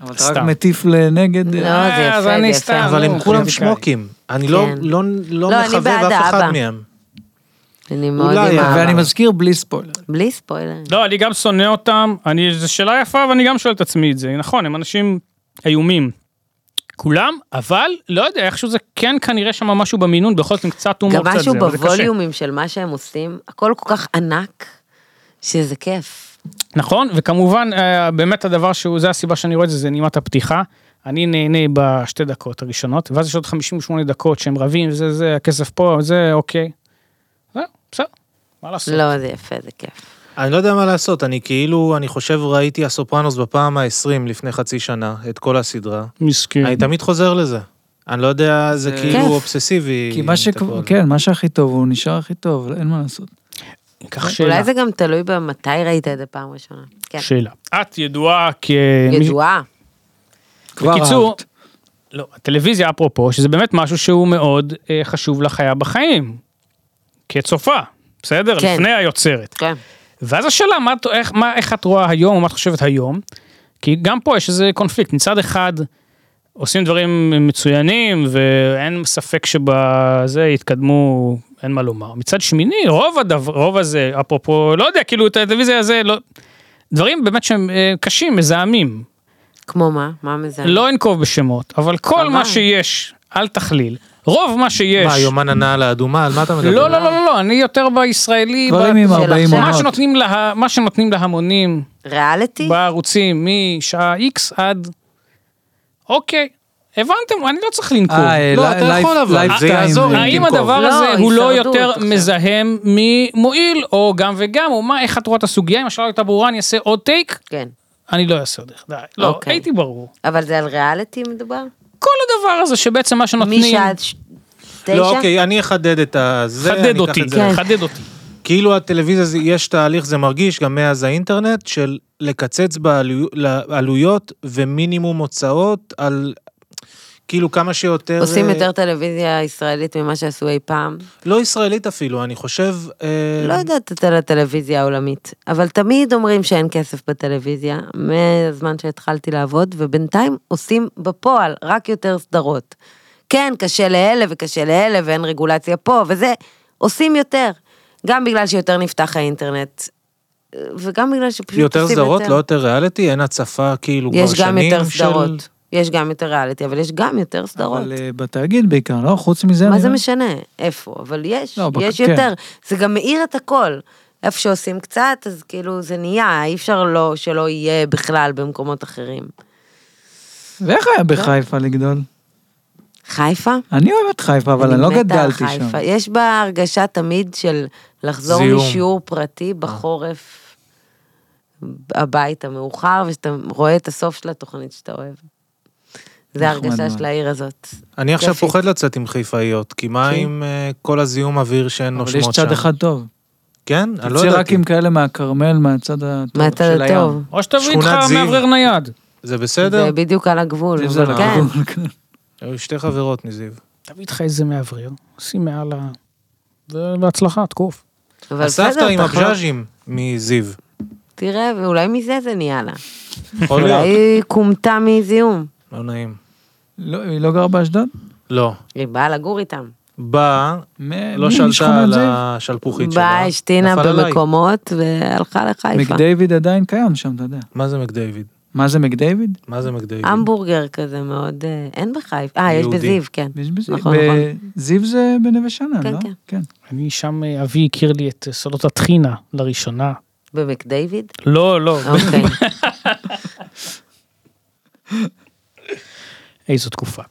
Speaker 2: אבל אתה
Speaker 3: סתם.
Speaker 2: רק מטיף לנגד...
Speaker 1: לא,
Speaker 3: אה,
Speaker 1: זה
Speaker 3: אז
Speaker 1: יפה, זה
Speaker 3: אני
Speaker 1: יפה.
Speaker 3: סתם,
Speaker 4: אבל
Speaker 3: נו,
Speaker 2: אה,
Speaker 3: כן,
Speaker 4: הם כולם
Speaker 2: אוקיי.
Speaker 3: פוליטיקאי.
Speaker 4: שמוקים. אני לא-
Speaker 1: כן.
Speaker 4: לא לא
Speaker 1: לא, אני
Speaker 4: מחבב
Speaker 1: בעד
Speaker 4: אף אחד
Speaker 1: האבא.
Speaker 4: מהם.
Speaker 1: אני מאוד
Speaker 4: אולי,
Speaker 1: עם
Speaker 4: אבל
Speaker 1: ה...
Speaker 2: ואני מזכיר בלי ספוילר.
Speaker 1: בלי ספוילרים.
Speaker 3: לא, אני גם שונא אותם, אני, זו שאלה יפה, ואני גם שואל את עצמי את זה. נכון, הם אנשים איומים. כולם, אבל לא יודע, איכשהו זה כן כנראה שם משהו במינון, בכל זאת עם קצת הומור
Speaker 1: גם
Speaker 3: קצת זה,
Speaker 1: משהו
Speaker 3: אבל זה קשה.
Speaker 1: בווליומים של מה שהם עושים, הכל כל כך ענק, שזה כיף.
Speaker 3: נכון, וכמובן, אה, באמת הדבר שהוא, זה הסיבה שאני רואה את זה, זה נימת הפתיחה. אני נהנה בשתי דקות הראשונות, ואז יש עוד 58 דקות שהם רבים, זה, זה, הכסף פה, זה, אוקיי. זהו, בסדר, מה לעשות?
Speaker 1: לא, זה יפה, זה כיף.
Speaker 4: אני לא יודע מה לעשות, אני כאילו, אני חושב ראיתי הסופרנוס בפעם ה-20 לפני חצי שנה, את כל הסדרה.
Speaker 2: כן.
Speaker 3: מסכן.
Speaker 4: אני תמיד חוזר לזה. אני לא יודע, זה כאילו
Speaker 1: כיף.
Speaker 4: אובססיבי.
Speaker 2: אה, כי מה
Speaker 4: את
Speaker 2: ש...
Speaker 4: הכל.
Speaker 2: כן, מה שהכי טוב הוא נשאר הכי טוב, אין מה לעשות.
Speaker 3: קח שאלה.
Speaker 1: אולי זה גם תלוי במתי ראית את זה פעם ראשונה. כן.
Speaker 3: שאלה. את ידועה כ...
Speaker 1: ידועה.
Speaker 2: כבר
Speaker 3: בקיצור,
Speaker 2: אה, אהבת.
Speaker 3: לא, הטלוויזיה אפרופו, שזה באמת משהו שהוא מאוד אה, חשוב לחיה בחיים. כצופה, בסדר?
Speaker 1: כן.
Speaker 3: לפני היוצרת.
Speaker 1: כן.
Speaker 3: ואז השאלה, מה, את- איך, מה, איך את רואה היום, או מה את חושבת היום? כי גם פה יש איזה קונפליקט. מצד אחד, עושים דברים מצוינים, ואין ספק שבזה יתקדמו, אין מה לומר. מצד שמיני, רוב הדבר, רוב הזה, אפרופו, לא יודע, כאילו, את הטלוויזיה הזה, לא... דברים באמת שהם אה, קשים, מזהמים.
Speaker 1: כמו מה? מה מזהה?
Speaker 3: לא אנקוב בשמות, אבל כל
Speaker 1: כן. חבל.
Speaker 3: מה שיש, אל תכליל. רוב מה שיש...
Speaker 4: מה, יומן הנעל האדומה? על מה אתה מדבר?
Speaker 3: לא, לא, לא, לא, לא, אני יותר בישראלי,
Speaker 2: דברים
Speaker 3: ב-
Speaker 2: עם
Speaker 1: של
Speaker 2: 40
Speaker 1: עכשיו.
Speaker 3: מה
Speaker 2: עונות.
Speaker 3: שנותנים לה- מה שנותנים להמונים
Speaker 1: ריאליטי?
Speaker 3: בערוצים משעה X עד... אוקיי, הבנתם, אני לא צריך לנקוב.
Speaker 2: אה,
Speaker 4: לא,
Speaker 2: ל-
Speaker 4: אתה
Speaker 2: לייפ-
Speaker 4: יכול אבל, זה
Speaker 2: לייפטיים,
Speaker 4: יעזור.
Speaker 2: אה,
Speaker 3: האם
Speaker 4: תנקוב.
Speaker 3: הדבר
Speaker 1: לא,
Speaker 3: הזה הוא לא
Speaker 1: הישרדות,
Speaker 3: יותר
Speaker 1: עכשיו.
Speaker 3: מזהם ממועיל, או גם וגם, או מה, איך את רואה את הסוגיה? אם השאלה הייתה ברורה, אני אעשה עוד טייק?
Speaker 1: כן.
Speaker 3: אני לא אעשה עוד איך, די. לא,
Speaker 1: אוקיי.
Speaker 3: הייתי ברור.
Speaker 1: אבל זה על ריאליטי מדובר?
Speaker 3: כל הדבר הזה שבעצם מה שנותנים...
Speaker 1: משעה עד ש- תשע?
Speaker 4: לא, אוקיי, אני אחדד את ה... זה, אני
Speaker 3: חדד
Speaker 4: אקח
Speaker 3: אותי,
Speaker 4: את זה.
Speaker 1: כן.
Speaker 3: חדד אותי.
Speaker 4: כאילו הטלוויזיה, זה- יש תהליך, זה מרגיש, גם מאז האינטרנט, של לקצץ בעלויות ומינימום הוצאות על... כאילו כמה שיותר...
Speaker 1: עושים
Speaker 4: אה,
Speaker 1: יותר טלוויזיה ישראלית ממה שעשו אי פעם.
Speaker 4: לא ישראלית אפילו, אני חושב... אה,
Speaker 1: לא יודעת על הטלוויזיה העולמית, אבל תמיד אומרים שאין כסף בטלוויזיה, מהזמן שהתחלתי לעבוד, ובינתיים עושים בפועל רק יותר סדרות. כן, קשה לאלה וקשה לאלה, ואין רגולציה פה, וזה, עושים יותר. גם בגלל שיותר נפתח האינטרנט, וגם בגלל שפשוט
Speaker 4: יותר
Speaker 1: עושים
Speaker 4: סדרות,
Speaker 1: יותר.
Speaker 4: לא יותר ריאליטי, אין הצפה כאילו כבר
Speaker 1: יש גם
Speaker 4: שנים
Speaker 1: יותר
Speaker 4: של...
Speaker 1: סדרות. יש גם יותר ריאליטי, אבל יש גם יותר סדרות.
Speaker 2: אבל אה, בתאגיד בעיקר, לא? חוץ מזה...
Speaker 1: מה
Speaker 2: אני
Speaker 1: זה
Speaker 2: לא-
Speaker 1: משנה? איפה? אבל יש,
Speaker 2: לא, בק-
Speaker 1: יש
Speaker 2: כן.
Speaker 1: יותר. זה גם מאיר את הכל. איפה שעושים קצת, אז כאילו זה נהיה, אי אפשר לא, שלא יהיה בכלל במקומות אחרים.
Speaker 2: ואיך היה בחיפה
Speaker 1: לא.
Speaker 2: לגדול?
Speaker 1: חיפה?
Speaker 2: אני אוהב את חיפה, אבל אני לא
Speaker 1: מתה על
Speaker 2: גדלתי
Speaker 1: חיפה.
Speaker 2: שם.
Speaker 1: יש בה הרגשה תמיד של לחזור
Speaker 4: זיהום.
Speaker 1: משיעור פרטי בחורף הביתה מאוחר, ושאתה רואה את הסוף של התוכנית שאתה אוהב. זה
Speaker 2: נחמד
Speaker 1: ההרגשה
Speaker 2: מאוד.
Speaker 1: של העיר הזאת.
Speaker 4: אני עכשיו
Speaker 1: כיפית.
Speaker 4: פוחד לצאת עם חיפאיות, כי מה
Speaker 1: כן.
Speaker 4: עם אה, כל הזיהום אוויר שהן
Speaker 2: אבל יש
Speaker 4: נושמות שם?
Speaker 2: צד אחד טוב.
Speaker 4: כן? אני לא
Speaker 2: תצא רק
Speaker 4: ידעתי.
Speaker 2: עם כאלה מהכרמל, מהצד הטוב
Speaker 1: מהצד
Speaker 2: של הים.
Speaker 1: הטוב.
Speaker 3: או שתביא
Speaker 4: שכונת
Speaker 3: איתך
Speaker 4: זיו.
Speaker 3: מאוורר נייד.
Speaker 4: זה בסדר?
Speaker 1: זה בדיוק על הגבול.
Speaker 2: זה
Speaker 4: לא
Speaker 1: אבל כן.
Speaker 2: לגבול, כן.
Speaker 4: היו שתי חברות מזיו.
Speaker 3: תביא איתך איזה מאוורר, שים מעל ה... ובהצלחה, תקוף.
Speaker 1: אבל
Speaker 4: הסבתא
Speaker 1: בסדר,
Speaker 4: עם
Speaker 1: תחלוק.
Speaker 4: הבז'אז'ים מזיו.
Speaker 1: תראה, ואולי מזה זה נהיה לה.
Speaker 4: יכול
Speaker 1: אולי
Speaker 4: להיות.
Speaker 1: היא כומתה מזיהום.
Speaker 4: לא נעים.
Speaker 2: לא, היא לא גרה באשדוד?
Speaker 4: לא.
Speaker 1: היא באה לגור איתם.
Speaker 4: באה,
Speaker 1: אה,
Speaker 2: מ-
Speaker 4: לא
Speaker 2: מי
Speaker 4: שלטה
Speaker 2: משכונת
Speaker 4: על
Speaker 2: זיו?
Speaker 4: השלפוחית שלה.
Speaker 1: באה, השתינה
Speaker 4: נפל עליי.
Speaker 1: במקומות והלכה לחיפה.
Speaker 2: מקדיוויד עדיין קיים שם, אתה יודע.
Speaker 4: מה זה מקדיוויד?
Speaker 2: מה זה מקדיוויד?
Speaker 4: מה זה מקדיוויד?
Speaker 1: המבורגר כזה מאוד, אה, אין בחיפה. אה, יש
Speaker 4: יהודי.
Speaker 1: בזיו, כן.
Speaker 2: יש בזיו.
Speaker 1: נכון,
Speaker 2: ב-
Speaker 1: נכון.
Speaker 2: זיו זה בנווה שאנן,
Speaker 1: כן,
Speaker 2: לא?
Speaker 1: כן.
Speaker 2: כן.
Speaker 3: אני שם, אה, אבי הכיר לי את אה, סודות הטחינה לראשונה.
Speaker 1: במקדיוויד?
Speaker 3: לא, לא.
Speaker 1: אוקיי.
Speaker 3: איזו תקופה.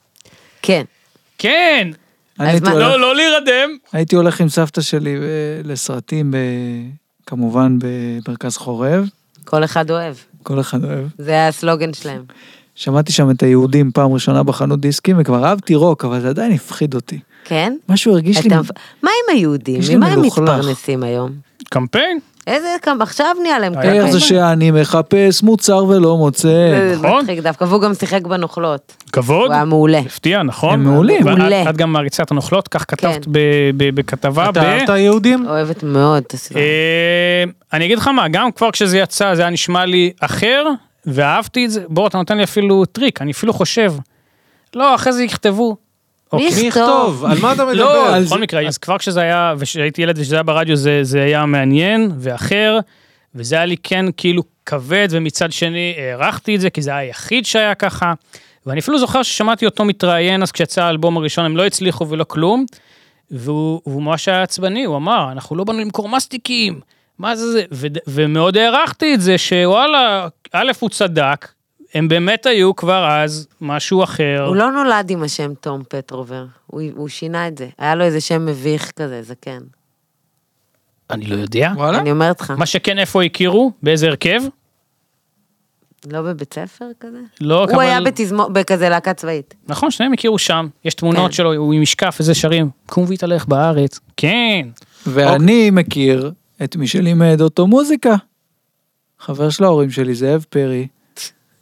Speaker 1: כן.
Speaker 3: כן!
Speaker 2: אני
Speaker 1: אז
Speaker 2: הייתי
Speaker 1: מה-
Speaker 2: הולך-
Speaker 3: לא, לא להירדם.
Speaker 2: הייתי הולך עם סבתא שלי אה, לסרטים, ב- כמובן במרכז חורב,
Speaker 1: כל אחד אוהב.
Speaker 2: כל אחד אוהב.
Speaker 1: זה הסלוגן שלהם.
Speaker 2: שמעתי שם את היהודים פעם ראשונה בחנות דיסקים, וכבר אהבתי רוק, אבל זה עדיין הפחיד אותי.
Speaker 1: כן?
Speaker 2: משהו הרגיש לי...
Speaker 1: אתה מפ- מה עם היהודים?
Speaker 2: יש לי
Speaker 1: ממה הם
Speaker 2: מלוכלך.
Speaker 1: מתפרנסים היום?
Speaker 3: קמפיין?
Speaker 1: איזה כמה, עכשיו נהיה להם ככה.
Speaker 2: איך אוקיי, זה שאני מחפש מוצר ולא מוצא.
Speaker 1: זה
Speaker 3: נכון.
Speaker 1: מצחיק דווקא, והוא גם שיחק בנוכלות.
Speaker 3: כבוד?
Speaker 1: הוא היה מעולה.
Speaker 3: הפתיע, נכון?
Speaker 2: הם מעולים.
Speaker 3: ואת-
Speaker 1: מעולה.
Speaker 3: את גם מעריצה את הנוכלות, כך כתבת
Speaker 1: כן.
Speaker 3: ב- ב- בכתבה.
Speaker 4: אתה
Speaker 3: ב-
Speaker 4: אהבת יהודים?
Speaker 1: אוהבת מאוד את הסדרה.
Speaker 3: אה, אני אגיד לך מה, גם כבר כשזה יצא זה היה נשמע לי אחר, ואהבתי את זה. בוא, אתה נותן לי אפילו טריק, אני אפילו חושב. לא, אחרי זה יכתבו.
Speaker 1: מי
Speaker 4: מי
Speaker 1: יכתוב?
Speaker 4: יכתוב? על מה אתה
Speaker 3: לא,
Speaker 4: מדבר?
Speaker 2: על
Speaker 3: בכל
Speaker 2: זה-
Speaker 3: מקרה, אז כבר כשזה היה, וכשהייתי ילד ושזה היה ברדיו, זה, זה היה מעניין ואחר, וזה היה לי כן כאילו כבד, ומצד שני הערכתי את זה, כי זה היה היחיד שהיה ככה. ואני אפילו זוכר ששמעתי אותו מתראיין, אז כשיצא האלבום הראשון הם לא הצליחו ולא כלום, והוא והוא ממש היה עצבני, הוא אמר, אנחנו לא באנו למכור מסטיקים, מה זה זה? ו, ומאוד הערכתי את זה, שוואלה, א', הוא צדק, הם באמת היו כבר אז משהו אחר.
Speaker 1: הוא לא נולד עם השם תום פטרובר, הוא, הוא שינה את זה. היה לו איזה שם מביך כזה, זקן.
Speaker 3: אני לא יודע.
Speaker 2: וואלה?
Speaker 1: אני אומרת לך,
Speaker 3: מה שכן, איפה הכירו? באיזה הרכב?
Speaker 1: לא בבית ספר כזה?
Speaker 3: לא,
Speaker 1: הוא היה בתזמור, בכזה להקה צבאית.
Speaker 3: נכון, שניהם הכירו שם, יש תמונות
Speaker 1: כן.
Speaker 3: שלו, הוא עם משקף, איזה שרים, קום והתהלך בארץ. כן.
Speaker 2: ואני מכיר את מי שלימד אותו מוזיקה. חבר של ההורים שלי, זאב פרי,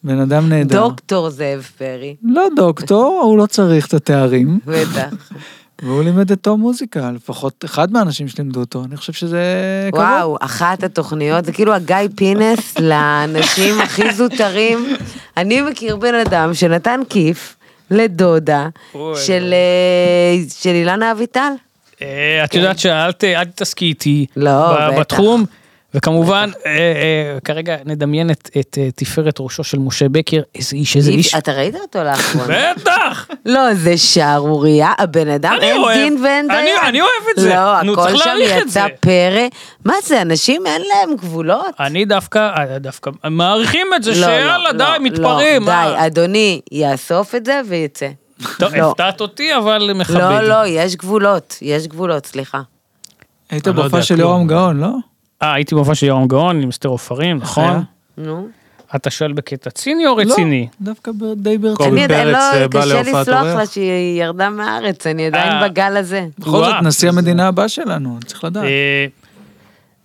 Speaker 2: בן אדם
Speaker 3: לא.
Speaker 2: נהדר.
Speaker 1: דוקטור זאב פרי,
Speaker 2: לא דוקטור, הוא לא צריך את התארים.
Speaker 1: בטח.
Speaker 2: והוא לימד את תום מוזיקה, לפחות אחד מהאנשים שלימדו אותו, אני חושב שזה כבוד.
Speaker 1: וואו, אחת התוכניות, זה כאילו הגיא פינס לאנשים הכי זוטרים. אני מכיר בן אדם שנתן כיף לדודה של אה, של אילנה אביטל.
Speaker 3: אה, את יודעת שאלת, אל תתעסקי איתי
Speaker 1: כן. לא,
Speaker 3: ב-
Speaker 1: בטח.
Speaker 3: בתחום. וכמובן, אה, אה, כרגע נדמיין את- את אה, תפארת ראשו של משה בקר, איזה איש, איזה איש.
Speaker 1: אתה ראית אותו לאחרונה?
Speaker 3: בטח!
Speaker 1: לא, זה שערורייה, הבן אדם
Speaker 3: אני
Speaker 1: אין
Speaker 3: אוהב-
Speaker 1: דין ואין
Speaker 3: אני-
Speaker 1: דיין.
Speaker 3: אני אוהב את זה.
Speaker 1: לא,
Speaker 3: נו,
Speaker 1: הכל
Speaker 3: צריך
Speaker 1: שם
Speaker 3: להעריך את
Speaker 1: יצא
Speaker 3: זה.
Speaker 1: פרא. מה זה, אנשים אין להם גבולות?
Speaker 3: אני דווקא, אה, דווקא מעריכים את זה
Speaker 1: לא,
Speaker 3: שיאללה,
Speaker 1: לא,
Speaker 3: די,
Speaker 1: לא,
Speaker 3: מתפרעים.
Speaker 1: לא,
Speaker 3: אה.
Speaker 1: די, אדוני יאסוף את זה ויצא.
Speaker 3: טוב,
Speaker 1: לא.
Speaker 3: הפתעת אותי, אבל מכבד.
Speaker 1: לא, לא, יש גבולות, יש גבולות, סליחה.
Speaker 2: היית
Speaker 4: אני לא
Speaker 2: בהופעה
Speaker 4: יודע
Speaker 2: של
Speaker 4: כלום.
Speaker 2: יורם גאון, לא?
Speaker 3: אה, הייתי בהופעה של יורם גאון עם סטר עופרים, נכון?
Speaker 1: אה?
Speaker 2: היה?
Speaker 1: נו.
Speaker 3: אתה שואל בקטע ציני או רציני?
Speaker 2: לא, דווקא ב- די ברצינות.
Speaker 4: קובי
Speaker 1: אני עדיין
Speaker 4: פרץ, אה,
Speaker 1: לא,
Speaker 4: בא
Speaker 1: קשה
Speaker 4: להופעת
Speaker 1: לסלוח
Speaker 4: אורח?
Speaker 1: לה שהיא ירדה מהארץ, אני
Speaker 3: אה.
Speaker 1: עדיין בגל הזה.
Speaker 2: בכל זאת,
Speaker 3: וואו.
Speaker 2: נשיא המדינה הבא שלנו, צריך לדעת.
Speaker 3: אה,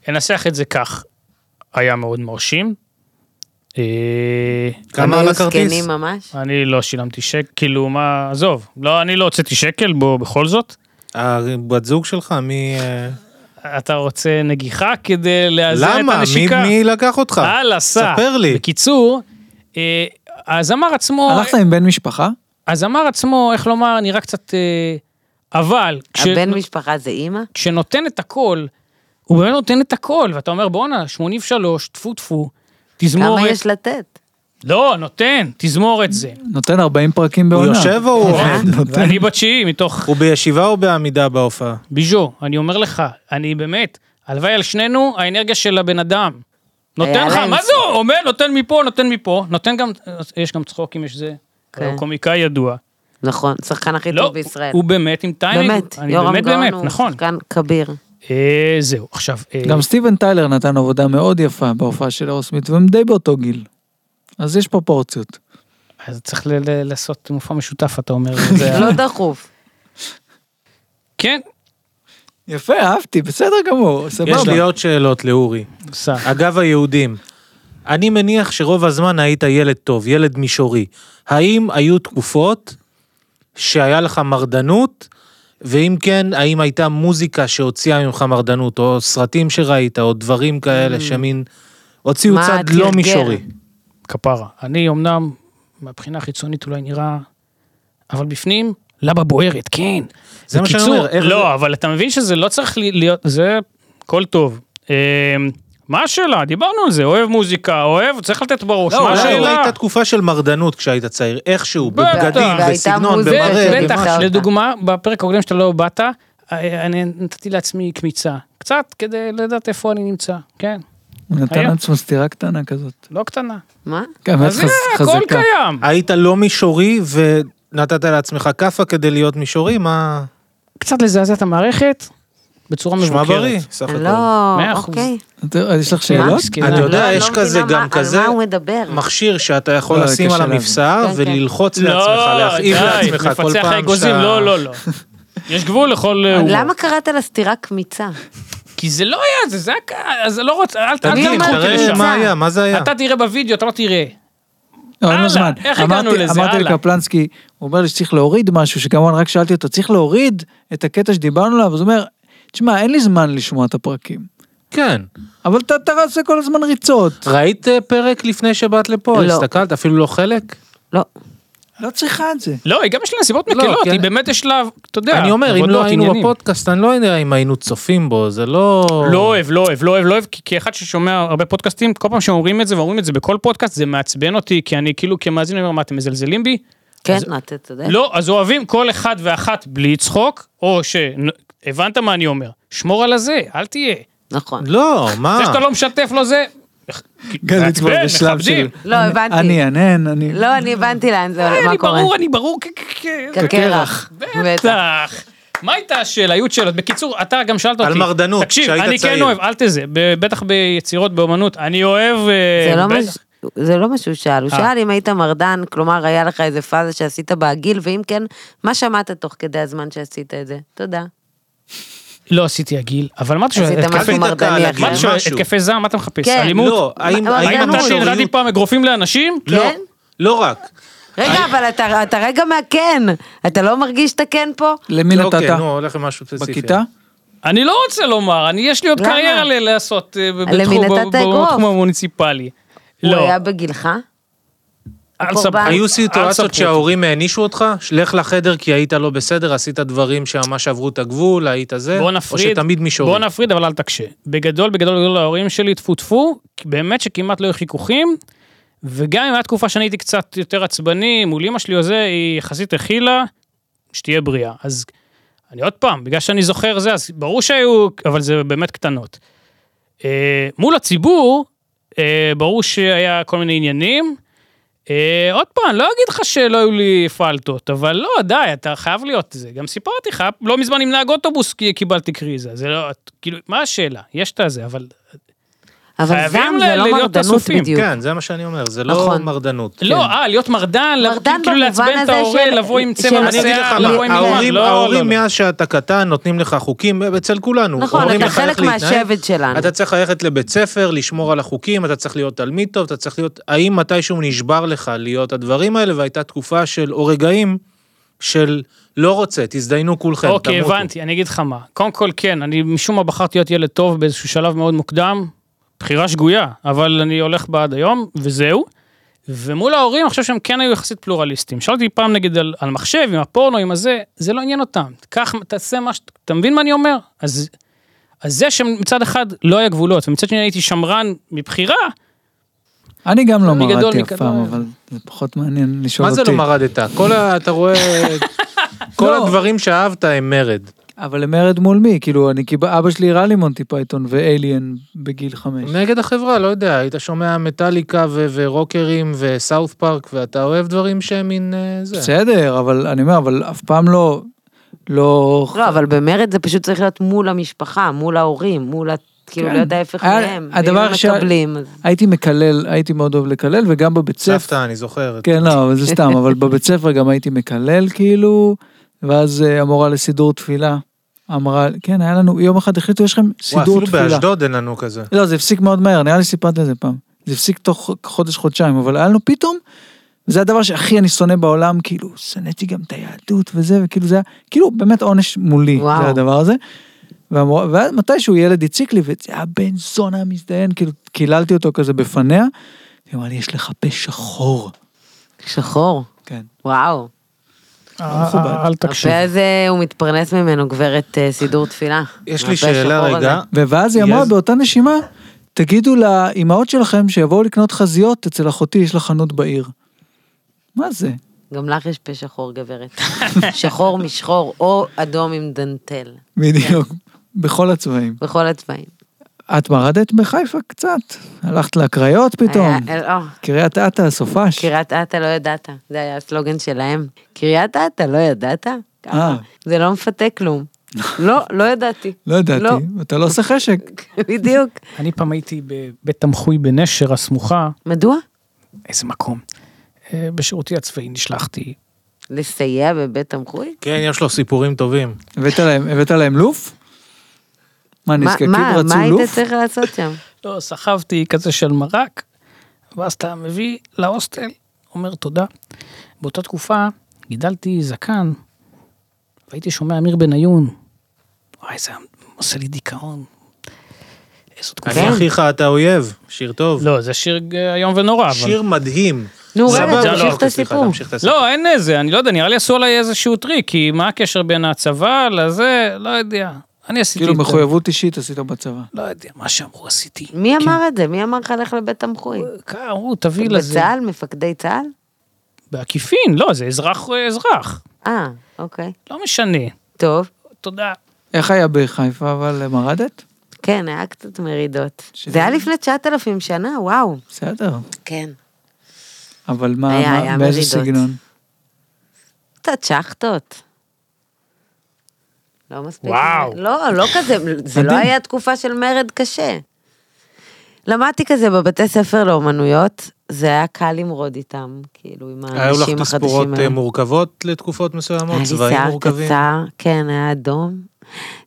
Speaker 3: אנסח את זה כך, היה מאוד מרשים. אה,
Speaker 4: כמה על
Speaker 1: היו
Speaker 4: הכרטיס?
Speaker 1: זקנים ממש.
Speaker 3: אני לא שילמתי שקל, כאילו מה, עזוב, לא, אני לא הוצאתי שקל, בוא, בכל זאת.
Speaker 4: הבת זוג שלך, מי... אה,
Speaker 3: אתה רוצה נגיחה כדי לאזן את
Speaker 4: למה? מי-
Speaker 3: הנשיקה?
Speaker 4: מי לקח אותך?
Speaker 3: הלאה, סע.
Speaker 4: ספר לי.
Speaker 3: בקיצור, אה, הזמר עצמו,
Speaker 2: הלכת עם בן משפחה?
Speaker 3: הזמר עצמו, איך לומר, נראה קצת... אה, אבל, כש-
Speaker 1: הבן משפחה זה אימא?
Speaker 3: כשנותן את הכל, הוא באמת נותן את הכל, ואתה אומר, בואנה, 83, טפו טפו, תזמורת.
Speaker 1: כמה יש לתת?
Speaker 3: לא, נותן, תזמורת זה.
Speaker 2: נותן 40 פרקים
Speaker 4: הוא
Speaker 2: בעונה.
Speaker 4: יושב או הוא
Speaker 1: אה?
Speaker 4: עומד?
Speaker 3: אני בתשיעי מתוך
Speaker 4: הוא בישיבה או בעמידה בהופעה?
Speaker 3: ביז'ו, אני אומר לך, אני באמת, הלוואי על שנינו האנרגיה של הבן אדם. נותן
Speaker 1: היה
Speaker 3: לך,
Speaker 1: להם
Speaker 3: מה
Speaker 1: ס-
Speaker 3: זה הוא עומד, נותן מפה, נותן מפה, נותן גם, יש גם צחוקים, יש זה.
Speaker 1: כן.
Speaker 3: הוא קומיקאי ידוע.
Speaker 1: נכון, שחקן הכי
Speaker 3: לא,
Speaker 1: טוב בישראל.
Speaker 3: הוא באמת עם טיימינג.
Speaker 1: באמת,
Speaker 3: אני
Speaker 1: יורם
Speaker 3: באמת, באמת,
Speaker 1: גאון הוא
Speaker 3: נכון.
Speaker 1: שחקן כביר.
Speaker 3: אה, זהו, עכשיו, אה,
Speaker 2: גם סטיבן טיילר נתן עבודה מאוד יפה בהופעה של אורסמית, והם די באותו גיל. אז יש פרופורציות.
Speaker 3: אז צריך ל- ל- לעשות מופע משותף, אתה אומר. זה-
Speaker 1: לא דחוף.
Speaker 3: כן,
Speaker 2: יפה, אהבתי, בסדר גמור, סבבה.
Speaker 4: יש לי עוד שאלות לאורי.
Speaker 3: סע.
Speaker 4: אגב היהודים, אני מניח שרוב הזמן היית ילד טוב, ילד מישורי. האם היו תקופות שהיה לך מרדנות? ואם כן, האם הייתה מוזיקה שהוציאה ממך מרדנות, או סרטים שראית, או דברים כאלה שמין... הוציאו
Speaker 1: Mm. מה,
Speaker 4: צד לא
Speaker 1: תרגר?
Speaker 4: מישורי.
Speaker 3: כפרה. אני אמנם, מהבחינה החיצונית אולי נראה, אבל בפנים, לבה בוערת, כן.
Speaker 4: זה מה שאני
Speaker 3: בקיצור,
Speaker 4: אומר, איך
Speaker 3: לא,
Speaker 4: זה-
Speaker 3: אבל אתה מבין שזה לא צריך לי- להיות, זה הכל טוב. אמ, מה השאלה? דיברנו על זה, אוהב מוזיקה, אוהב, צריך לתת בראש,
Speaker 4: לא,
Speaker 3: מה
Speaker 4: אולי
Speaker 3: השאלה?
Speaker 4: הייתה תקופה של מרדנות כשהיית צעיר, איכשהו,
Speaker 3: בטח.
Speaker 4: בבגדים,
Speaker 1: והייתה
Speaker 4: בסגנון,
Speaker 1: מוזיקה
Speaker 4: במראה,
Speaker 1: של-
Speaker 3: בטח,
Speaker 1: במה?
Speaker 3: לדוגמה, בפרק הקודם שאתה לא באת, אה, אני נתתי לעצמי קמיצה, קצת כדי לדעת איפה אני נמצא, כן,
Speaker 2: הוא נתן
Speaker 3: היה.
Speaker 2: לעצמו סטירה קטנה כזאת. כן,
Speaker 3: לא קטנה.
Speaker 1: מה?
Speaker 2: גם
Speaker 3: אז הנה, הכל
Speaker 2: חזקה.
Speaker 3: קיים.
Speaker 4: היית לא מישורי ונתת לעצמך כאפה כדי להיות מישורי, מה...
Speaker 3: קצת לזעזע את המערכת, בצורה לא מבוקרת.
Speaker 4: שמע בריא, סך הכל.
Speaker 1: לא,
Speaker 3: מאה אחוז.
Speaker 1: אוקיי.
Speaker 2: אתה- יש לך שאלות?
Speaker 3: מסכנה.
Speaker 4: אני
Speaker 3: לא,
Speaker 4: יודע,
Speaker 1: לא,
Speaker 4: יש
Speaker 1: לא
Speaker 4: כזה
Speaker 1: מבינה
Speaker 4: גם
Speaker 1: מה-
Speaker 4: כזה
Speaker 1: על מה הוא מדבר?
Speaker 4: מכשיר שאתה יכול
Speaker 2: לא,
Speaker 4: לשים
Speaker 2: קשה
Speaker 4: על
Speaker 2: לנו.
Speaker 4: המפסע
Speaker 1: כן, כן.
Speaker 4: וללחוץ לעצמך,
Speaker 3: לא,
Speaker 4: להכאיב
Speaker 3: די,
Speaker 4: לעצמך כל
Speaker 3: מפצח
Speaker 4: פעם
Speaker 3: אגוזים,
Speaker 4: שאתה...
Speaker 3: לא, לא, לא. יש גבול לכל... אה, הומור.
Speaker 1: למה קראת לה סטירה קמיצה?
Speaker 3: כי זה לא היה זה, זה היה... כ- אז לא רוצה, אל
Speaker 4: תגיד,
Speaker 3: תלכו
Speaker 4: תראה
Speaker 1: אותי
Speaker 3: לשם.
Speaker 4: מה היה, מה זה היה?
Speaker 3: אתה תראה בווידאו, אתה לא תראה.
Speaker 2: לא, אין
Speaker 3: הלאה,
Speaker 2: לו זמן.
Speaker 3: איך הגענו
Speaker 2: אמרתי-
Speaker 3: לזה?
Speaker 2: אמרתי
Speaker 3: הלאה.
Speaker 2: לקפלנסקי, הוא אומר לי שצריך להוריד משהו, שכמובן רק שאלתי אותו, צריך להוריד את הקטע שדיברנו עליו, אז הוא אומר, תשמע, אין לי זמן לשמוע את הפרקים,
Speaker 4: כן.
Speaker 2: אבל אתה אתה עושה כל הזמן ריצות,
Speaker 4: ראית אה, פרק לפני שבאת לפה?
Speaker 1: לא.
Speaker 4: הסתכלת? אפילו לא חלק?
Speaker 1: לא.
Speaker 2: לא צריכה את זה.
Speaker 3: לא, היא גם יש לה נסיבות
Speaker 4: לא,
Speaker 3: מקלות,
Speaker 4: כן.
Speaker 3: היא באמת יש לה, אתה יודע,
Speaker 4: אני אומר, אם לא
Speaker 3: עבודות,
Speaker 4: היינו
Speaker 3: עניינים.
Speaker 4: בפודקאסט, אני לא יודע אם היינו צופים בו, זה לא...
Speaker 3: לא אוהב, לא אוהב, לא אוהב, לא אוהב, כי כאחד ששומע הרבה פודקאסטים, כל פעם שאומרים את זה, ואומרים את זה בכל פודקאסט, זה מעצבן אותי, כי אני כאילו כמאזין אומר, מה, אתם מזלזלים בי?
Speaker 1: כן, אתה
Speaker 4: אה.
Speaker 1: צודק.
Speaker 3: לא, אז אוהבים כל אחד ואחת בלי צחוק, או שהבנת מה אני אומר, שמור על הזה, אל תהיה.
Speaker 1: נכון.
Speaker 4: לא, מה?
Speaker 3: זה שאתה לא משתף לו זה,
Speaker 4: כן,
Speaker 2: גלית כבר
Speaker 3: מעצבן,
Speaker 2: בשלב
Speaker 3: מכבדים.
Speaker 2: של...
Speaker 1: לא, הבנתי.
Speaker 2: אני אענן, אני...
Speaker 1: לא, אני הבנתי לאן זה
Speaker 3: אה,
Speaker 1: הולך,
Speaker 3: אני
Speaker 1: מה קורה.
Speaker 3: ברור, אני ברור, כ- כ- כ-
Speaker 1: כקרח. בטח.
Speaker 3: בטח. מה הייתה השאלה? היו עוד שאלות. בקיצור, אתה גם שאלת אותי.
Speaker 4: על מרדנות,
Speaker 3: תקשיב,
Speaker 4: כשהיית
Speaker 3: אני כן
Speaker 4: צעיר.
Speaker 3: אוהב, אל תזה, ב- בטח ביצירות באומנות, אני אוהב... אה,
Speaker 1: זה לא מה
Speaker 3: בטח. אה.
Speaker 1: ש- זה לא מה שהוא שאל, הוא שאל אם היית מרדן, כלומר היה לך איזה פאזה שעשית בה גיל, ואם כן, מה שמעת תוך כדי הזמן שעשית את זה? תודה.
Speaker 3: לא עשיתי עגיל, אבל אמרתי
Speaker 1: עשית
Speaker 3: שהתקפי-
Speaker 1: משהו
Speaker 4: דקה
Speaker 1: מרדני
Speaker 4: על
Speaker 1: אחר.
Speaker 4: הגיל,
Speaker 3: אמרתי
Speaker 4: משהו.
Speaker 3: שהתקפי זעם, מה אתה מחפש?
Speaker 1: כן.
Speaker 3: אלימות?
Speaker 4: לא, האם
Speaker 1: אבל
Speaker 3: האם
Speaker 1: גם
Speaker 3: אתה
Speaker 1: שוריות-
Speaker 3: תרדי פעם אגרופים לאנשים?
Speaker 4: לא,
Speaker 1: כן?
Speaker 4: לא רק.
Speaker 1: רגע, אבל אתה- אתה רגע מהכן. אתה לא מרגיש את הכן פה?
Speaker 2: למי
Speaker 4: לא, אוקיי,
Speaker 3: כן,
Speaker 2: נתת?
Speaker 4: נו, הולך למשהו ספציפי.
Speaker 2: בכיתה?
Speaker 3: אני לא רוצה לומר, אני יש לי עוד
Speaker 1: למה?
Speaker 3: קריירה ל- לעשות אה, ב-
Speaker 1: למי
Speaker 3: בתחום-
Speaker 1: נתת
Speaker 3: ב-
Speaker 1: אגרוף?
Speaker 3: בתחום המוניציפלי.
Speaker 1: הוא
Speaker 3: לא,
Speaker 1: היה בגילך?
Speaker 3: אל
Speaker 1: קורבן.
Speaker 3: ספרו-
Speaker 4: היו
Speaker 3: אל ספרו.
Speaker 4: סיטואציות שההורים הענישו אותך? שלך לחדר כי היית לא בסדר, עשית דברים שממש עברו את הגבול, היית זה?
Speaker 3: בוא נפריד,
Speaker 4: או שתמיד מישור.
Speaker 3: בוא נפריד אבל אל תקשה. בגדול, בגדול, בגדול ההורים שלי טפו טפו, כי באמת שכמעט לא היו חיכוכים, וגם אם הייתה תקופה שאני הייתי קצת יותר עצבני, מול אמא שלי או זה, היא יחסית הכילה, שתהיה בריאה. אז אני עוד פעם, בגלל שאני זוכר זה, אז ברור שהיו, אבל זה באמת קטנות. אה, מול הציבור, אה, ברור שהיה כל מיני עניינים. אה, עוד פעם, אני לא אגיד לך שלא היו לי פלטות, אבל לא, די, אתה חייב להיות זה. גם סיפרתי לך, לא מזמן עם נהג אוטובוס כי קיבלתי קריזה. זה לא, את- כאילו, מה השאלה? יש את הזה, אבל...
Speaker 1: אבל
Speaker 3: חייבים
Speaker 1: זעם
Speaker 3: ל-
Speaker 1: זה לא
Speaker 3: להיות
Speaker 1: מרדנות
Speaker 3: אסופים.
Speaker 1: בדיוק.
Speaker 4: כן, זה מה שאני אומר, זה לא
Speaker 1: נכון.
Speaker 4: מרדנות.
Speaker 3: לא,
Speaker 4: כן.
Speaker 3: אה, להיות מרדן, לבוא-
Speaker 1: מרדן
Speaker 3: כאילו
Speaker 1: במובן
Speaker 3: לעצבן את
Speaker 1: הזה
Speaker 3: ההורה,
Speaker 1: של-
Speaker 3: לבוא עם
Speaker 1: של-
Speaker 3: צמר
Speaker 4: אני אגיד לך
Speaker 3: שיער,
Speaker 1: לא,
Speaker 3: לבוא עם
Speaker 4: מה,
Speaker 1: לא,
Speaker 3: מימן,
Speaker 4: ההורים,
Speaker 3: לא, לא,
Speaker 4: ההורים
Speaker 3: לא.
Speaker 4: מאז שאתה קטן נותנים לך חוקים, אה, אצל כולנו.
Speaker 1: נכון,
Speaker 4: אומרים
Speaker 1: אתה
Speaker 4: לך איך
Speaker 1: חלק
Speaker 4: להתנהג.
Speaker 1: מהשבט שלנו.
Speaker 4: אתה צריך ללכת לבית ספר, לשמור על החוקים, אתה צריך להיות תלמיד טוב, אתה צריך להיות... האם מתישהו נשבר לך להיות הדברים האלה, והייתה תקופה של, או רגעים, של לא רוצה, תזדיינו כולכם,
Speaker 3: אוקיי,
Speaker 4: כן, תמותו.
Speaker 3: הבנתי, אני אגיד לך מה. קודם כל, כן, אני משום מה בחרתי להיות ילד טוב באיזשהו שלב מאוד מוקדם, בחירה שגויה, אבל אני הולך בה עד היום, וזהו. ומול ההורים, אני חושב שהם כן היו יחסית פלורליסטים. שאלתי פעם נגיד על, על מחשב, עם הפורנו, עם הזה, זה לא עניין אותם. קח, תעשה מה ש... אתה מבין מה אני אומר? אז, אז זה שמצד אחד לא היה גבולות, ומצד שני הייתי שמרן מבחירה,
Speaker 2: אני גם לא
Speaker 3: מגדול,
Speaker 2: מרדתי אף
Speaker 3: מכדור.
Speaker 2: פעם, אבל זה פחות מעניין לשאול
Speaker 4: מה
Speaker 2: אותי.
Speaker 4: זה לא מרדת? כל ה... אתה רואה... כל
Speaker 2: לא.
Speaker 4: הדברים שאהבת הם מרד.
Speaker 2: אבל למרד מול מי? כאילו, אני קיבל... אבא שלי הראה לי מונטי פייתון ואליאן בגיל חמש.
Speaker 4: נגד החברה, לא יודע, היית שומע מטאליקה ו- ורוקרים וסאוף פארק, ואתה אוהב דברים שהם מין אה, זה.
Speaker 2: בסדר, אבל אני אומר, אבל אף פעם לא... לא...
Speaker 1: לא, אבל במרד זה פשוט צריך להיות מול המשפחה, מול ההורים, מול ה... כאילו
Speaker 2: כן.
Speaker 1: להיות ההפך
Speaker 2: היה-
Speaker 1: מהם.
Speaker 2: הדבר
Speaker 1: ואם
Speaker 2: ש-
Speaker 1: לא מקבלים, אז...
Speaker 2: הייתי מקלל, הייתי מאוד אוהב לקלל, וגם בבית ספר...
Speaker 4: סבתא, אני זוכר.
Speaker 2: כן, לא, אבל זה סתם, אבל בבית ספר גם הייתי מקלל, כאילו, ואז אה, המורה לסידור תפילה אמרה, כן, היה לנו, יום אחד החליטו, יש לכם
Speaker 4: וואי,
Speaker 2: סידור
Speaker 4: אפילו
Speaker 2: תפילה.
Speaker 4: באשדוד אין לנו כזה.
Speaker 2: לא, זה הפסיק מאוד מהר, נראה לי סיפרתי על זה פעם. זה הפסיק תוך חודש-חודשיים, אבל היה לנו פתאום, זה הדבר שהכי אני שונא בעולם, כאילו, שנאתי גם את היהדות וזה, וכאילו זה היה, כאילו באמת עונש מולי,
Speaker 1: וואו.
Speaker 2: זה הדבר הזה. והמורה- ואז מתישהו ילד הציק לי, וזה היה בן זונה מזדיין, כאילו, קיללתי אותו כזה בפניה, היא אמרה לי, יש לך פה שחור.
Speaker 1: שחור,
Speaker 2: כן. לא
Speaker 1: וואו.
Speaker 3: אל תקשיב.
Speaker 1: הפה הזה, הוא מתפרנס ממנו, גברת אה, סידור תפילה.
Speaker 4: יש
Speaker 1: הפה
Speaker 4: לי שאלה
Speaker 1: השחור
Speaker 4: רגע.
Speaker 1: הזה.
Speaker 2: ואז היא אמרה
Speaker 4: Yes.
Speaker 2: באותה נשימה, תגידו לאימהות שלכם שיבואו לקנות חזיות אצל אחותי, יש לה חנות בעיר. מה זה?
Speaker 1: גם לך יש פה שחור, גברת. שחור משחור, או אדום עם דנטל.
Speaker 2: בדיוק. בכל הצבעים.
Speaker 1: בכל הצבעים.
Speaker 2: את מרדת בחיפה קצת, הלכת לקריות פתאום,
Speaker 1: היה- אה, לא,
Speaker 2: קריית אתא, סופש.
Speaker 1: קריית אתא לא ידעת, זה היה הסלוגן שלהם. קריית אתא לא ידעת? ככה.
Speaker 2: אה.
Speaker 1: זה לא מפתה כלום. לא, לא ידעתי.
Speaker 2: לא ידעתי,
Speaker 1: לא.
Speaker 2: אתה לא עושה חשק.
Speaker 1: בדיוק.
Speaker 3: אני פעם הייתי בבית תמחוי בנשר הסמוכה,
Speaker 1: מדוע?
Speaker 3: איזה מקום. אה, בשירותי הצבאי נשלחתי
Speaker 1: לסייע בבית תמחוי?
Speaker 4: כן, יש לו סיפורים טובים.
Speaker 2: הבאת להם- הבאת להם לוף? מה,
Speaker 1: מה-
Speaker 2: נזקקים
Speaker 1: מה-
Speaker 2: רצו
Speaker 1: מה היית
Speaker 2: לוף?
Speaker 1: צריך לעשות שם?
Speaker 3: לא, סחבתי כזה של מרק, ואז אתה מביא להוסטל, אומר תודה. באותה תקופה גידלתי זקן, והייתי שומע אמיר בניון. וואי, זה עושה לי דיכאון. איזו תקופה.
Speaker 4: אני אחיך אתה אויב, שיר טוב.
Speaker 3: לא, זה שיר אה, איום ונורא, אבל...
Speaker 4: שיר מדהים.
Speaker 1: נו,
Speaker 4: סבבה,
Speaker 1: רגע,
Speaker 4: לא,
Speaker 1: תמשיך את
Speaker 4: אוקיי, סליחה,
Speaker 1: הסיפור.
Speaker 4: תמשיך את הסיפור.
Speaker 3: לא, אין איזה, אני לא יודע, נראה לי עשו עליי איזשהו טריק, כי מה הקשר בין הצבא לזה, לא יודע. אני עשיתי...
Speaker 2: כאילו
Speaker 3: את ה-
Speaker 2: מחויבות אישית עשית בצבא.
Speaker 3: לא יודע, מה שאמרו עשיתי.
Speaker 1: מי אמר את זה? מי אמר לך לך לבית תמחוי?
Speaker 3: כן, אמרו, תביא לזה.
Speaker 1: בצה"ל? מפקדי צה"ל?
Speaker 3: בעקיפין, לא, זה אזרח אה, אזרח.
Speaker 1: אה, אוקיי.
Speaker 3: לא משנה.
Speaker 1: טוב.
Speaker 3: תודה.
Speaker 2: איך היה בחיפה אבל מרדת?
Speaker 1: כן, היה קצת מרידות.
Speaker 2: שזה-
Speaker 1: זה היה לפני 9,000 שנה, וואו.
Speaker 2: בסדר.
Speaker 1: כן.
Speaker 2: אבל מה,
Speaker 1: היה-
Speaker 2: מה-
Speaker 1: היה
Speaker 2: באיזה
Speaker 1: מרידות.
Speaker 2: סגנון?
Speaker 1: קצת שחטות. לא מספיק.
Speaker 3: וואו.
Speaker 1: לא, לא כזה, זה לא
Speaker 2: מדהים.
Speaker 1: היה תקופה של מרד קשה. למדתי כזה בבתי ספר לאומנויות, זה היה קל למרוד איתם, כאילו, עם
Speaker 4: היו לך
Speaker 1: האנשים
Speaker 4: תספורות
Speaker 1: החדשים
Speaker 4: אה, מורכבות לתקופות מסוימות,
Speaker 1: היה לי
Speaker 4: צבעים
Speaker 1: שיער
Speaker 4: מורכבים.
Speaker 1: קצר, כן, היה אדום.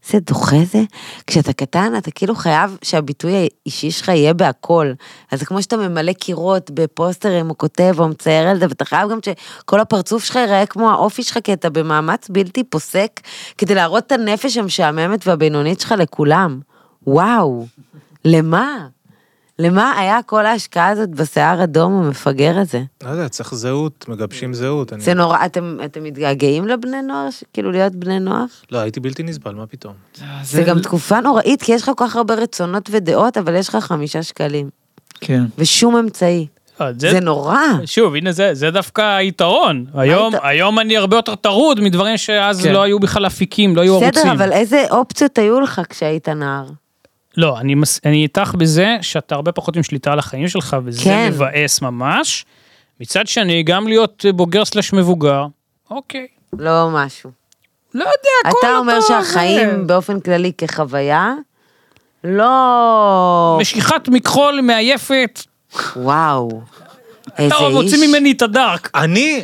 Speaker 1: איזה דוחה זה. כשאתה קטן, אתה כאילו חייב שהביטוי האישי שלך יהיה בהכל. אז זה כמו שאתה ממלא קירות בפוסטרים, או כותב, או מצייר על זה, ואתה חייב גם שכל הפרצוף שלך ייראה כמו האופי שלך, כי אתה במאמץ בלתי פוסק, כדי להראות את הנפש המשעממת והבינונית שלך לכולם. וואו, למה? למה היה כל ההשקעה הזאת בשיער אדום המפגר הזה?
Speaker 4: לא יודע, צריך זהות, מגבשים זהות. אני-
Speaker 1: זה נורא, אתם, אתם מתגעגעים לבני נוער, ש- כאילו להיות בני נוער?
Speaker 4: לא, הייתי בלתי נסבל, מה פתאום?
Speaker 1: זה גם תקופה נוראית, כי יש לך כל כך הרבה רצונות ודעות, אבל יש לך חמישה שקלים,
Speaker 2: כן.
Speaker 1: ושום אמצעי.
Speaker 3: אה, זה-
Speaker 1: זה נורא.
Speaker 3: שוב, הנה זה, זה דווקא היתרון. היום,
Speaker 1: היתר-
Speaker 3: היום אני הרבה יותר טרוד מדברים שאז
Speaker 2: כן.
Speaker 3: לא היו בכלל אפיקים, לא היו ערוצים.
Speaker 1: בסדר, אבל איזה אופציות היו לך כשהיית נער?
Speaker 3: לא, אני, מס... אני איתך בזה שאתה הרבה פחות עם שליטה על החיים שלך, וזה
Speaker 1: כן.
Speaker 3: מבאס ממש. מצד שני, גם להיות אה, בוגר סלש מבוגר, אוקיי.
Speaker 1: לא משהו.
Speaker 3: לא יודע, הכל
Speaker 1: אתה אומר
Speaker 3: אותו
Speaker 1: שהחיים
Speaker 3: זה.
Speaker 1: באופן כללי כחוויה, לא...
Speaker 3: משיכת מכחול מעייפת,
Speaker 1: וואו. איזה
Speaker 3: אתה
Speaker 1: איש.
Speaker 3: מוציא ממני את הדארק.
Speaker 4: אני,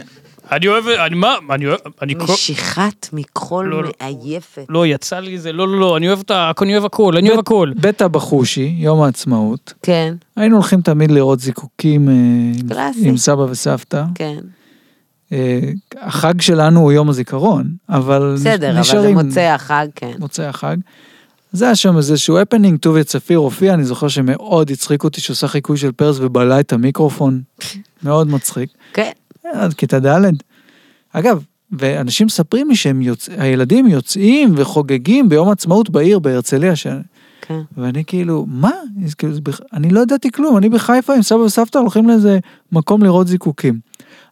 Speaker 3: אני אוהב, אני מה, אני אוהב, אני כל...
Speaker 1: משיכת מכחול
Speaker 3: לא, לא.
Speaker 1: מעייפת.
Speaker 3: לא, יצא לי זה, לא, לא, לא, אני אוהב את ה... אני אוהב הכל, אני אוהב הכל.
Speaker 2: בית הבחושי, יום העצמאות,
Speaker 1: כן,
Speaker 2: היינו הולכים תמיד לראות זיקוקים אה, עם-
Speaker 1: קלאסי.
Speaker 2: עם סבא וסבתא.
Speaker 1: כן.
Speaker 2: אה, החג שלנו הוא יום הזיכרון, אבל
Speaker 1: בסדר, אבל זה
Speaker 2: נשארים-
Speaker 1: מוצא החג, כן.
Speaker 2: מוצאי החג. זה היה שם איזשהו הפנינג, טוביה צפיר הופיע, אני זוכר שמאוד הצחיק אותי שהוא עשה חיקוי של פרס ובלע את המיקרופון. מאוד מצחיק.
Speaker 1: כן.
Speaker 2: עד כיתה ד'. אגב, ואנשים מספרים לי שהם יוצ... הילדים יוצאים וחוגגים ביום עצמאות בעיר בהרצליה, ש...
Speaker 1: כן.
Speaker 2: ואני כאילו, מה? אז כאילו, זה בכ- אני לא ידעתי כלום, אני בחיפה עם סבא וסבתא הולכים לאיזה מקום לראות זיקוקים.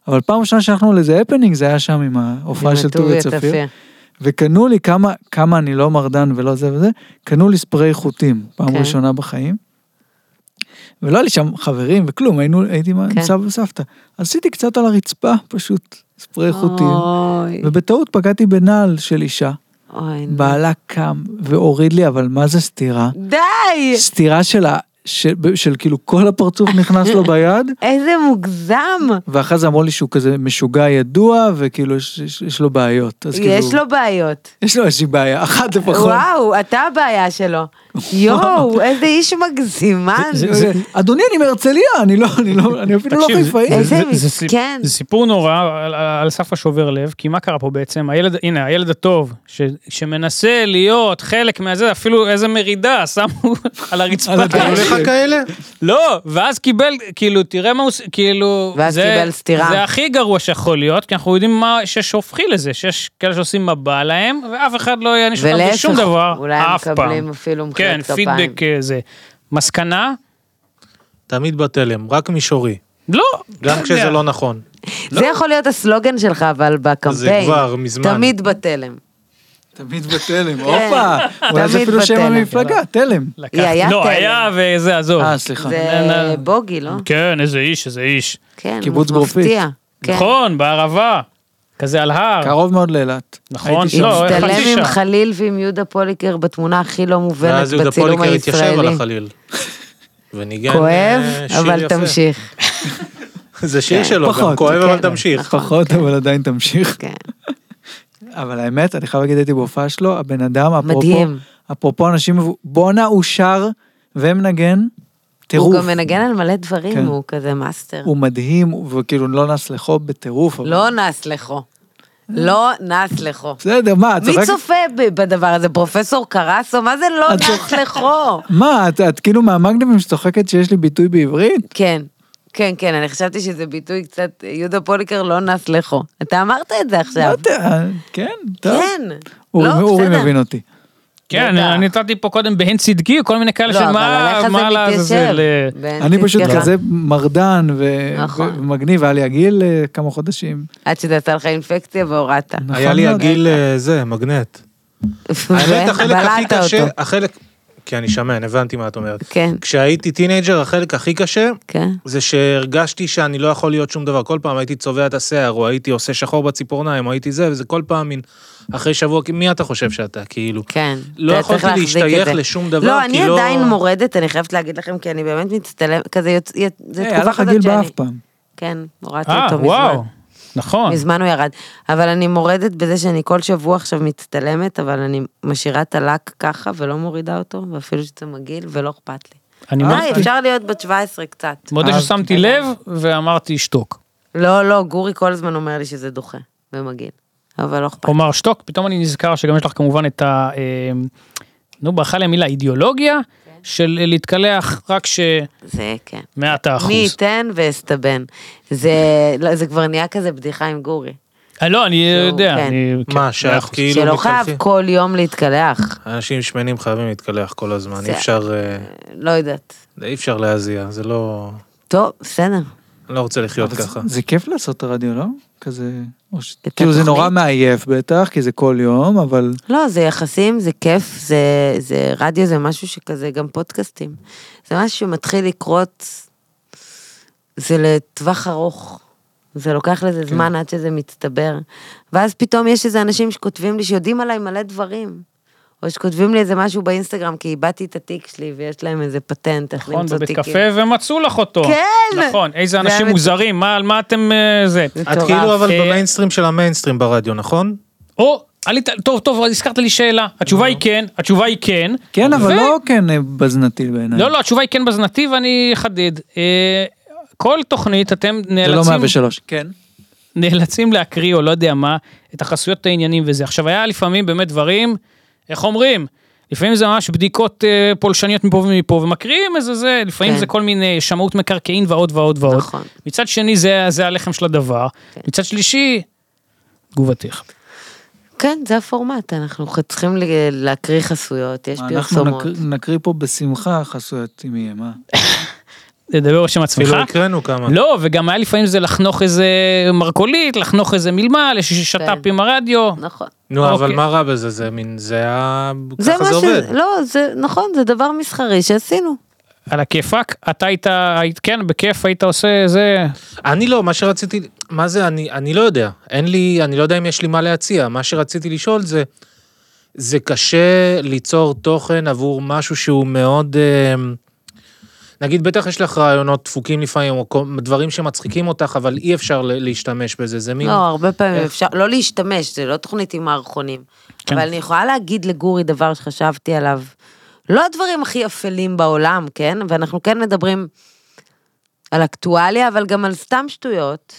Speaker 2: אבל פעם ראשונה שהלכנו לאיזה הפנינג זה היה שם עם
Speaker 1: כן.
Speaker 2: ההופעה של טוביה צפיר. וקנו לי כמה, כמה אני לא מרדן ולא זה וזה, קנו לי ספרי חוטים, פעם
Speaker 1: כן.
Speaker 2: כן. ראשונה בחיים. ולא היה לי שם חברים וכלום, היינו, הייתי עם
Speaker 1: כן.
Speaker 2: סבא וסבתא. אז עשיתי קצת על הרצפה, פשוט, ספרי חוטים.
Speaker 1: אוי,
Speaker 2: ובטעות פגעתי בנעל של אישה.
Speaker 1: אוי. נו.
Speaker 2: בעלה קם והוריד לי, אבל מה זה סטירה?
Speaker 1: די!
Speaker 2: סטירה של, ה, של, של כאילו כל הפרצוף נכנס לו ביד,
Speaker 1: איזה מוגזם!
Speaker 2: ואחרי זה אמרו לי שהוא כזה משוגע ידוע, וכאילו יש, יש, יש לו בעיות. אז כאילו,
Speaker 1: יש לו בעיות.
Speaker 2: יש לו איזושהי בעיה, אחת לפחות.
Speaker 1: וואו, אתה הבעיה שלו. יואו, איזה איש מגזימן.
Speaker 2: אדוני, אני מהרצליה, אני לא, אני לא, אני אפילו לא
Speaker 3: תקשיב, זה-
Speaker 2: חיפאי.
Speaker 1: איזה
Speaker 3: זה- זה- זה סיפ-
Speaker 1: מסכן.
Speaker 3: זה סיפור נורא על- על- על סף השובר לב, כי מה קרה פה בעצם? הילד, הנה, הילד הטוב, ש- שמנסה להיות חלק מהזה, אפילו איזה מרידה, שמו על הרצפה. כאילו,
Speaker 2: על הדרך.
Speaker 4: היו לך כאלה?
Speaker 3: לא, ואז קיבל, כאילו, תראה מה הוא, עושה, כאילו...
Speaker 1: ואז
Speaker 3: זה-
Speaker 1: קיבל סטירה.
Speaker 3: זה הכי גרוע שיכול להיות, כי אנחנו יודעים מה, שיש הופכי לזה, שיש כאלה שעושים מה בא להם, ואף אחד לא יעניש אותם
Speaker 1: ולהפך,
Speaker 3: בשום דבר,
Speaker 1: אולי הם
Speaker 3: אף פעם.
Speaker 1: מקבלים אפילו מחיאות
Speaker 3: כן,
Speaker 1: כפיים.
Speaker 3: פידבק אה, זה. מסקנה?
Speaker 4: תמיד בתלם, רק מישורי.
Speaker 3: לא.
Speaker 4: גם
Speaker 3: לא
Speaker 4: כשזה
Speaker 3: יודע.
Speaker 4: לא נכון.
Speaker 1: זה יכול להיות הסלוגן שלך, אבל בקמפיין.
Speaker 4: כבר מזמן.
Speaker 1: תמיד בתלם.
Speaker 2: תמיד בתלם, הופה. אולי זה
Speaker 1: כן. תמיד
Speaker 2: אפילו שם
Speaker 1: בתלם.
Speaker 2: המפלגה, תלם.
Speaker 3: לקחת-
Speaker 1: היא היה
Speaker 3: לא,
Speaker 1: תלם.
Speaker 3: היה וזה, עזוב.
Speaker 2: אה, סליחה.
Speaker 1: זה בוגי, לא?
Speaker 3: כן, איזה איש, איזה איש.
Speaker 1: כן,
Speaker 2: קיבוץ גרופית.
Speaker 1: מפתיע. כן.
Speaker 3: נכון, בערבה. כזה על הר.
Speaker 2: קרוב מאוד לאילת.
Speaker 3: נכון,
Speaker 2: הייתי שם.
Speaker 3: לא,
Speaker 1: הצטלם
Speaker 3: חצי
Speaker 1: עם
Speaker 3: שעה.
Speaker 1: חליל ועם יהודה פוליקר בתמונה הכי לא מובנת
Speaker 4: ואז יהודה
Speaker 1: בצילום
Speaker 4: פוליקר התיישב על
Speaker 1: הישראלי.
Speaker 4: החליל. וניגן
Speaker 1: כואב,
Speaker 4: אה, שיר
Speaker 1: אבל
Speaker 4: יפה.
Speaker 1: תמשיך.
Speaker 4: זה
Speaker 3: לא,
Speaker 4: שיר שלו, גם
Speaker 2: פחות,
Speaker 4: כואב אבל
Speaker 1: כן.
Speaker 4: תמשיך.
Speaker 2: פחות, אבל עדיין תמשיך.
Speaker 1: כן.
Speaker 2: אבל האמת, אני חייב להגיד, הייתי בהופעה שלו, הבן אדם, אפרופו,
Speaker 1: מדהים.
Speaker 2: אפרופו אנשים, מבו- בואנה, הוא שר ומנגן,
Speaker 1: הוא
Speaker 2: טירוף.
Speaker 1: גם מנגן על מלא דברים,
Speaker 2: כן.
Speaker 1: הוא כזה מאסטר.
Speaker 2: הוא מדהים, וכאילו לא נס לחוב בטירוף. אבל-
Speaker 1: לא נס לחו. לא נס לחו.
Speaker 2: בסדר, מה, את
Speaker 1: מי
Speaker 2: צוחקת?
Speaker 1: צופה ב- בדבר הזה? פרופסור קרסו? מה זה לא
Speaker 2: את
Speaker 1: נס לחו?
Speaker 2: מה, את, את כאילו מהמגנבים שצוחקת שיש לי ביטוי בעברית?
Speaker 1: כן, כן, כן, אני חשבתי שזה ביטוי קצת, יהודה פוליקר לא נס לחו. אתה אמרת את זה
Speaker 2: לא
Speaker 1: עכשיו.
Speaker 2: יודע, כן, טוב.
Speaker 1: כן.
Speaker 2: אורי,
Speaker 1: לא,
Speaker 2: אורי
Speaker 1: בסדר.
Speaker 2: מבין אותי.
Speaker 3: כן,
Speaker 1: בטח.
Speaker 3: אני נתתי פה קודם בהן צדקי, כל מיני כאלה
Speaker 1: לא,
Speaker 3: של
Speaker 1: אבל
Speaker 3: מה,
Speaker 1: עליך
Speaker 3: מה
Speaker 1: זה
Speaker 3: לעזאזל. אה,
Speaker 1: מתיישב. בעין
Speaker 2: אני פשוט
Speaker 1: צדקך.
Speaker 2: כזה מרדן ו-
Speaker 1: כן, נכון.
Speaker 2: ו- ומגניב, היה לי עגיל אה, כמה חודשים.
Speaker 1: עד שזה עשה לך אינפקציה והורדת.
Speaker 2: נכון.
Speaker 4: היה לי עגיל אה, זה, מגנט. האמת, החלק הכי
Speaker 1: ובלעת
Speaker 4: קשה,
Speaker 1: אותו.
Speaker 4: החלק... כי אני שמן, הבנתי מה את אומרת.
Speaker 1: כן,
Speaker 4: כשהייתי טינג'ר, החלק הכי קשה,
Speaker 1: כן.
Speaker 4: זה שהרגשתי שאני לא יכול להיות שום דבר. כל פעם הייתי צובע את השיער, או הייתי עושה שחור בציפורניים, או הייתי זה, וזה כל פעם מין... אחרי שבוע, כי מי אתה חושב שאתה, כאילו?
Speaker 1: כן.
Speaker 4: לא
Speaker 1: אתה
Speaker 4: יכולתי
Speaker 1: צריך להחזיק את
Speaker 4: להשתייך
Speaker 1: זה.
Speaker 4: לשום דבר,
Speaker 1: לא,
Speaker 4: כי
Speaker 1: אני
Speaker 4: לא-
Speaker 1: עדיין מורדת, אני חייבת להגיד לכם, כי אני באמת מצטלמת, כזה יוצא, זה
Speaker 2: אה, היה
Speaker 1: תקופה
Speaker 2: לך
Speaker 1: כזאת
Speaker 2: עגיל
Speaker 1: שאני...
Speaker 2: באף פעם.
Speaker 1: כן, הורדתי
Speaker 3: אה,
Speaker 1: אותו מזמן.
Speaker 3: וואו. נכון.
Speaker 1: מזמן הוא ירד. אבל אני מורדת בזה שאני כל שבוע עכשיו מצטלמת, אבל אני משאירה את הלק ככה ולא מורידה אותו, ואפילו שזה מגעיל, ולא אכפת לי.
Speaker 3: אני מאוד-
Speaker 1: די, אה, אפשר להיות בת 17 קצת.
Speaker 3: מודה
Speaker 2: אהבתי.
Speaker 3: ששמתי לב ואמרתי שתוק.
Speaker 1: לא, לא, גורי כל הזמן אומר לי שזה דוחה ומגעיל, אבל לא אכפת.
Speaker 3: כלומר שתוק, פתאום אני נזכר שגם יש לך כמובן את ה... אה, נו, ברכה לי המילה אידיאולוגיה
Speaker 1: כן.
Speaker 3: של אה, להתקלח רק שמאת
Speaker 1: זה כן. מי
Speaker 3: האחוז.
Speaker 1: ייתן ואסתבן. זה לא, זה כבר נהיה כזה בדיחה עם גורי.
Speaker 3: אה, לא, אני
Speaker 1: שהוא-
Speaker 3: יודע.
Speaker 1: כן.
Speaker 3: אני- כן,
Speaker 4: מה,
Speaker 3: מאה
Speaker 4: שאת
Speaker 3: אחוז.
Speaker 4: כאילו
Speaker 1: שלא חייב
Speaker 4: מתקלחים?
Speaker 1: כל יום להתקלח.
Speaker 4: אנשים שמנים חייבים להתקלח כל הזמן,
Speaker 1: זה-
Speaker 4: אי אפשר, אה,
Speaker 1: לא יודעת.
Speaker 4: אי אפשר להזיע, זה לא...
Speaker 1: טוב, בסדר.
Speaker 4: אני לא רוצה לחיות
Speaker 2: אבל
Speaker 4: ככה.
Speaker 2: זה- זה כיף לעשות רדיו, לא? כזה... או ש-
Speaker 1: את
Speaker 2: כאילו זה
Speaker 1: התוכנית?
Speaker 2: נורא מעייף בטח, כי זה כל יום, אבל...
Speaker 1: לא, זה יחסים, זה כיף, זה, זה רדיו, זה משהו שכזה, גם פודקאסטים. זה משהו שמתחיל לקרות, זה לטווח ארוך. זה לוקח
Speaker 3: כן.
Speaker 1: לזה זמן עד שזה מצטבר. ואז פתאום יש איזה אנשים שכותבים לי, שיודעים עליי מלא דברים. או שכותבים לי איזה משהו באינסטגרם, כי איבדתי את התיק שלי ויש להם איזה פטנט, איך
Speaker 3: נכון,
Speaker 1: למצוא
Speaker 3: בבית
Speaker 1: תיקים.
Speaker 3: קפה ומצאו לך אותו.
Speaker 1: כן!
Speaker 3: נכון, איזה
Speaker 1: זה
Speaker 3: אנשים
Speaker 1: היה
Speaker 3: מוזרים, מה, על מה אתם אה, זה.
Speaker 1: זה
Speaker 4: את
Speaker 1: מטורף.
Speaker 4: כאילו אבל
Speaker 3: אה,
Speaker 4: במיינסטרים של המיינסטרים ברדיו, נכון?
Speaker 3: או, עלית, טוב, טוב, הזכרת לי שאלה. התשובה היא כן, התשובה היא כן.
Speaker 2: כן,
Speaker 3: ו-
Speaker 2: אבל לא כן אה, בזנתי בעיניי.
Speaker 3: לא, לא, התשובה היא כן בזנתי ואני אחדד. אה, כל תוכנית אתם
Speaker 2: זה לא
Speaker 3: נאלצים,
Speaker 2: 103. כן.
Speaker 3: נאלצים להקריא או לא יודע מה, את החסויות העניינים וזה. עכשיו, היה לפעמים באמת דברים, איך אומרים? לפעמים זה ממש בדיקות אה, פולשניות מפה ומפה, ומקריאים איזה זה, לפעמים
Speaker 1: כן.
Speaker 3: זה כל מיני שמאות מקרקעין ועוד ועוד ועוד.
Speaker 1: נכון.
Speaker 3: מצד שני, זה, זה הלחם של הדבר.
Speaker 1: כן.
Speaker 3: מצד שלישי, תגובתך.
Speaker 1: כן, זה הפורמט, אנחנו צריכים ל- להקריא חסויות, יש
Speaker 2: אנחנו
Speaker 1: פרסומות.
Speaker 2: נקריא- לא. נקריא פה בשמחה חסויות, אם יהיה, מה?
Speaker 3: תדבר בשם עצמך.
Speaker 4: אפילו הקראנו כמה.
Speaker 3: לא, וגם היה לפעמים זה לחנוך איזה מרכולית, לחנוך איזה מלמל, יש
Speaker 1: כן.
Speaker 3: שת"פ עם הרדיו.
Speaker 1: נכון.
Speaker 4: נו, אבל
Speaker 3: אוקיי.
Speaker 4: מה רע בזה? זה מין, זה ה...
Speaker 1: זה
Speaker 4: ככה
Speaker 1: מה
Speaker 4: זה עובד.
Speaker 1: ש... לא, זה נכון, זה דבר מסחרי שעשינו.
Speaker 3: על הכיפאק, אתה היית, היית, כן, בכיף היית עושה זה.
Speaker 4: אני לא, מה שרציתי, מה זה, אני, אני לא יודע. אין לי, אני לא יודע אם יש לי מה להציע. מה שרציתי לשאול זה, זה קשה ליצור תוכן עבור משהו שהוא מאוד, אה, נגיד, בטח יש לך רעיונות דפוקים לפעמים, או כל- דברים שמצחיקים אותך, אבל אי אפשר ל- להשתמש בזה. זה מין...
Speaker 1: לא, הרבה פעמים
Speaker 4: איך?
Speaker 1: אפשר, לא להשתמש, זה לא תוכנית עם מערכונים.
Speaker 3: כן.
Speaker 1: אבל אני יכולה להגיד לגורי דבר שחשבתי עליו. לא הדברים הכי אפלים בעולם, כן? ואנחנו כן מדברים על אקטואליה, אבל גם על סתם שטויות.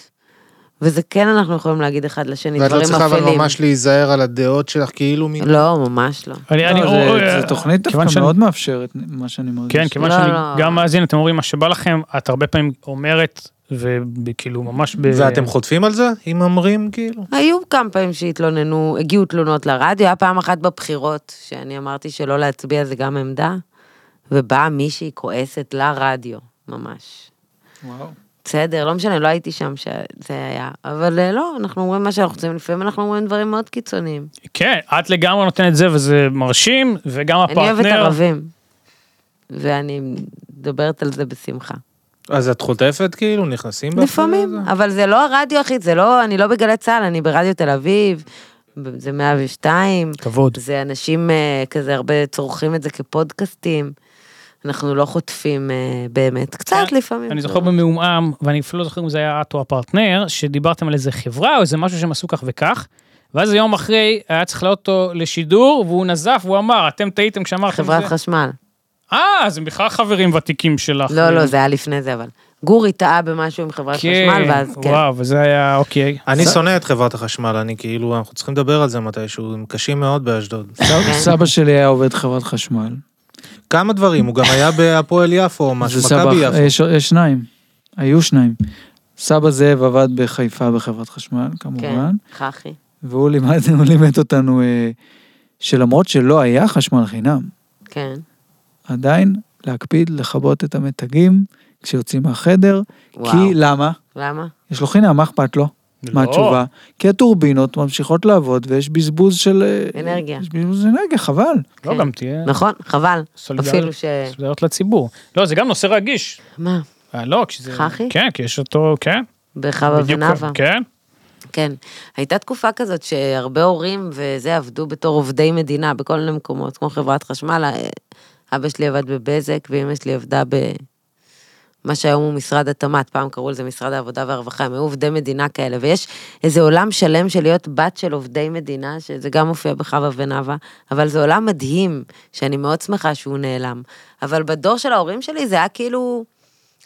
Speaker 1: וזה כן אנחנו יכולים להגיד אחד לשני,
Speaker 5: ואת
Speaker 1: דברים
Speaker 5: לא
Speaker 1: אפלים.
Speaker 5: צריכה אבל ממש להיזהר על הדעות שלך, כאילו מין...
Speaker 1: לא, ממש לא.
Speaker 3: אני, אני,
Speaker 2: לא,
Speaker 3: או-
Speaker 2: זה-
Speaker 3: אה,
Speaker 2: זה תוכנית
Speaker 3: כיוון
Speaker 2: דווקא
Speaker 3: שאני-
Speaker 2: מאוד מאפשרת, מה שאני מרגיש.
Speaker 3: כן, כיוון
Speaker 1: לא,
Speaker 3: שאני
Speaker 1: לא.
Speaker 3: גם מאזין, אתם אומרים מה שבא לכם, את הרבה פעמים אומרת, וכאילו ממש ב...
Speaker 4: ואתם חוטפים על זה? אם אומרים, כאילו?
Speaker 1: היו כמה פעמים שהתלוננו, הגיעו תלונות לרדיו, היה פעם אחת בבחירות, שאני אמרתי שלא להצביע זה גם עמדה, ובאה מישהי כועסת לרדיו, ממש.
Speaker 3: כן.
Speaker 2: וואו.
Speaker 1: בסדר, לא משנה, לא הייתי שם שזה היה, אבל אה, לא, אנחנו אומרים מה שאנחנו רוצים, לפעמים אנחנו אומרים דברים מאוד קיצוניים.
Speaker 3: כן, את לגמרי נותנת זה וזה מרשים, וגם
Speaker 1: אני אוהבת
Speaker 3: הפרטנר...
Speaker 1: ערבים, ואני מדברת על זה בשמחה.
Speaker 4: אז את חוטפת, כאילו? נכנסים בך?
Speaker 1: לפעמים, אבל זה לא הרדיו, אחי, זה לא, אני לא בגלי צה"ל, אני ברדיו תל אביב, זה 102.
Speaker 3: כבוד.
Speaker 1: זה אנשים אה, כזה הרבה צורכים את זה כפודקאסטים. אנחנו לא חוטפים אה, באמת, קצת
Speaker 3: אני-
Speaker 1: לפעמים.
Speaker 3: כן, אני זוכר במעומעם, ואני אפילו לא זוכר אם זה היה את או הפרטנר, שדיברתם על איזה חברה או איזה משהו שהם עשו כך וכך, ואז יום אחרי היה צריך לעלות אותו לשידור, והוא נזף, והוא אמר, אתם טעיתם כשאמרתם
Speaker 1: חברת
Speaker 3: זה.
Speaker 1: חשמל.
Speaker 3: אה, אז הם בכלל חברים ותיקים שלך.
Speaker 1: לא, לא, זה היה לפני זה, אבל. גורי טעה במשהו עם חברת חשמל, ואז כן.
Speaker 3: וואו, וזה היה אוקיי.
Speaker 4: אני
Speaker 2: זה-
Speaker 4: שונא את חברת החשמל, אני כאילו, אנחנו צריכים לדבר על זה מתישהו, הם קשים מאוד באשדוד.
Speaker 2: סבא-
Speaker 1: כן.
Speaker 2: סבא שלי היה עובד חברת חשמל.
Speaker 4: כמה דברים, הוא גם היה בהפועל יפו או משהו,
Speaker 2: זה סבא,
Speaker 4: מכבי יפו.
Speaker 2: יש, יש שניים, היו שניים. סבא זאב עבד בחיפה בחברת חשמל,
Speaker 1: כן,
Speaker 2: כמובן,
Speaker 1: חכי.
Speaker 2: והוא לימד, הוא לימד אותנו אה, שלמרות שלא היה חשמל חינם,
Speaker 1: כן.
Speaker 2: עדיין להקפיד לכבות את המתגים כשיוצאים מהחדר,
Speaker 1: וואו.
Speaker 2: כי למה?
Speaker 1: למה?
Speaker 2: יש לו חינם, מה אכפת לו? מה
Speaker 3: לא.
Speaker 2: התשובה? כי הטורבינות ממשיכות לעבוד ויש בזבוז של... אה,
Speaker 1: אנרגיה.
Speaker 2: יש בזבוז אנרגיה, חבל.
Speaker 3: לא,
Speaker 1: כן.
Speaker 3: גם תהיה
Speaker 1: נכון, חבל.
Speaker 3: סולידריות-
Speaker 1: אפילו ש...
Speaker 3: סולידריות לציבור. לא, זה גם נושא רגיש.
Speaker 1: מה?
Speaker 3: אה, לא, כשזה...
Speaker 1: חח"י?
Speaker 3: כן, כי יש אותו, כן.
Speaker 1: בחווה
Speaker 3: בדיוק,
Speaker 1: ונאווה.
Speaker 3: כן.
Speaker 1: כן. הייתה תקופה כזאת שהרבה הורים וזה עבדו בתור עובדי מדינה בכל מיני מקומות, כמו חברת חשמל, אה, אבא שלי עבד בבזק ואימא שלי עבדה ב... מה שהיום הוא משרד התמ"ת, פעם קראו לזה משרד העבודה והרווחה, הם היו עובדי מדינה כאלה, ויש איזה עולם שלם של להיות בת של עובדי מדינה, שזה גם מופיע בחווה ונאווה, אבל זה עולם מדהים, שאני מאוד שמחה שהוא נעלם. אבל בדור של ההורים שלי זה היה כאילו,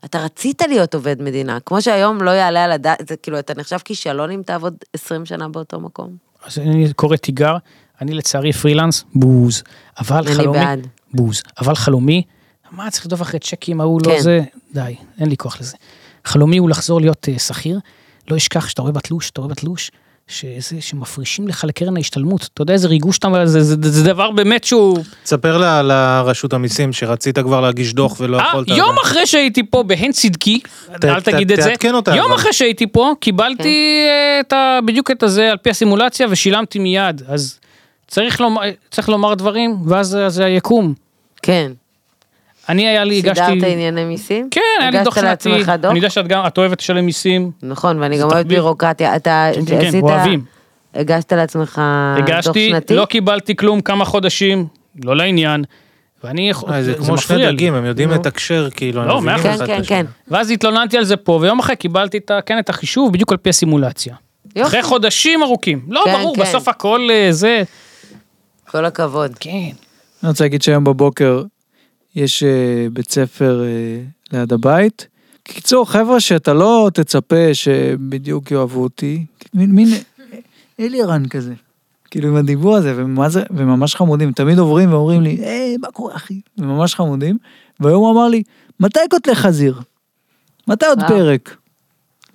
Speaker 1: אתה רצית להיות עובד מדינה, כמו שהיום לא יעלה על הדעת, זה כאילו, אתה נחשב כישלון אם תעבוד 20 שנה באותו מקום.
Speaker 3: אז אני קורא תיגר, אני לצערי פרילנס, בוז. אבל
Speaker 1: אני
Speaker 3: חלומי,
Speaker 1: בעד.
Speaker 3: בוז. אבל חלומי, מה צריך לרדוף אחרי צ'קים, ההוא לא
Speaker 1: כן.
Speaker 3: זה, די, אין לי כוח לזה. חלומי הוא לחזור להיות אה, שכיר, לא אשכח שאתה רואה בתלוש, אתה רואה בתלוש, שזה, שמפרישים לך לקרן ההשתלמות. אתה יודע איזה ריגוש אתה, זה, זה, זה, זה דבר באמת שהוא...
Speaker 4: תספר לה על הרשות המיסים שרצית כבר להגיש דוח ולא
Speaker 3: אה,
Speaker 4: לא יכולת.
Speaker 3: יום אחרי שהייתי פה בהן צדקי,
Speaker 4: ת-
Speaker 3: אל
Speaker 4: ת-
Speaker 3: תגיד את זה,
Speaker 4: תעדכן אותה,
Speaker 3: יום
Speaker 4: אבל.
Speaker 3: אחרי שהייתי פה קיבלתי אה, את ה- בדיוק את הזה על פי הסימולציה ושילמתי מיד, אז צריך לומר- צריך לומר דברים ואז זה- זה היקום.
Speaker 1: כן.
Speaker 3: אני היה לי, הגשתי,
Speaker 1: סידרת ענייני מיסים?
Speaker 3: כן, היה לי דוח שנתי,
Speaker 1: הגשת לעצמך דוח?
Speaker 3: אני יודע שאת גם, את אוהבת לשלם מיסים,
Speaker 1: נכון, ואני
Speaker 3: זה
Speaker 1: גם אוהבת
Speaker 3: תחביב.
Speaker 1: בירוקרטיה. אתה
Speaker 3: כן, כן, כן,
Speaker 1: אה, עשית...
Speaker 3: אוהבים.
Speaker 1: הגשת לעצמך דוח
Speaker 3: הגשתי,
Speaker 1: שנתי?
Speaker 3: לא קיבלתי כלום כמה חודשים, לא לעניין, ואני, יכול-
Speaker 4: אה, זה
Speaker 3: זה
Speaker 4: כמו שני
Speaker 3: מפריע לי.
Speaker 4: דגים, הם יודעים
Speaker 3: נו.
Speaker 4: לתקשר, כאילו, הם
Speaker 3: לא,
Speaker 4: מבינים
Speaker 3: מאה
Speaker 4: אחד
Speaker 1: כן,
Speaker 4: את
Speaker 1: כן,
Speaker 4: השני.
Speaker 1: כן.
Speaker 3: ואז התלוננתי על זה פה, ויום אחרי קיבלתי את ה- כן, את החישוב בדיוק על פי הסימולציה.
Speaker 1: יופי.
Speaker 3: אחרי חודשים ארוכים. לא,
Speaker 1: כן,
Speaker 3: ברור,
Speaker 1: כן.
Speaker 3: בסוף הכל אה, זה...
Speaker 1: כל הכבוד.
Speaker 3: כן.
Speaker 2: אני רוצה להגיד שהיום בבוקר יש אה, בית ספר אה, ליד הבית. קיצור, חבר'ה, שאתה לא תצפה שבדיוק יאהבו אותי, מין, מין אלירן כזה. כאילו עם הדיבור הזה, ומה זה, וממש חמודים, תמיד עוברים ואומרים לי, היי, מה קורה אחי? וממש חמודים. והיום הוא אמר לי, מתי קוטלי חזיר? מתי עוד
Speaker 4: אה.
Speaker 1: וואו.
Speaker 2: פרק?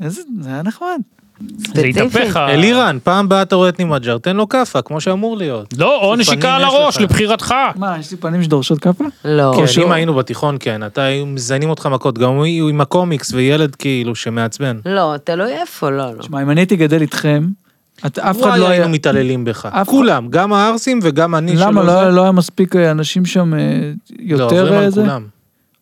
Speaker 2: איזה, זה היה נחמד.
Speaker 3: זה אה,
Speaker 1: ספציפי.
Speaker 3: התהפך. ה-
Speaker 4: אלירן, פעם באה אתה רואה את נימג'ר, תן לו כאפה, כמו שאמור להיות.
Speaker 3: לא, או
Speaker 4: לפעמים
Speaker 3: נשיקה על
Speaker 4: יש
Speaker 3: הראש,
Speaker 4: לך.
Speaker 3: לבחירתך.
Speaker 2: מה, יש לי פנים שדורשות כאפה?
Speaker 3: כאילו,
Speaker 1: לא.
Speaker 4: כן,
Speaker 2: שהוא-
Speaker 4: אם היינו בתיכון, כן, אתה, היו מזיינים אותך מכות, גם הוא הוא עם הקומיקס וילד כאילו שמעצבן.
Speaker 1: לא, תלוי איפה, לא, לא.
Speaker 2: תשמע, אם אני הייתי גדל איתכם, את- אף אחד
Speaker 4: וואי,
Speaker 2: לא היה...
Speaker 4: היינו מתעללים בך.
Speaker 2: אף-
Speaker 4: כולם, גם הערסים וגם אני
Speaker 2: למה
Speaker 4: שלא זה.
Speaker 2: לא, לא היה מספיק אה, אנשים שם אה,
Speaker 4: לא,
Speaker 2: יותר
Speaker 4: עוברים על
Speaker 2: זה?
Speaker 4: כולם.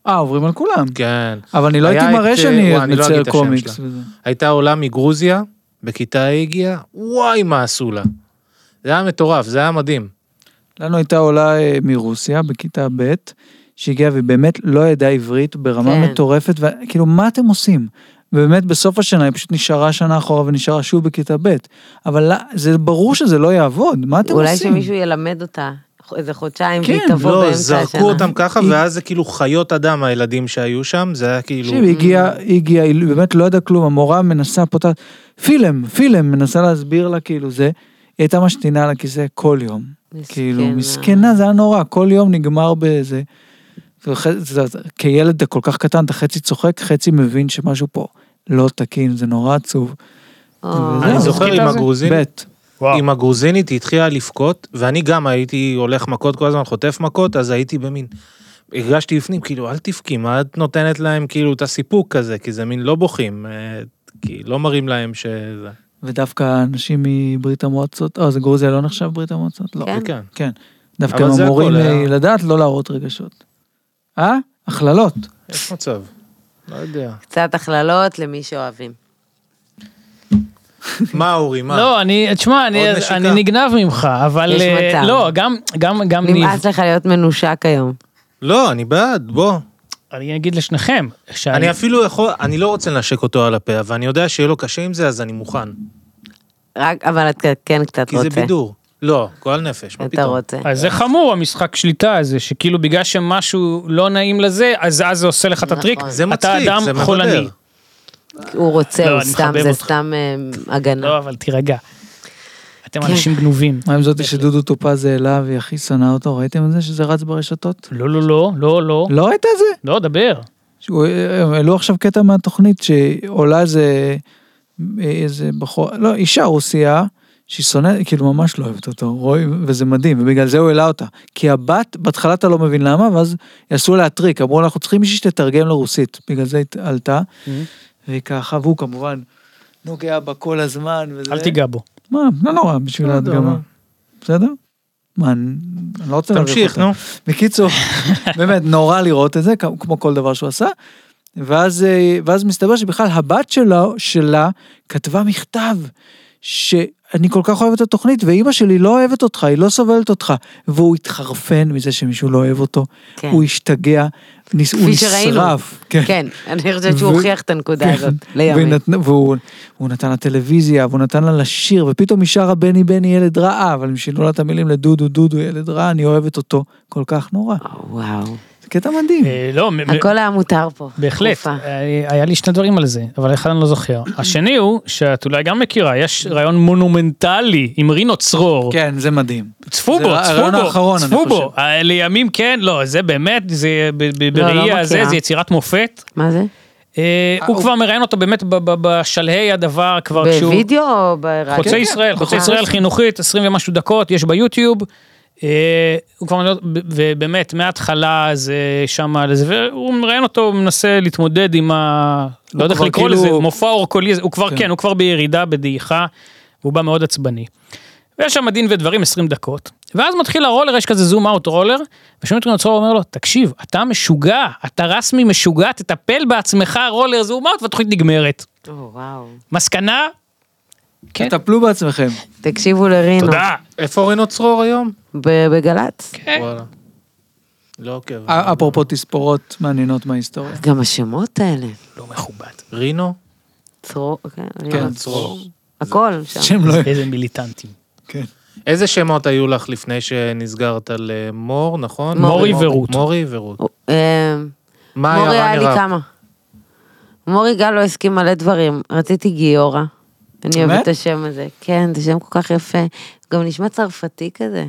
Speaker 2: אה, עוברים על כולם.
Speaker 4: כן.
Speaker 2: אבל אני לא
Speaker 4: היה
Speaker 2: הייתי מראה
Speaker 4: את, אה,
Speaker 2: שאני
Speaker 4: וואי, אני לא
Speaker 2: מצייר
Speaker 4: אגיד את השם
Speaker 2: קומיקס.
Speaker 4: שלה.
Speaker 2: וזה.
Speaker 4: הייתה עולה מגרוזיה, בכיתה ה' הגיעה, וואי מה עשו לה. זה היה מטורף, זה היה מדהים.
Speaker 2: לנו הייתה עולה אה, מרוסיה בכיתה ב', שהגיעה ובאמת לא ידעה עברית ברמה
Speaker 1: כן.
Speaker 2: מטורפת, וכאילו, מה אתם עושים? ובאמת בסוף השנה היא פשוט נשארה שנה אחורה ונשארה שוב בכיתה ב', אבל לא- זה ברור שזה לא יעבוד, מה אתם
Speaker 1: אולי
Speaker 2: עושים?
Speaker 1: שמישהו ילמד אותה איזה חודשיים,
Speaker 2: כן,
Speaker 1: והיא תבוא
Speaker 4: לא,
Speaker 1: באמצע השנה.
Speaker 4: זרקו אותם ככה,
Speaker 2: היא-
Speaker 4: ואז זה כאילו חיות אדם הילדים שהיו שם, זה היה כאילו...
Speaker 2: תקשיב, היא הגיעה, היא הגיעה, היא באמת לא ידעה כלום, המורה מנסה פותחת, פילם, פילם, מנסה להסביר לה כאילו זה, היא הייתה משתינה על הכיסא כל יום. כאילו,
Speaker 1: מסכנה.
Speaker 2: מסכנה, זה היה נורא, כל יום נגמר בזה. וח- זה- זה- כילד אתה כל כך קטן, אתה חצי צוחק, חצי מבין שמשהו פה לא תקין, זה נורא עצוב.
Speaker 1: או.
Speaker 2: וזה-
Speaker 4: אה. אני
Speaker 2: זהו,
Speaker 4: זוכר
Speaker 3: בכיתה
Speaker 4: עם
Speaker 3: זה?
Speaker 4: הגרוזינית,
Speaker 2: בית.
Speaker 4: עם הגרוזינית היא התחילה לבכות, ואני גם הייתי הולך מכות כל הזמן, חוטף מכות, אז הייתי במין... הרגשתי בפנים, כאילו, אל תבכי, מה את נותנת להם כאילו את הסיפוק כזה, כי זה מין לא בוכים, אה, כי לא מראים להם שזה...
Speaker 2: ודווקא אנשים מברית המועצות, אה, זה גרוזיה לא נחשב ברית המועצות? לא.
Speaker 1: כן.
Speaker 4: כן.
Speaker 2: כן. דווקא
Speaker 4: אבל
Speaker 2: הם
Speaker 4: זה
Speaker 2: אמורים
Speaker 4: הכל, היה-
Speaker 2: אה, לדעת לא להראות רגשות. אה? הכללות.
Speaker 4: יש מצב. לא יודע.
Speaker 1: קצת הכללות למי שאוהבים.
Speaker 4: מה אורי, מה?
Speaker 3: לא, אני, תשמע, אני-
Speaker 4: עוד נשיקה.
Speaker 3: אני נגנב ממך, אבל...
Speaker 1: יש
Speaker 3: אה,
Speaker 1: מצב.
Speaker 3: לא, גם, גם, גם ניב.
Speaker 1: נמאס לך להיות מנושק היום.
Speaker 4: לא, אני בעד, בוא.
Speaker 3: אני אגיד לשניכם, שאני...
Speaker 4: אני אפילו יכול, אני לא רוצה לנשק אותו על הפה, אבל אני יודע שיהיה לו קשה עם זה, אז אני מוכן.
Speaker 1: רק, אבל אתה כן קצת
Speaker 4: כי זה
Speaker 1: רוצה.
Speaker 4: בידור. לא, גועל נפש, מה
Speaker 1: אתה
Speaker 4: פתאום?
Speaker 1: רוצה.
Speaker 3: אז זה חמור המשחק שליטה הזה, שכאילו בגלל שמשהו לא נעים לזה, אז אז זה עושה לך את הטריק.
Speaker 1: נכון.
Speaker 4: זה מצחיק,
Speaker 3: אתה
Speaker 4: זה
Speaker 3: אדם
Speaker 4: מבדר.
Speaker 3: חולני.
Speaker 1: הוא רוצה,
Speaker 3: לא,
Speaker 1: הוא
Speaker 3: אני
Speaker 1: סתם,
Speaker 3: מחבב
Speaker 1: זה
Speaker 3: אותך.
Speaker 1: סתם אה, הגנה.
Speaker 3: לא, אבל תירגע. אתם
Speaker 1: כן.
Speaker 3: אנשים גנובים.
Speaker 2: מה עם זאתי שדודו טופז העלה והיא הכי שנאה אותו? ראיתם את זה שזה רץ ברשתות?
Speaker 3: לא, לא, לא, לא, לא.
Speaker 1: כן.
Speaker 2: לא ראית את זה?
Speaker 3: לא, דבר.
Speaker 2: שהוא- אה, הם העלו עכשיו קטע מהתוכנית שעולה איזה, איזה בחור, לא, אישה רוסייה, שהיא שונאת, כאילו ממש לא אוהבת אותו, רואים, וזה מדהים, ובגלל זה הוא העלה אותה. כי הבת, בהתחלה אתה לא מבין למה, ואז יעשו לה טריק, אמרו לה, אנחנו צריכים מישהי שתתרגם לרוסית, בגלל זה היא עלתה,
Speaker 3: Mm-hmm.
Speaker 2: והיא ככה, והוא כמובן נוגע בה כל הזמן, וזה...
Speaker 3: אל תיגע בו.
Speaker 2: מה, לא נורא בשביל
Speaker 4: לא יודע,
Speaker 2: ההדגמה.
Speaker 4: מה.
Speaker 2: בסדר? מה, אני אני לא רוצה להביך
Speaker 4: תמשיך,
Speaker 2: אותה.
Speaker 4: נו.
Speaker 2: בקיצור, באמת נורא לראות את זה, כמו- כמו כל דבר שהוא עשה. ואז, אה, ואז מסתבר שבכלל הבת שלה, שלה כתבה מכתב, ש... אני כל כך אוהב את התוכנית, ואימא שלי לא אוהבת אותך, היא לא סובלת אותך. והוא התחרפן מזה שמישהו לא אוהב אותו,
Speaker 1: כן.
Speaker 2: הוא השתגע, נס- הוא
Speaker 1: כפי שראינו.
Speaker 2: נשרף. כן.
Speaker 1: כן, אני חושבת שהוא
Speaker 2: ו-
Speaker 1: הוכיח את הנקודה
Speaker 2: כן.
Speaker 1: הזאת,
Speaker 2: והיא
Speaker 1: לימים.
Speaker 2: נתנה- והוא הוא נתן לה טלוויזיה, והוא נתן לה לשיר, ופתאום היא שרה בני בני ילד רעה, אבל הם שינו לה את המילים לדודו דודו ילד רע, אני אוהבת אותו כל כך נורא.
Speaker 1: אה, וואו,
Speaker 2: זה קטע מדהים.
Speaker 3: אה, לא, מ- מ-
Speaker 1: הכל היה מותר פה.
Speaker 3: בהחלט,
Speaker 1: תקופה.
Speaker 3: אה, היה לי שני דברים על זה, אבל אחד אני לא זוכר. השני הוא, שאת אולי גם מכירה, יש רעיון מונומנטלי עם רינו צרור.
Speaker 2: כן, זה מדהים.
Speaker 3: צפו
Speaker 2: זה
Speaker 3: בו,
Speaker 2: הרעיון
Speaker 3: צפו בו,
Speaker 2: האחרון, אני
Speaker 3: צפו בו.
Speaker 2: חושב.
Speaker 3: אה, לימים כן, לא, זה באמת, זה ב- ב-
Speaker 1: לא, לא
Speaker 3: בראי הזה,
Speaker 1: מכירה.
Speaker 3: זה יצירת מופת.
Speaker 1: מה זה?
Speaker 3: אה, הוא
Speaker 2: הוא-
Speaker 3: כבר מראיין אותו באמת ב- ב- בשלהי הדבר, כבר לא, כשהוא...
Speaker 1: בווידאו או
Speaker 2: אה,
Speaker 1: אה, ברדיו?
Speaker 2: כן,
Speaker 3: חוצה ישראל, חוצה ישראל חינוכית, 20 ומשהו דקות, יש ביוטיוב. אה, הוא כבר, מלא- ב- ובאמת, מההתחלה זה שם על זה, והוא מראיין אותו, הוא מנסה להתמודד עם ה... לא יודע איך
Speaker 2: כבר
Speaker 3: לקרוא
Speaker 2: כאילו-
Speaker 3: לזה, מופע אורקולי, הוא כבר,
Speaker 2: כן.
Speaker 3: כן, הוא כבר בירידה, בדעיכה, והוא בא מאוד עצבני. ויש שם דין ודברים 20 דקות, ואז מתחיל הרולר, יש כזה זום אאוט רולר, ושומעים את רצועה אומר לו, תקשיב, אתה משוגע, אתה רסמי משוגע, תטפל בעצמך, רולר זום אאוט, והתוכנית נגמרת.
Speaker 1: או, וואו.
Speaker 3: מסקנה, כן,
Speaker 2: תטפלו בעצמכם.
Speaker 1: תקשיבו לרינו.
Speaker 3: תודה.
Speaker 5: איפה רינו צרור היום?
Speaker 1: ב- בגל"צ.
Speaker 3: כן.
Speaker 5: וואלה. לא עוקב.
Speaker 3: אה?
Speaker 2: א- אפרופו תספורות מעניינות מההיסטוריה.
Speaker 1: גם השמות האלה.
Speaker 3: לא מכובד.
Speaker 5: רינו?
Speaker 1: צרור, כן,
Speaker 2: כן,
Speaker 1: רינו.
Speaker 5: צרור.
Speaker 1: הכל שם.
Speaker 2: שם לא...
Speaker 3: איזה מיליטנטים.
Speaker 2: כן.
Speaker 5: איזה שמות היו לך לפני שנסגרת על אה, מור, נכון?
Speaker 3: מורי ורות.
Speaker 5: מורי ורות.
Speaker 1: אה,
Speaker 5: מה היה
Speaker 1: מורי
Speaker 5: רע
Speaker 1: היה לי
Speaker 5: נראה?
Speaker 1: כמה. מורי גל לא הסכים מלא דברים. רציתי גיורא. אני אוהבת
Speaker 2: באמת?
Speaker 1: את השם הזה. כן, זה שם כל כך יפה. גם נשמע צרפתי כזה.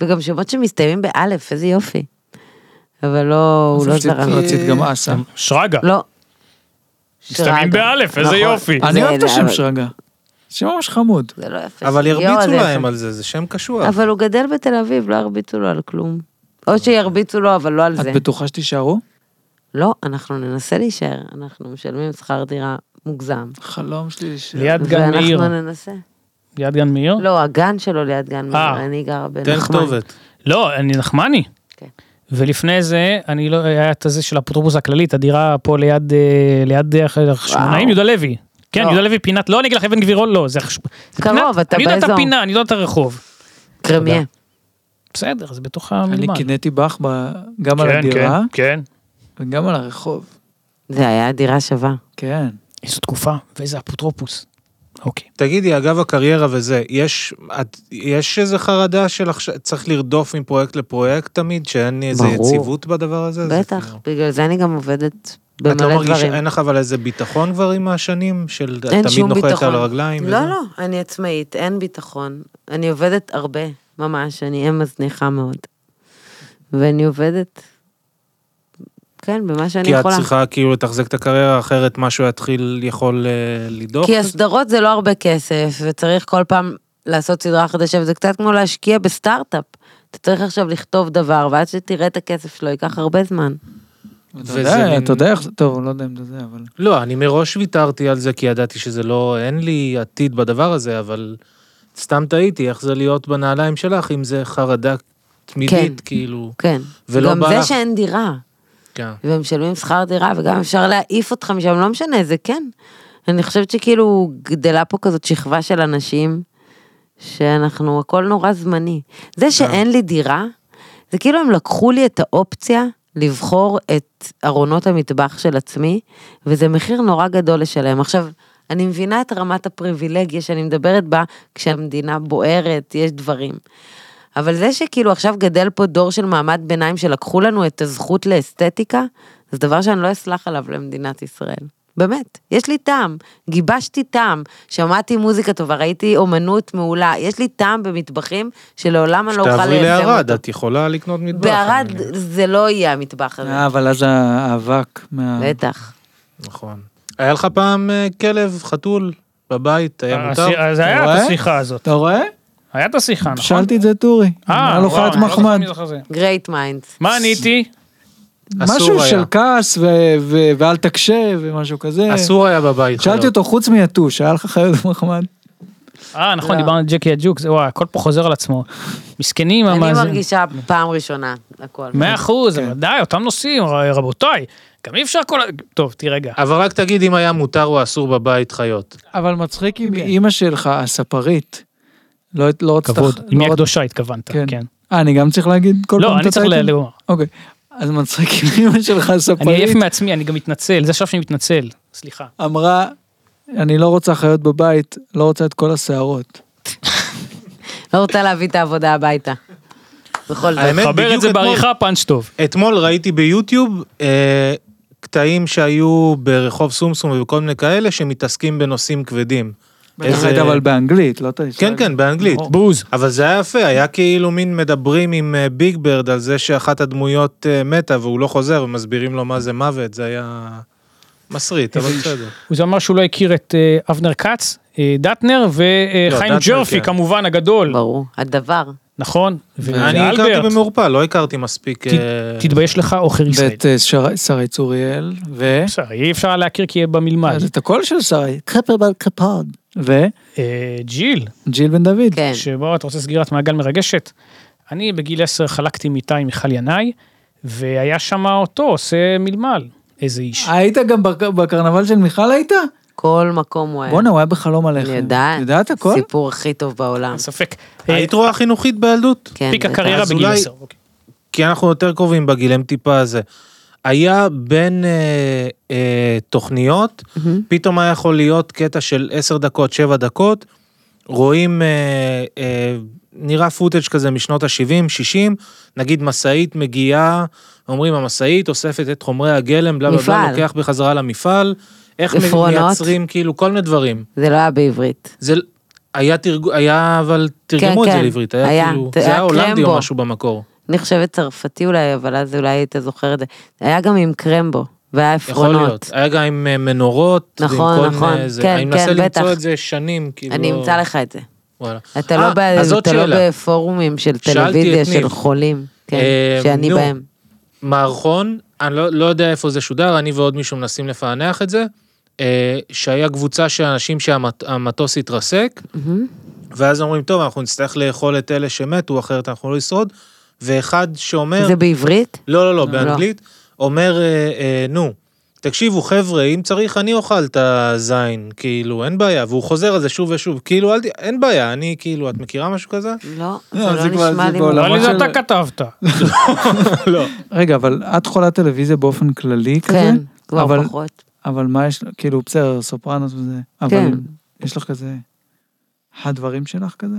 Speaker 1: וגם שמות שמסתיימים באלף, איזה יופי. אבל לא, הוא לא
Speaker 2: רצית-
Speaker 1: זרם.
Speaker 2: רצית גם אסה.
Speaker 3: שרגא.
Speaker 1: לא.
Speaker 3: מסתיימים
Speaker 1: שרגא.
Speaker 3: באלף, איזה
Speaker 1: נכון.
Speaker 3: יופי.
Speaker 2: אני
Speaker 1: זה-
Speaker 2: אוהב את השם
Speaker 1: אבל-
Speaker 2: שרגא. שם ממש חמוד.
Speaker 1: זה לא יפה.
Speaker 5: אבל
Speaker 1: גיורא
Speaker 5: הרביצו
Speaker 1: זה
Speaker 5: להם
Speaker 1: יפה.
Speaker 5: על זה, זה שם קשוח.
Speaker 1: אבל הוא גדל בתל אביב, לא ירביצו לו על כלום. או שירביצו לו, אבל לא על
Speaker 2: את
Speaker 1: זה.
Speaker 2: בטוחה שתישארו?
Speaker 1: לא, אנחנו ננסה להישאר, אנחנו משלמים שכר דירה מוגזם.
Speaker 2: חלום שלי להישאר.
Speaker 3: ליד גן מאיר.
Speaker 1: ואנחנו ננסה.
Speaker 3: ליד גן מאיר?
Speaker 1: לא, הגן שלו ליד גן
Speaker 3: אה.
Speaker 1: מאיר, אני גרה
Speaker 5: תן
Speaker 1: בנחמן.
Speaker 5: כתובת.
Speaker 3: לא, אני נחמני.
Speaker 1: כן.
Speaker 3: ולפני זה, אני לא, היה את הזה של האפוטרופוס הכללית, הדירה פה ליד, אה, ליד אה, אחרי החשמונאים, יהודה לוי. כן,
Speaker 1: לא.
Speaker 3: יהודה לוי פינת, לא, אני אגיד לך, אבן גבירול, לא, זה חשמונאים.
Speaker 1: קרוב, אתה
Speaker 3: אני יודע את
Speaker 1: באזור.
Speaker 3: הפינה, אני יודע את הרחוב.
Speaker 1: קרמיה.
Speaker 3: בסדר, זה בתוך
Speaker 2: אני
Speaker 3: המלמן.
Speaker 2: קינאתי בך ב- גם על
Speaker 3: כן,
Speaker 2: הדירה
Speaker 3: כן, כן.
Speaker 2: וגם על הרחוב.
Speaker 1: זה היה דירה שווה.
Speaker 2: כן.
Speaker 3: איזו תקופה, ואיזה אפוטרופוס. אוקיי.
Speaker 5: תגידי, אגב הקריירה וזה, יש, את, יש איזה חרדה של עכשיו, צריך לרדוף מפרויקט לפרויקט תמיד, שאין איזה
Speaker 1: ברור.
Speaker 5: יציבות בדבר הזה? זה
Speaker 1: בטח,
Speaker 5: כאילו-
Speaker 1: בגלל זה אני גם עובדת
Speaker 5: את לא
Speaker 1: במלא דברים.
Speaker 5: מרגישה, אין לך אבל איזה ביטחון כבר עם השנים, של את
Speaker 1: אין
Speaker 5: תמיד
Speaker 1: שום
Speaker 5: נוחת
Speaker 1: ביטחון.
Speaker 5: על הרגליים?
Speaker 1: לא,
Speaker 5: וזה?
Speaker 1: לא, אני עצמאית, אין ביטחון. אני עובדת הרבה, ממש, אני אם מזניחה מאוד. ואני עובדת, כן, במה שאני
Speaker 5: כי את
Speaker 1: יכולה.
Speaker 5: צריכה כאילו לתחזק את הקריירה, אחרת משהו יתחיל, יכול אה, לדוח?
Speaker 1: כי הסדרות זה לא הרבה כסף, וצריך כל פעם לעשות סדרה חדשה, וזה קצת כמו להשקיע בסטארט-אפ. אתה צריך עכשיו לכתוב דבר, ועד שתראה את הכסף שלו, ייקח הרבה זמן.
Speaker 2: אתה
Speaker 5: וזה
Speaker 2: יודע,
Speaker 5: מין-
Speaker 2: אתה יודע איך זה, טוב, לא יודע אם אתה יודע, אבל...
Speaker 5: לא, אני מראש ויתרתי על זה, כי ידעתי שזה לא, אין לי עתיד בדבר הזה, אבל סתם טעיתי, איך זה להיות בנעליים שלך, אם זה חרדה תמידית,
Speaker 1: כן.
Speaker 5: כאילו,
Speaker 1: כן.
Speaker 5: ולא
Speaker 1: גם
Speaker 5: בא
Speaker 1: זה
Speaker 5: לך-
Speaker 1: שאין דירה,
Speaker 5: כן.
Speaker 1: והם משלמים שכר דירה, וגם אפשר להעיף אותך משם, לא משנה, זה כן. אני חושבת שכאילו גדלה פה כזאת שכבה של אנשים, שאנחנו, הכל נורא זמני.
Speaker 5: כן.
Speaker 1: זה שאין לי דירה, זה כאילו הם לקחו לי את האופציה לבחור את ארונות המטבח של עצמי, וזה מחיר נורא גדול לשלם. עכשיו, אני מבינה את רמת הפריבילגיה שאני מדברת בה, כשהמדינה בוערת, יש דברים. אבל זה שכאילו עכשיו גדל פה דור של מעמד ביניים שלקחו לנו את הזכות לאסתטיקה, זה דבר שאני לא אסלח עליו למדינת ישראל. באמת, יש לי טעם, גיבשתי טעם, שמעתי מוזיקה טובה, ראיתי אומנות מעולה, יש לי טעם במטבחים שלעולם אני לא אוכל
Speaker 5: שתעברי
Speaker 1: ליישם
Speaker 5: לערד,
Speaker 1: אותו.
Speaker 5: את יכולה לקנות מטבח.
Speaker 1: בערד
Speaker 5: אני-
Speaker 1: זה לא יהיה המטבח הזה,
Speaker 2: אה, אבל אז האבק מה...
Speaker 1: בטח.
Speaker 5: נכון. היה לך פעם אה, כלב, חתול, בבית, היה מותר?
Speaker 3: הסי- אה, אז היה
Speaker 2: אה, אתה
Speaker 3: את
Speaker 2: רואה?
Speaker 3: השיחה הזאת.
Speaker 2: אתה רואה?
Speaker 3: היה את השיחה, נכון?
Speaker 2: שאלתי את זה את אורי.
Speaker 3: אה,
Speaker 2: היה לו
Speaker 3: וואו,
Speaker 2: חיית
Speaker 3: אני לא זוכר
Speaker 2: מחמד.
Speaker 3: מי זוכר זה.
Speaker 1: גרייט מיינדס.
Speaker 3: מה עניתי? אה,
Speaker 5: אסור
Speaker 2: משהו
Speaker 5: היה.
Speaker 2: של כעס ו- ו- ואל תקשה ומשהו כזה.
Speaker 5: אסור היה בבית. חיות.
Speaker 2: שאלתי אותו, חוץ מיתוש, היה לך חיות מחמד?
Speaker 3: אה, נכון,
Speaker 1: לא.
Speaker 3: דיברנו על ג'קי הג'וק, זה וואי, הכל פה חוזר על עצמו. מסכנים,
Speaker 1: אני
Speaker 3: המאזינים.
Speaker 1: מרגישה פעם ראשונה, הכל.
Speaker 3: מאה אחוז,
Speaker 2: כן.
Speaker 3: אבל די, אותם נושאים, ר- רבותיי. גם אי אפשר כל... ה- טוב, תירגע.
Speaker 5: אבל רק תגיד אם היה מותר או אסור בבית חיות.
Speaker 2: אבל מצחיק אם
Speaker 3: כן.
Speaker 2: אימא שלך, הספרית, לא לא רצתה...
Speaker 3: כבוד,
Speaker 2: לא
Speaker 3: אם היא
Speaker 2: רצ-
Speaker 3: הקדושה התכוונת,
Speaker 2: כן.
Speaker 3: כן.
Speaker 2: אה, אני גם צריך להגיד כל פעם
Speaker 3: לא,
Speaker 2: את
Speaker 3: אני צריך
Speaker 2: הטייטל?
Speaker 3: ל- לומר.
Speaker 2: אוקיי. אז מצחיק אם אימא שלך,
Speaker 3: אני
Speaker 4: אוקיי.
Speaker 3: עייף
Speaker 2: הספרית,
Speaker 3: מעצמי, אני גם מתנצל, זה עכשיו שאני מתנצל, סליחה.
Speaker 2: אמרה, אני לא רוצה חיות בבית, לא רוצה את כל השערות.
Speaker 1: לא רוצה להביא את העבודה הביתה. בכל זאת.
Speaker 4: האמת,
Speaker 3: חבר את
Speaker 4: כן, בדיוק
Speaker 3: זה
Speaker 4: אתמול-
Speaker 3: בעריכה, פאנץ' טוב.
Speaker 4: אתמול ראיתי ביוטיוב אה, קטעים שהיו ברחוב סומסום ובכל מיני כאלה שמתעסקים בנושאים כבדים. איזה-
Speaker 2: איזה... אבל באנגלית, לא תשמע.
Speaker 4: כן, כן, באנגלית.
Speaker 3: בוז.
Speaker 4: אבל זה היה יפה, היה כאילו מין מדברים עם אה, ביג ברד על זה שאחת הדמויות אה, מתה והוא לא חוזר ומסבירים לו מה זה מוות, זה היה מסריט, אבל בסדר.
Speaker 3: הוא אמר שהוא לא הכיר את אה, אבנר כץ, אה, דטנר
Speaker 4: לא,
Speaker 3: וחיים
Speaker 4: דטנר,
Speaker 3: ג'רפי
Speaker 4: כן.
Speaker 3: כמובן הגדול,
Speaker 1: ברור, הדבר.
Speaker 3: נכון?
Speaker 4: אני הכרתי
Speaker 3: ואלברט,
Speaker 4: במעורפל, לא הכרתי מספיק...
Speaker 3: ת-
Speaker 4: אה,
Speaker 3: תתבייש לך עוכר ישראל.
Speaker 2: ואת אה, שר- שרי צוריאל, ו...
Speaker 3: בסדר, אי אפשר להכיר כי יהיה במלמד.
Speaker 4: אה,
Speaker 2: אז את הקול של שרי, קפרבל קפוד. וג'יל
Speaker 3: אה, ג'יל,
Speaker 2: בן דוד.
Speaker 1: כן.
Speaker 3: שבו אתה רוצה סגירת מעגל מרגשת. אני בגיל 10 חלקתי מיטה עם מיכל ינאי, והיה שם אותו עושה מלמל. איזה
Speaker 1: אה.
Speaker 3: איש.
Speaker 2: היית גם בק- בקרנבל של מיכל היית?
Speaker 1: כל מקום הוא היה.
Speaker 2: בואנה, הוא היה בחלום עליך.
Speaker 1: כן. אני יודעת.
Speaker 2: יודעת הכל?
Speaker 1: סיפור הכי טוב בעולם.
Speaker 3: אין ספק. אה,
Speaker 4: היית רואה חינוכית בילדות?
Speaker 1: כן,
Speaker 3: פיק
Speaker 1: בטח.
Speaker 3: הקריירה
Speaker 4: אז
Speaker 3: בגיל
Speaker 4: אולי-
Speaker 3: 10. אוקיי.
Speaker 4: כי אנחנו יותר קרובים בגיל, הם טיפה זה. היה בין אה, אה, תוכניות, פתאום היה יכול להיות קטע של 10 דקות, 7 דקות, רואים, אה, אה, נראה פוטאג' כזה משנות ה-70, 60, נגיד משאית מגיעה, אומרים המשאית אוספת את חומרי הגלם, בלה בלה בלה,
Speaker 1: מפעל.
Speaker 4: לוקח בחזרה למפעל, איך
Speaker 1: עפרונות.
Speaker 4: מייצרים כאילו כל מיני דברים.
Speaker 1: זה לא היה בעברית.
Speaker 4: זה היה תרג... היה אבל תרגמו את
Speaker 1: כן.
Speaker 4: זה לעברית, היה,
Speaker 1: היה.
Speaker 4: כאילו,
Speaker 1: זה
Speaker 4: זה
Speaker 1: היה
Speaker 4: היה הולנדי או
Speaker 1: קרמבו.
Speaker 4: משהו במקור.
Speaker 1: אני חושבת צרפתי אולי, אבל אז אולי היית זוכר את זה. היה גם עם קרמבו, והיה
Speaker 4: יכול להיות.
Speaker 1: עפרונות.
Speaker 4: היה גם עם אה, מנורות,
Speaker 1: נכון,
Speaker 4: ועם כל
Speaker 1: נכון.
Speaker 4: מיני זה.
Speaker 1: כן,
Speaker 4: אני
Speaker 1: כן,
Speaker 4: מנסה
Speaker 1: בטח.
Speaker 4: למצוא את זה שנים, כאילו.
Speaker 1: אני אמצא לך את זה.
Speaker 4: וואלה.
Speaker 1: אתה
Speaker 4: אה,
Speaker 1: לא ב-
Speaker 4: אז זאת
Speaker 1: אתה לא
Speaker 4: שאלה.
Speaker 1: בפורומים של
Speaker 4: שאלתי את
Speaker 1: טלוויזיה, של
Speaker 4: ניב.
Speaker 1: חולים, כן,
Speaker 4: אה,
Speaker 1: שאני
Speaker 4: נו.
Speaker 1: בהם.
Speaker 4: מערכון, אני לא, לא יודע איפה זה שודר, אני ועוד מישהו מנסים לפענח את זה, אה, שהיה קבוצה של אנשים שהמטוס התרסק,
Speaker 1: Mm-hmm.
Speaker 4: ואז אומרים, טוב, אנחנו נצטרך לאכול את אלה שמתו, אחרת אנחנו לא נשרוד, ואחד שאומר,
Speaker 1: זה בעברית?
Speaker 4: לא, לא, לא,
Speaker 1: לא.
Speaker 4: באנגלית, אומר, אה, אה, נו, תקשיבו, חבר'ה, אם צריך, אני אוכל את הזין, כאילו, אין בעיה, והוא חוזר על זה שוב ושוב, כאילו, אל ת... אין בעיה, אני, כאילו, את מכירה משהו כזה?
Speaker 1: לא, זה
Speaker 2: לא,
Speaker 1: לא
Speaker 2: זה כבר-
Speaker 1: נשמע
Speaker 2: זה
Speaker 1: לי
Speaker 2: בעולם.
Speaker 1: מוכר.
Speaker 3: אבל
Speaker 2: של-
Speaker 3: זה אתה כתבת.
Speaker 4: לא,
Speaker 2: רגע, אבל את חולה טלוויזיה באופן כללי כזה?
Speaker 1: כן, כבר
Speaker 2: אבל-
Speaker 1: פחות.
Speaker 2: אבל מה יש, כאילו, בסדר, סופרנוס וזה. אבל
Speaker 1: כן.
Speaker 2: יש לך כזה... הדברים שלך כזה?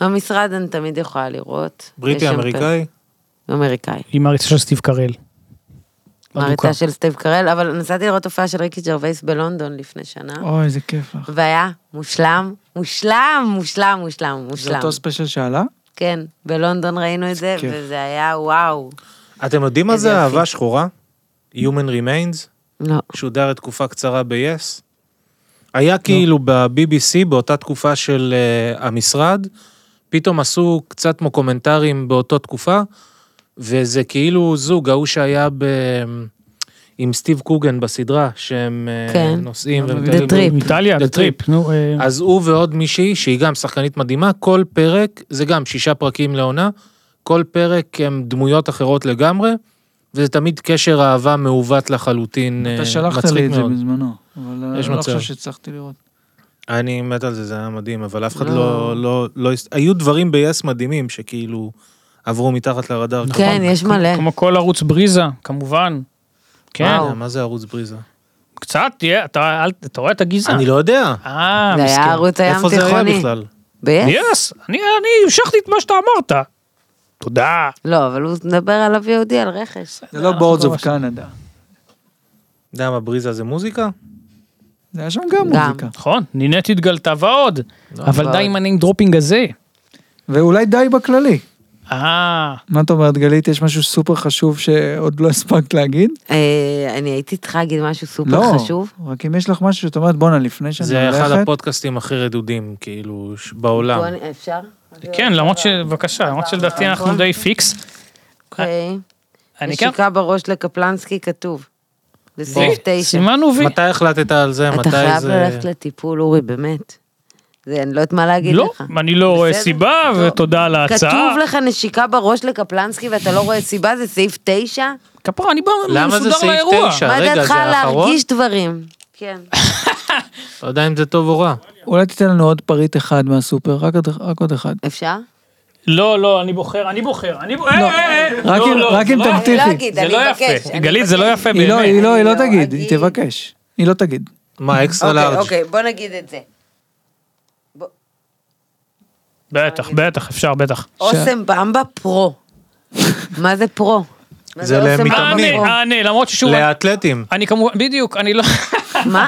Speaker 1: המשרד אני תמיד יכולה לראות. יש
Speaker 4: בריטי,
Speaker 1: שם
Speaker 4: אמריקאי?
Speaker 1: פרק. אמריקאי.
Speaker 3: היא מעריצה של סטיב קרל. אדוקה.
Speaker 1: מעריצה של סטיב קרל, אבל נסעתי לראות הופעה של ריקי ג'רווייס בלונדון לפני שנה,
Speaker 2: אוי, איזה כיף לך.
Speaker 1: והיה מושלם, מושלם, מושלם, מושלם,
Speaker 2: זה
Speaker 1: מושלם.
Speaker 2: אותו ספיישל שעלה?
Speaker 1: כן, בלונדון ראינו את זה,
Speaker 2: כיף.
Speaker 1: וזה היה וואו.
Speaker 4: אתם יודעים מה
Speaker 1: איזה
Speaker 4: זה
Speaker 1: יופי.
Speaker 4: אהבה שחורה? Human Remains?
Speaker 1: לא.
Speaker 4: שודר לתקופה קצרה ב-yes. היה כאילו ב-BBC באותה תקופה של uh, המשרד, פתאום עשו קצת מוקומנטרים באותה תקופה, וזה כאילו זוג, ההוא שהיה ב... עם סטיב קוגן בסדרה, שהם אה,
Speaker 1: כן.
Speaker 4: נוסעים
Speaker 2: The
Speaker 4: ומטיילים.
Speaker 1: Trip.
Speaker 3: איטליה,
Speaker 4: The
Speaker 3: זה טריפ. נו, אה,
Speaker 4: אז הוא ועוד מישהי, שהיא גם שחקנית מדהימה, כל פרק, זה גם שישה פרקים לעונה, כל פרק הם דמויות אחרות לגמרי, וזה תמיד קשר אהבה מעוות לחלוטין, אה,
Speaker 2: אתה שלחת לי
Speaker 4: מצחיק
Speaker 2: את זה
Speaker 4: מאוד.
Speaker 2: בזמנו. אבל
Speaker 4: יש
Speaker 2: אני לא
Speaker 4: מצב.
Speaker 2: חושב שהצלחתי לראות.
Speaker 4: אני מת על זה, זה היה מדהים, אבל אף אחד
Speaker 1: לא.
Speaker 4: לא... לא, לא הס- היו דברים ביס מדהימים שכאילו עברו מתחת לרדאר.
Speaker 3: נכון.
Speaker 1: כן, יש מלא.
Speaker 3: כמו כל ערוץ בריזה, כמובן. כן,
Speaker 1: וואו.
Speaker 4: מה זה ערוץ בריזה?
Speaker 3: קצת תהיה, אתה אל- אתה רואה את הגזע.
Speaker 4: אני לא יודע.
Speaker 3: אה,
Speaker 1: זה היה
Speaker 3: מסכן.
Speaker 1: ערוץ הים
Speaker 4: איפה זה היה
Speaker 1: תיכוני.
Speaker 4: בכלל?
Speaker 1: ב-yes?
Speaker 3: יס, אני אני המשכתי את מה שאתה אמרת. תודה.
Speaker 1: לא, אבל הוא מדבר על ה-VOD, על רכש.
Speaker 2: זה לא
Speaker 3: אנחנו
Speaker 2: בורדס
Speaker 3: כבר
Speaker 2: אוף קנדה.
Speaker 4: יודע מה, בריזה זה מוזיקה?
Speaker 2: זה היה שם גם
Speaker 1: גם.
Speaker 2: מוזיקה.
Speaker 3: נכון, נינט התגלתה ועוד. לא, אבל
Speaker 1: ועוד.
Speaker 3: די עם הניים דרופינג הזה.
Speaker 2: ואולי די בכללי.
Speaker 3: אה,
Speaker 2: מה את אומרת, גלית? יש משהו סופר חשוב שעוד לא הספקת להגיד?
Speaker 1: אה, אני הייתי צריכה להגיד משהו סופר
Speaker 2: לא,
Speaker 1: חשוב.
Speaker 2: רק אם יש לך משהו שאת אומרת, בואנה, לפני שאני
Speaker 4: זה אחד
Speaker 2: הולכת,
Speaker 4: הפודקאסטים הכי רדודים, כאילו, ש- בעולם.
Speaker 1: בוא, אני- אפשר?
Speaker 3: כן,
Speaker 1: לא,
Speaker 3: למרות ש... בבקשה, למרות
Speaker 1: נכון,
Speaker 3: שלדעתי אנחנו די פיקס.
Speaker 1: אוקיי.
Speaker 3: אני כן...
Speaker 1: נשיקה בראש לקפלנסקי כתוב. זה סעיף
Speaker 3: אה,
Speaker 1: תשע.
Speaker 3: סימן וי.
Speaker 4: מתי החלטת על זה?
Speaker 1: אתה
Speaker 4: מתי
Speaker 1: חייב
Speaker 4: זה...
Speaker 1: ללכת לטיפול, אורי, באמת. זה, אני לא יודעת מה להגיד
Speaker 3: לא,
Speaker 1: לך.
Speaker 3: אני לא רואה
Speaker 1: בסדר.
Speaker 3: סיבה,
Speaker 1: לא.
Speaker 3: ותודה על ההצעה.
Speaker 1: כתוב לך נשיקה בראש לקפלנסקי ואתה לא רואה סיבה, זה סעיף 9?
Speaker 3: כפרה, אני בא
Speaker 5: למה זה
Speaker 3: מסודר
Speaker 5: סעיף
Speaker 3: לאירוע.
Speaker 5: תשע?
Speaker 1: מה
Speaker 5: רגע,
Speaker 1: דעתך
Speaker 5: זה האחרון?
Speaker 1: להרגיש דברים? כן.
Speaker 5: לא יודע אם זה טוב או רע.
Speaker 2: אולי תיתן לנו עוד פריט אחד מהסופר, רק עוד- רק עוד אחד.
Speaker 1: אפשר?
Speaker 3: לא, לא, אני בוחר, אני בוחר, אני בוחר. אה, אה, אה.
Speaker 2: רק
Speaker 3: לא,
Speaker 2: אם-
Speaker 3: לא,
Speaker 2: רק
Speaker 3: זה
Speaker 2: אם
Speaker 3: לא-
Speaker 2: תבטיח.
Speaker 1: אני לא
Speaker 2: תבטיחי.
Speaker 1: אגיד,
Speaker 3: זה
Speaker 1: אני
Speaker 3: לא
Speaker 1: אבקש.
Speaker 3: יפה.
Speaker 1: אני
Speaker 3: גלית,
Speaker 1: אבקש.
Speaker 3: זה לא יפה
Speaker 2: היא לא,
Speaker 3: באמת.
Speaker 2: היא לא, היא לא
Speaker 1: אני לא
Speaker 2: תגיד, היא
Speaker 1: אגיד.
Speaker 2: תבקש. היא לא תגיד.
Speaker 5: מה, אקסטרה
Speaker 1: אוקיי,
Speaker 5: לארג'?
Speaker 1: אוקיי, בוא נגיד את זה.
Speaker 3: בטח, בטח, אפשר, בטח.
Speaker 1: אוסם במבה פרו. מה זה פרו? מה
Speaker 4: זה
Speaker 1: אוסם
Speaker 4: למתאמנים.
Speaker 1: במבה פרו?
Speaker 3: אענה, אענה, למרות ששוב,
Speaker 4: לאתלטים.
Speaker 3: אני כמובן, בדיוק, אני לא...
Speaker 1: מה?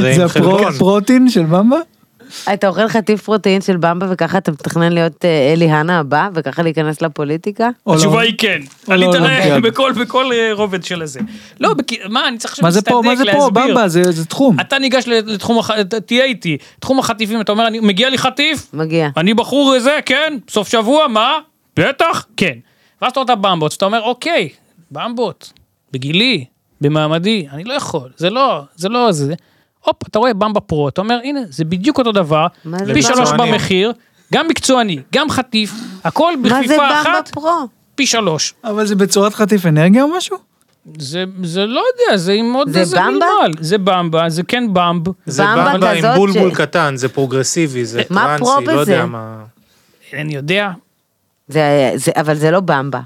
Speaker 2: זה
Speaker 4: זה עם חלבון.
Speaker 2: הפרוטין של במבה?
Speaker 1: אתה אוכל חטיף פרוטאין של במבה וככה אתה מתכנן להיות אה, אלי הנה הבא וככה להיכנס לפוליטיקה?
Speaker 2: או לא?
Speaker 3: התשובה היא כן. אני
Speaker 2: לא,
Speaker 3: תראה
Speaker 2: אוקיי.
Speaker 3: בכל בכל אה, רובד של הזה. לא, בכי- מה, אני צריך
Speaker 2: מה זה פה, מה זה
Speaker 3: להסביר.
Speaker 2: פה, במבה, זה זה תחום.
Speaker 3: אתה ניגש לתחום, הח- ת- תהיה איתי, תחום החטיפים, אתה אומר, "אני- מגיע לי חטיף?
Speaker 1: מגיע.
Speaker 3: אני בחור זה, כן, סוף שבוע, מה? בטח, כן. ואז אתה רואה את הבמבות, שאתה אומר, אוקיי, במבות, בגילי, במעמדי, אני לא יכול, זה לא, זה לא זה. הופ, אתה רואה במבה פרו, אתה אומר, הנה, זה בדיוק אותו דבר,
Speaker 1: מה זה
Speaker 3: פי שלוש
Speaker 4: במבה?
Speaker 3: במחיר, גם מקצועני, גם חטיף, הכל
Speaker 1: מה זה
Speaker 3: בכפיפה
Speaker 1: במבה
Speaker 3: אחת,
Speaker 1: פרו?
Speaker 3: פי שלוש.
Speaker 2: אבל זה בצורת חטיף אנרגיה או משהו?
Speaker 3: זה, זה לא יודע, זה עם עוד
Speaker 1: זה
Speaker 3: איזה
Speaker 1: במבה?
Speaker 3: מלמל. זה במבה, זה כן במב.
Speaker 4: זה
Speaker 1: במבה
Speaker 4: במבה עם
Speaker 1: כזאת
Speaker 4: בולבול
Speaker 1: ש-
Speaker 4: קטן, זה פרוגרסיבי, זה
Speaker 1: מה
Speaker 4: טרנסי,
Speaker 1: פרו
Speaker 4: לא
Speaker 1: בזה?
Speaker 4: יודע מה.
Speaker 3: אני יודע,
Speaker 1: זה- זה- אבל זה לא במבה.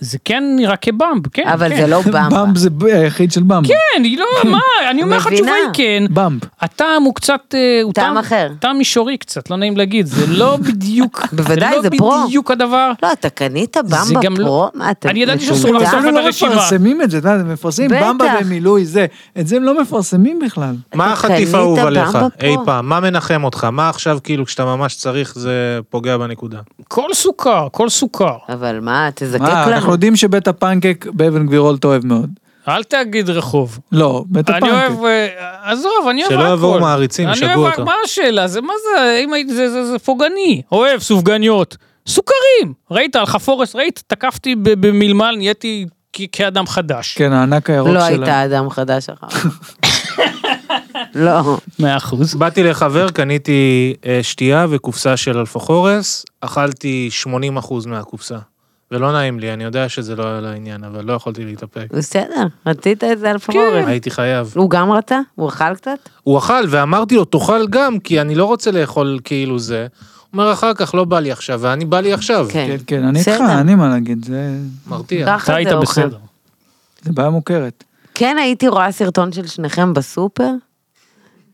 Speaker 3: זה כן נראה כבמב, כן.
Speaker 1: אבל
Speaker 3: כן.
Speaker 1: זה לא במבה.
Speaker 2: במב זה ב- היחיד של במבה.
Speaker 3: כן, היא לא, מה, אני אומר לך,
Speaker 1: מבינה.
Speaker 3: התשובה היא כן.
Speaker 2: במב.
Speaker 3: הטעם הוא קצת, אה, הוא
Speaker 1: טעם אחר.
Speaker 3: טעם מישורי קצת, לא נעים להגיד, זה לא בדיוק,
Speaker 1: בוודאי, זה
Speaker 3: לא
Speaker 1: פרו.
Speaker 3: בדיוק הדבר.
Speaker 1: לא, אתה קנית
Speaker 3: זה
Speaker 1: במבה
Speaker 3: גם לא-
Speaker 1: פרו? מה, אתה
Speaker 3: אני ידעתי
Speaker 1: מטומטם?
Speaker 3: שאסור לחשוף
Speaker 2: הם
Speaker 3: את
Speaker 2: לא
Speaker 3: הרשימה.
Speaker 2: מפרסמים את זה, אתה יודע, הם מפרסמים
Speaker 1: בטח.
Speaker 2: במבה במילוי זה. את זה הם לא מפרסמים בכלל.
Speaker 4: מה
Speaker 1: אתה
Speaker 4: החטיף
Speaker 1: קנית
Speaker 4: האהוב
Speaker 1: במבה
Speaker 4: עליך
Speaker 1: פה?
Speaker 4: אי פעם? מה מנחם אותך? מה עכשיו כאילו כשאתה ממש צריך זה פוגע בנקודה?
Speaker 3: כל סוכר, כל סוכר.
Speaker 1: אבל מה, תזקק
Speaker 2: מה, אנחנו
Speaker 1: לנו.
Speaker 2: יודעים שבית הפנקק באבן גבירולט אוהב מאוד.
Speaker 3: אל תגיד רחוב.
Speaker 2: לא, בית
Speaker 3: אני אוהב,
Speaker 2: הפנקק.
Speaker 3: אה, עזוב, אני אוהב הכל.
Speaker 4: שלא יבואו מעריצים,
Speaker 3: אני
Speaker 4: ישגעו
Speaker 3: אוהב-
Speaker 4: אותו.
Speaker 3: מה השאלה? זה מה זה, אם היית, זה, זה, זה פוגעני. אוהב סופגניות. סוכרים. ראית, על חפורס, ראית, תקפתי ב- במלמל, נהייתי כ- כאדם חדש.
Speaker 2: כן, הענק הירוק
Speaker 1: לא היית
Speaker 2: שלה.
Speaker 1: אדם חדש אחר. לא.
Speaker 3: מאה אחוז.
Speaker 4: באתי לחבר, קניתי אה, שתייה וקופסה של אלפחורס, אכלתי 80% מהקופסה. ולא נעים לי, אני יודע שזה לא היה לעניין, אבל לא יכולתי להתאפק.
Speaker 1: בסדר, רצית את זה על פרורם.
Speaker 3: כן.
Speaker 4: הייתי חייב.
Speaker 1: הוא גם רצה? הוא אכל קצת?
Speaker 4: הוא אכל, ואמרתי לו, תאכל גם, כי אני לא רוצה לאכול כאילו זה. הוא אומר אחר כך, לא בא לי עכשיו, ואני בא לי עכשיו.
Speaker 1: כן.
Speaker 2: כן, כן, אני איתך,
Speaker 1: בסדר.
Speaker 2: אין לי מה להגיד, זה-
Speaker 4: מרתיע.
Speaker 1: ככה
Speaker 3: אתה היית
Speaker 1: זה אוכל.
Speaker 3: בסדר.
Speaker 2: זה בעיה מוכרת.
Speaker 1: כן הייתי רואה סרטון של שניכם בסופר?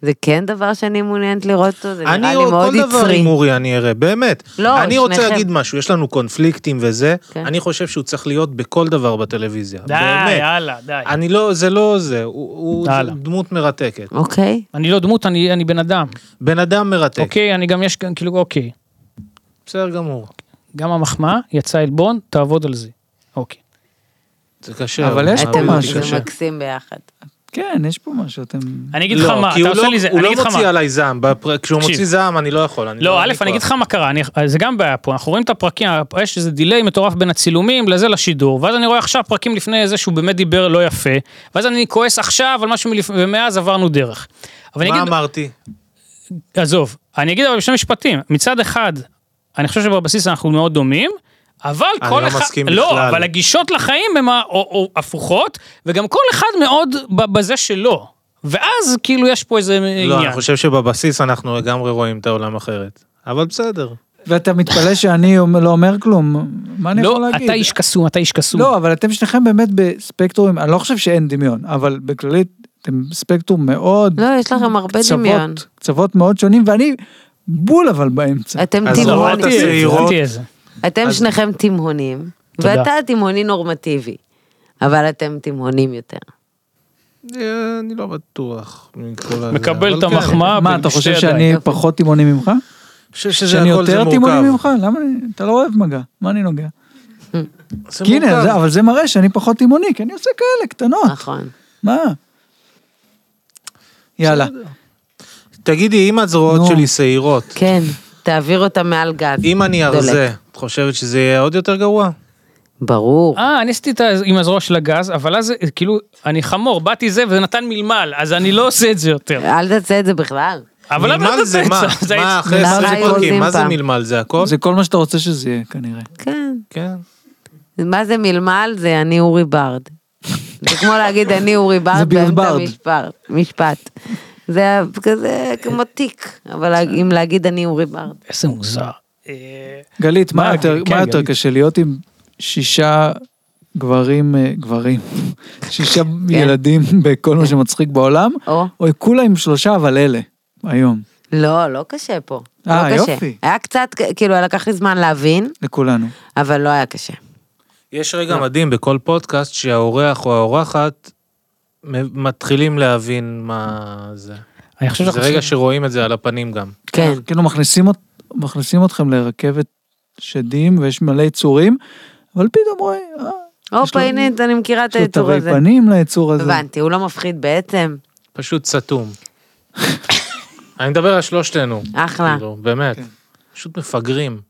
Speaker 1: זה כן דבר שאני מעוניינת לראות אותו, זה נראה
Speaker 4: אני
Speaker 1: לי
Speaker 4: או-
Speaker 1: מאוד
Speaker 4: כל דבר
Speaker 1: יצרי.
Speaker 4: עם אורי אני אראה, באמת.
Speaker 1: לא,
Speaker 4: אני רוצה
Speaker 1: שניכם.
Speaker 4: להגיד משהו, יש לנו קונפליקטים וזה,
Speaker 1: כן.
Speaker 4: אני חושב שהוא צריך להיות בכל דבר בטלוויזיה.
Speaker 3: די,
Speaker 4: באמת.
Speaker 3: יאללה, די.
Speaker 4: אני לא, זה לא זה, הוא הוא- זה
Speaker 3: הלאה.
Speaker 4: דמות מרתקת.
Speaker 1: אוקיי.
Speaker 3: אני לא דמות, אני אני בן אדם.
Speaker 4: בן אדם מרתק,
Speaker 3: אוקיי, אני גם יש כאן, כאילו, אוקיי.
Speaker 4: בסדר גמור.
Speaker 3: גם המחמאה, יצא עלבון, תעבוד על זה. אוקיי.
Speaker 4: זה קשה.
Speaker 2: אבל יש פה
Speaker 1: אתם
Speaker 2: משהו
Speaker 1: זה
Speaker 2: קשה.
Speaker 1: מקסים ביחד.
Speaker 2: כן, יש פה משהו, אתם...
Speaker 3: אני אגיד לך מה,
Speaker 4: כי
Speaker 3: אתה
Speaker 4: הוא
Speaker 3: עושה
Speaker 4: לא-
Speaker 3: לי זה,
Speaker 4: הוא
Speaker 3: אני
Speaker 4: לא
Speaker 3: אגיד לך
Speaker 4: מוציא
Speaker 3: מה.
Speaker 4: עליי זעם, בפר- כשהוא
Speaker 3: תקשיב.
Speaker 4: מוציא זעם אני לא יכול. אני
Speaker 3: לא,
Speaker 4: אין
Speaker 3: א',
Speaker 4: לי
Speaker 3: אני אגיד
Speaker 4: כוח.
Speaker 3: לך מה קרה, אני, זה גם בעיה פה, אנחנו רואים את הפרקים, יש איזה דיליי מטורף בין הצילומים לזה לשידור, ואז אני רואה עכשיו פרקים לפני זה שהוא באמת דיבר לא יפה, ואז אני כועס עכשיו על משהו מלפני, ומאז עברנו דרך. אבל אני
Speaker 4: מה
Speaker 3: אגיד,
Speaker 4: אמרתי?
Speaker 3: עזוב, אני אגיד אבל בשני משפטים, מצד אחד, אני חושב שבבסיס אנחנו מאוד דומים, אבל
Speaker 4: אני
Speaker 3: כל
Speaker 4: לא
Speaker 3: אחד,
Speaker 4: מסכים
Speaker 3: לא,
Speaker 4: בכלל.
Speaker 3: אבל הגישות לחיים הן ה- או- או הפוכות, וגם כל אחד מאוד ב- בזה שלו, ואז כאילו יש פה איזה עניין.
Speaker 4: לא, אני חושב שבבסיס אנחנו לגמרי רואים את העולם אחרת. אבל בסדר.
Speaker 2: ואתה מתפלא שאני אומר- לא אומר כלום, מה אני יכול
Speaker 3: לא,
Speaker 2: להגיד?
Speaker 3: אתה איש קסום, אתה איש קסום.
Speaker 2: לא, אבל אתם שניכם באמת בספקטרומים, אני לא חושב שאין דמיון, אבל בכללית אתם ספקטרום מאוד,
Speaker 1: לא, יש לכם הרבה דמיון.
Speaker 2: קצוות, קצוות מאוד שונים, ואני בול אבל באמצע.
Speaker 1: אתם
Speaker 4: אז
Speaker 3: לא,
Speaker 4: למרות
Speaker 3: אל
Speaker 1: תימהונים.
Speaker 3: תהיה זה, אל
Speaker 4: הצעירות-
Speaker 3: תהיה זה.
Speaker 1: אתם שניכם תימהונים,
Speaker 3: תודה.
Speaker 1: ואתה תימהוני נורמטיבי, אבל אתם תימהונים יותר.
Speaker 4: אה, אני לא בטוח. מכל הזה,
Speaker 3: מקבל
Speaker 4: אבל
Speaker 3: את
Speaker 4: כן.
Speaker 3: המחמאה
Speaker 2: מה, אתה
Speaker 3: בשתי
Speaker 2: חושב
Speaker 3: ידיים.
Speaker 2: שאני פחות תימוני ממך?
Speaker 4: אני חושב שזה
Speaker 2: שאני
Speaker 4: הכל זה
Speaker 2: יותר
Speaker 4: מורכב.
Speaker 2: תימוני ממך? למה? אני- אתה לא אוהב מגע, מה אני נוגע?
Speaker 4: זה
Speaker 2: כי הנה,
Speaker 4: מורכב.
Speaker 2: זה- אבל זה מראה שאני פחות תימוני, כי אני עושה כאלה קטנות,
Speaker 1: נכון.
Speaker 2: מה? יאללה,
Speaker 4: תגידי, אם הזרועות
Speaker 2: נו.
Speaker 4: שלי שעירות,
Speaker 1: כן, תעביר אותה מעל גז.
Speaker 4: אם אני
Speaker 1: דולק.
Speaker 4: ארזה, את חושבת שזה יהיה עוד יותר גרוע?
Speaker 1: ברור.
Speaker 3: אה, אני עשיתי את ה- עם הזרוע של הגז, אבל אז כאילו, אני חמור, באתי זה וזה נתן מלמל, אז אני לא עושה את זה יותר.
Speaker 1: אל תעשה את זה בכלל.
Speaker 3: אבל למה
Speaker 4: מלמל
Speaker 3: אתה
Speaker 4: זה מה?
Speaker 3: באמצע? זה
Speaker 4: מה
Speaker 3: הייתי-
Speaker 4: אחרי
Speaker 1: למה
Speaker 4: 20
Speaker 1: היו
Speaker 4: פרקים?
Speaker 1: לא עוזבים
Speaker 4: מה זה
Speaker 1: פעם?
Speaker 4: מלמל? זה הכל?
Speaker 2: זה כל מה שאתה רוצה שזה יהיה, כנראה.
Speaker 1: כן.
Speaker 4: כן.
Speaker 1: מה זה מלמל? זה אני אורי ברד. זה כמו להגיד אני אורי
Speaker 2: זה
Speaker 1: ברד
Speaker 2: ביל
Speaker 1: באמצע
Speaker 2: ברד.
Speaker 1: משפר- משפט. זה היה כזה כמו תיק, אבל אם להגיד אני אורי ברד.
Speaker 3: איזה מוזר. אה,
Speaker 2: גלית, מה
Speaker 3: מה,
Speaker 2: יותר-
Speaker 3: כן,
Speaker 2: מה יותר
Speaker 3: גלית.
Speaker 2: קשה, להיות עם שישה גברים, אה, גברים, שישה ילדים בכל מה שמצחיק בעולם,
Speaker 1: או.
Speaker 2: או כולה עם שלושה, אבל אלה, היום,
Speaker 1: לא, לא קשה פה.
Speaker 2: אה,
Speaker 1: לא קשה.
Speaker 2: יופי.
Speaker 1: היה קצת, כאילו, לקח לי זמן להבין,
Speaker 2: לכולנו.
Speaker 1: אבל לא היה קשה.
Speaker 4: יש רגע מדהים בכל פודקאסט שהאורח או האורחת מ- מתחילים להבין מה זה.
Speaker 3: אני חושב
Speaker 4: זה
Speaker 3: שאנחנו
Speaker 4: רגע
Speaker 3: צריכים-
Speaker 4: שרואים את זה על הפנים גם.
Speaker 1: כן.
Speaker 2: כאילו מכניסים, אות- מכניסים אתכם לרכבת שדים, ויש מלא יצורים, אבל פתאום רואה, אה, יש
Speaker 1: הופה,
Speaker 2: לו-
Speaker 1: הנה, אני מכירה את
Speaker 2: יש לו
Speaker 1: היצור
Speaker 2: תווי
Speaker 1: הזה.
Speaker 2: פנים ליצור הזה.
Speaker 1: הבנתי, הוא לא מפחיד בעצם.
Speaker 4: פשוט סתום. אני מדבר על שלושתנו.
Speaker 1: אחלה.
Speaker 4: כאילו, באמת. פשוט מפגרים.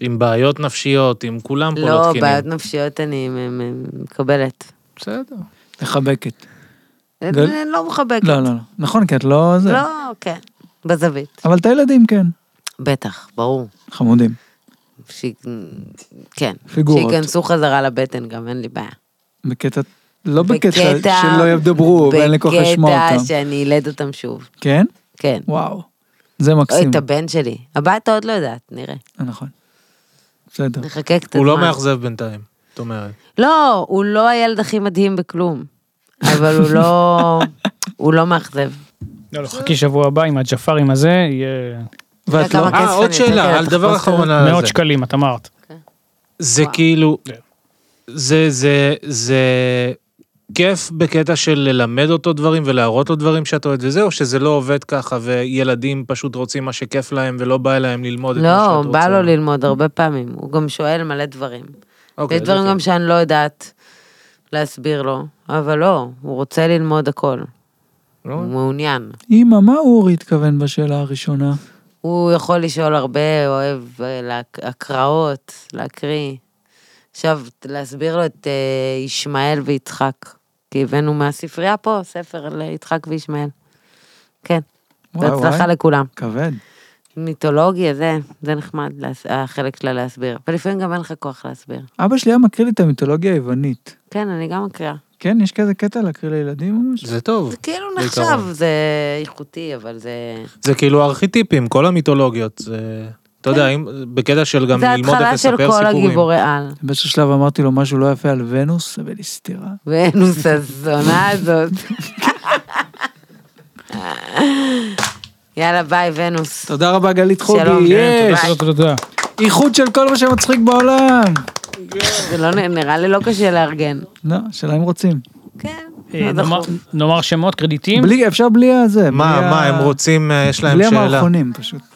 Speaker 4: עם בעיות נפשיות, עם כולם פה לא
Speaker 1: לא,
Speaker 4: תקינים.
Speaker 1: בעיות נפשיות אני מ- מ- מקבלת.
Speaker 4: בסדר.
Speaker 2: מחבקת. גל-
Speaker 1: אני לא מחבקת.
Speaker 2: לא, לא, לא. נכון, כי את לא זה.
Speaker 1: לא, כן. בזווית.
Speaker 2: אבל את הילדים כן.
Speaker 1: בטח, ברור.
Speaker 2: חמודים.
Speaker 1: ש... כן.
Speaker 2: פיגורות.
Speaker 1: שייכנסו חזרה לבטן גם, אין לי בעיה.
Speaker 2: בקטע, לא בקטע שלא ידברו ואין לי כוח לשמוע
Speaker 1: בקטע
Speaker 2: אותם.
Speaker 1: שאני אלד אותם שוב.
Speaker 2: כן?
Speaker 1: כן.
Speaker 2: וואו. זה
Speaker 1: אוי,
Speaker 2: מקסים.
Speaker 1: את הבן שלי. הבת עוד לא יודעת, נראה.
Speaker 2: נכון. בסדר.
Speaker 1: נחכה קצת זמן.
Speaker 4: הוא לא מאכזב בינתיים, זאת אומרת.
Speaker 1: לא, הוא לא הילד הכי מדהים בכלום. אבל הוא לא... הוא לא מאכזב.
Speaker 3: לא, לא, חכי שבוע הבא עם הג'פר עם הזה, יהיה
Speaker 2: ואת לא...
Speaker 1: כמה- הכסף
Speaker 4: אה, עוד
Speaker 1: אני אתן
Speaker 4: שאלה,
Speaker 1: לך
Speaker 4: על
Speaker 1: לחפוש
Speaker 4: דבר אחרון על
Speaker 3: מאות
Speaker 4: אה, זה.
Speaker 3: שקלים, את אמרת.
Speaker 4: זה
Speaker 1: וואו.
Speaker 4: כאילו,
Speaker 3: כן.
Speaker 4: זה, זה, זה כיף בקטע של ללמד אותו דברים ולהראות לו דברים שאתה אוהב וזה, או שזה לא עובד ככה וילדים פשוט רוצים מה שכיף להם ולא בא להם ללמוד את מה שאת
Speaker 1: לא,
Speaker 4: רוצה?
Speaker 1: בא לו ללמוד הרבה פעמים. הוא גם שואל מלא דברים.
Speaker 4: אוקיי,
Speaker 1: יש
Speaker 4: זה
Speaker 1: דברים
Speaker 4: טוב.
Speaker 1: גם שאני לא יודעת להסביר לו, אבל לא, הוא רוצה ללמוד הכל.
Speaker 4: לא?
Speaker 1: הוא מעוניין.
Speaker 2: אמא, מה אורי התכוון בשאלה הראשונה?
Speaker 1: הוא יכול לשאול הרבה, אוהב אה, להק- הקראות, להקריא. עכשיו, להסביר לו את אה, ישמעאל ויצחק, כי הבאנו מהספרייה פה ספר על אה, יצחק וישמעאל. כן,
Speaker 2: וואי,
Speaker 1: בהצלחה
Speaker 2: וואי.
Speaker 1: לכולם.
Speaker 2: כבד.
Speaker 1: מיתולוגיה, זה, זה נחמד, להס- החלק שלה להסביר. ולפעמים גם אין לך כוח להסביר.
Speaker 2: אבא שלי היה מקריא לי את המיתולוגיה היוונית.
Speaker 1: כן, אני גם מקריאה.
Speaker 2: כן, יש כזה קטע להקריא לילדים או משהו?
Speaker 4: זה טוב.
Speaker 1: זה כאילו
Speaker 4: בעיקרון.
Speaker 1: נחשב, זה איכותי, אבל זה...
Speaker 4: זה כאילו ארכיטיפים, כל המיתולוגיות. זה, אתה יודע, אם, בקטע של
Speaker 1: כן.
Speaker 4: גם
Speaker 1: זה
Speaker 4: ללמוד איך
Speaker 1: ההתחלה
Speaker 4: לספר
Speaker 1: של
Speaker 4: סיפורים.
Speaker 1: כל הגיבורי על.
Speaker 2: באיזשהו שלב אמרתי לו משהו לא יפה על ונוס, אבל היא סתירה.
Speaker 1: ונוס הזונה הזאת. יאללה, ביי, ונוס.
Speaker 2: תודה רבה גלית חוגי,
Speaker 1: שלום.
Speaker 3: כן,
Speaker 4: אה,
Speaker 2: יש!
Speaker 3: תודה, תודה.
Speaker 2: איחוד של כל מה שמצחיק בעולם!
Speaker 1: זה לא נ- נראה לי לא קשה לארגן.
Speaker 2: לא, שאלה אם רוצים.
Speaker 1: כן,
Speaker 3: אה,
Speaker 1: לא
Speaker 3: נאמר-
Speaker 1: דחוף.
Speaker 3: נאמר שמות, קרדיטים.
Speaker 2: בלי, אפשר בלי הזה.
Speaker 4: מה,
Speaker 2: בלי ה-
Speaker 4: מה, הם רוצים, אה, יש להם
Speaker 2: בלי
Speaker 4: שאלה.
Speaker 2: המערכונים פשוט.
Speaker 3: כן,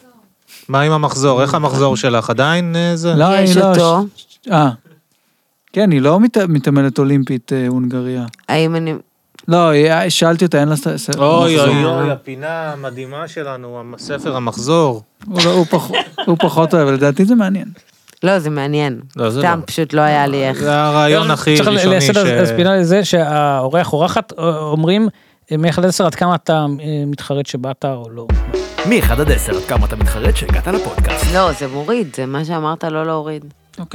Speaker 4: מה עם המחזור? איך המחזור שלך? עדיין אה, זה?
Speaker 2: לא,
Speaker 1: יש
Speaker 2: היא לא...
Speaker 1: אותו.
Speaker 2: אה. כן, היא לא מת- מתאמנת אולימפית אה, הונגריה.
Speaker 1: האם אני...
Speaker 2: לא, היא- שאלתי אותה, אין לה... ס- ס-
Speaker 4: אוי
Speaker 2: מחזור.
Speaker 4: אוי אוי, הפינה המדהימה שלנו, הספר המחזור.
Speaker 2: הוא לא- הוא פחות- הוא פחות אוהב, לדעתי זה מעניין.
Speaker 1: לא, זה מעניין.
Speaker 4: לא, זה
Speaker 1: סתם,
Speaker 4: לא.
Speaker 1: פשוט לא היה לי איך.
Speaker 4: זה הרעיון הכי
Speaker 3: צריך
Speaker 4: ראשוני
Speaker 3: לייסד
Speaker 4: ש...
Speaker 3: הספינה לזה שהאורח אורחת אה, אומרים אה, מאחד עד עשר עד כמה אתה אה, מתחרט שבאת או לא.
Speaker 6: מ-1 עד 10 עד כמה אתה מתחרט שהגעת לפודקאסט.
Speaker 1: לא, זה מוריד, זה מה שאמרת לא להוריד.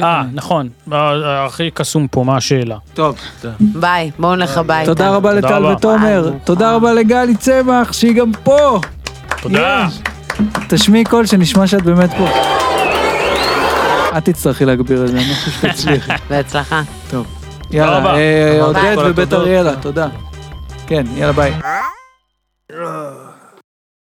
Speaker 3: אה, נכון, אה, הכי קסום פה, מה השאלה?
Speaker 4: טוב.
Speaker 1: ביי, בואו נלך הביתה.
Speaker 2: תודה רבה
Speaker 3: תודה
Speaker 2: לטל
Speaker 3: רבה.
Speaker 2: ותומר,
Speaker 1: וואי,
Speaker 2: תודה רבה לגלי צמח, שהיא גם פה!
Speaker 3: תודה.
Speaker 2: תשמיעי קול שנשמע שאת באמת פה. את תצטרכי להגביר את זה, אני לא חושב שתצליחי.
Speaker 1: בהצלחה.
Speaker 2: טוב. יאללה,
Speaker 3: רבה.
Speaker 2: אה,
Speaker 4: תודה
Speaker 2: עודד
Speaker 4: רבה.
Speaker 2: ובית
Speaker 4: כל התודות.
Speaker 2: אריאלה, תודה. כן, יאללה ביי.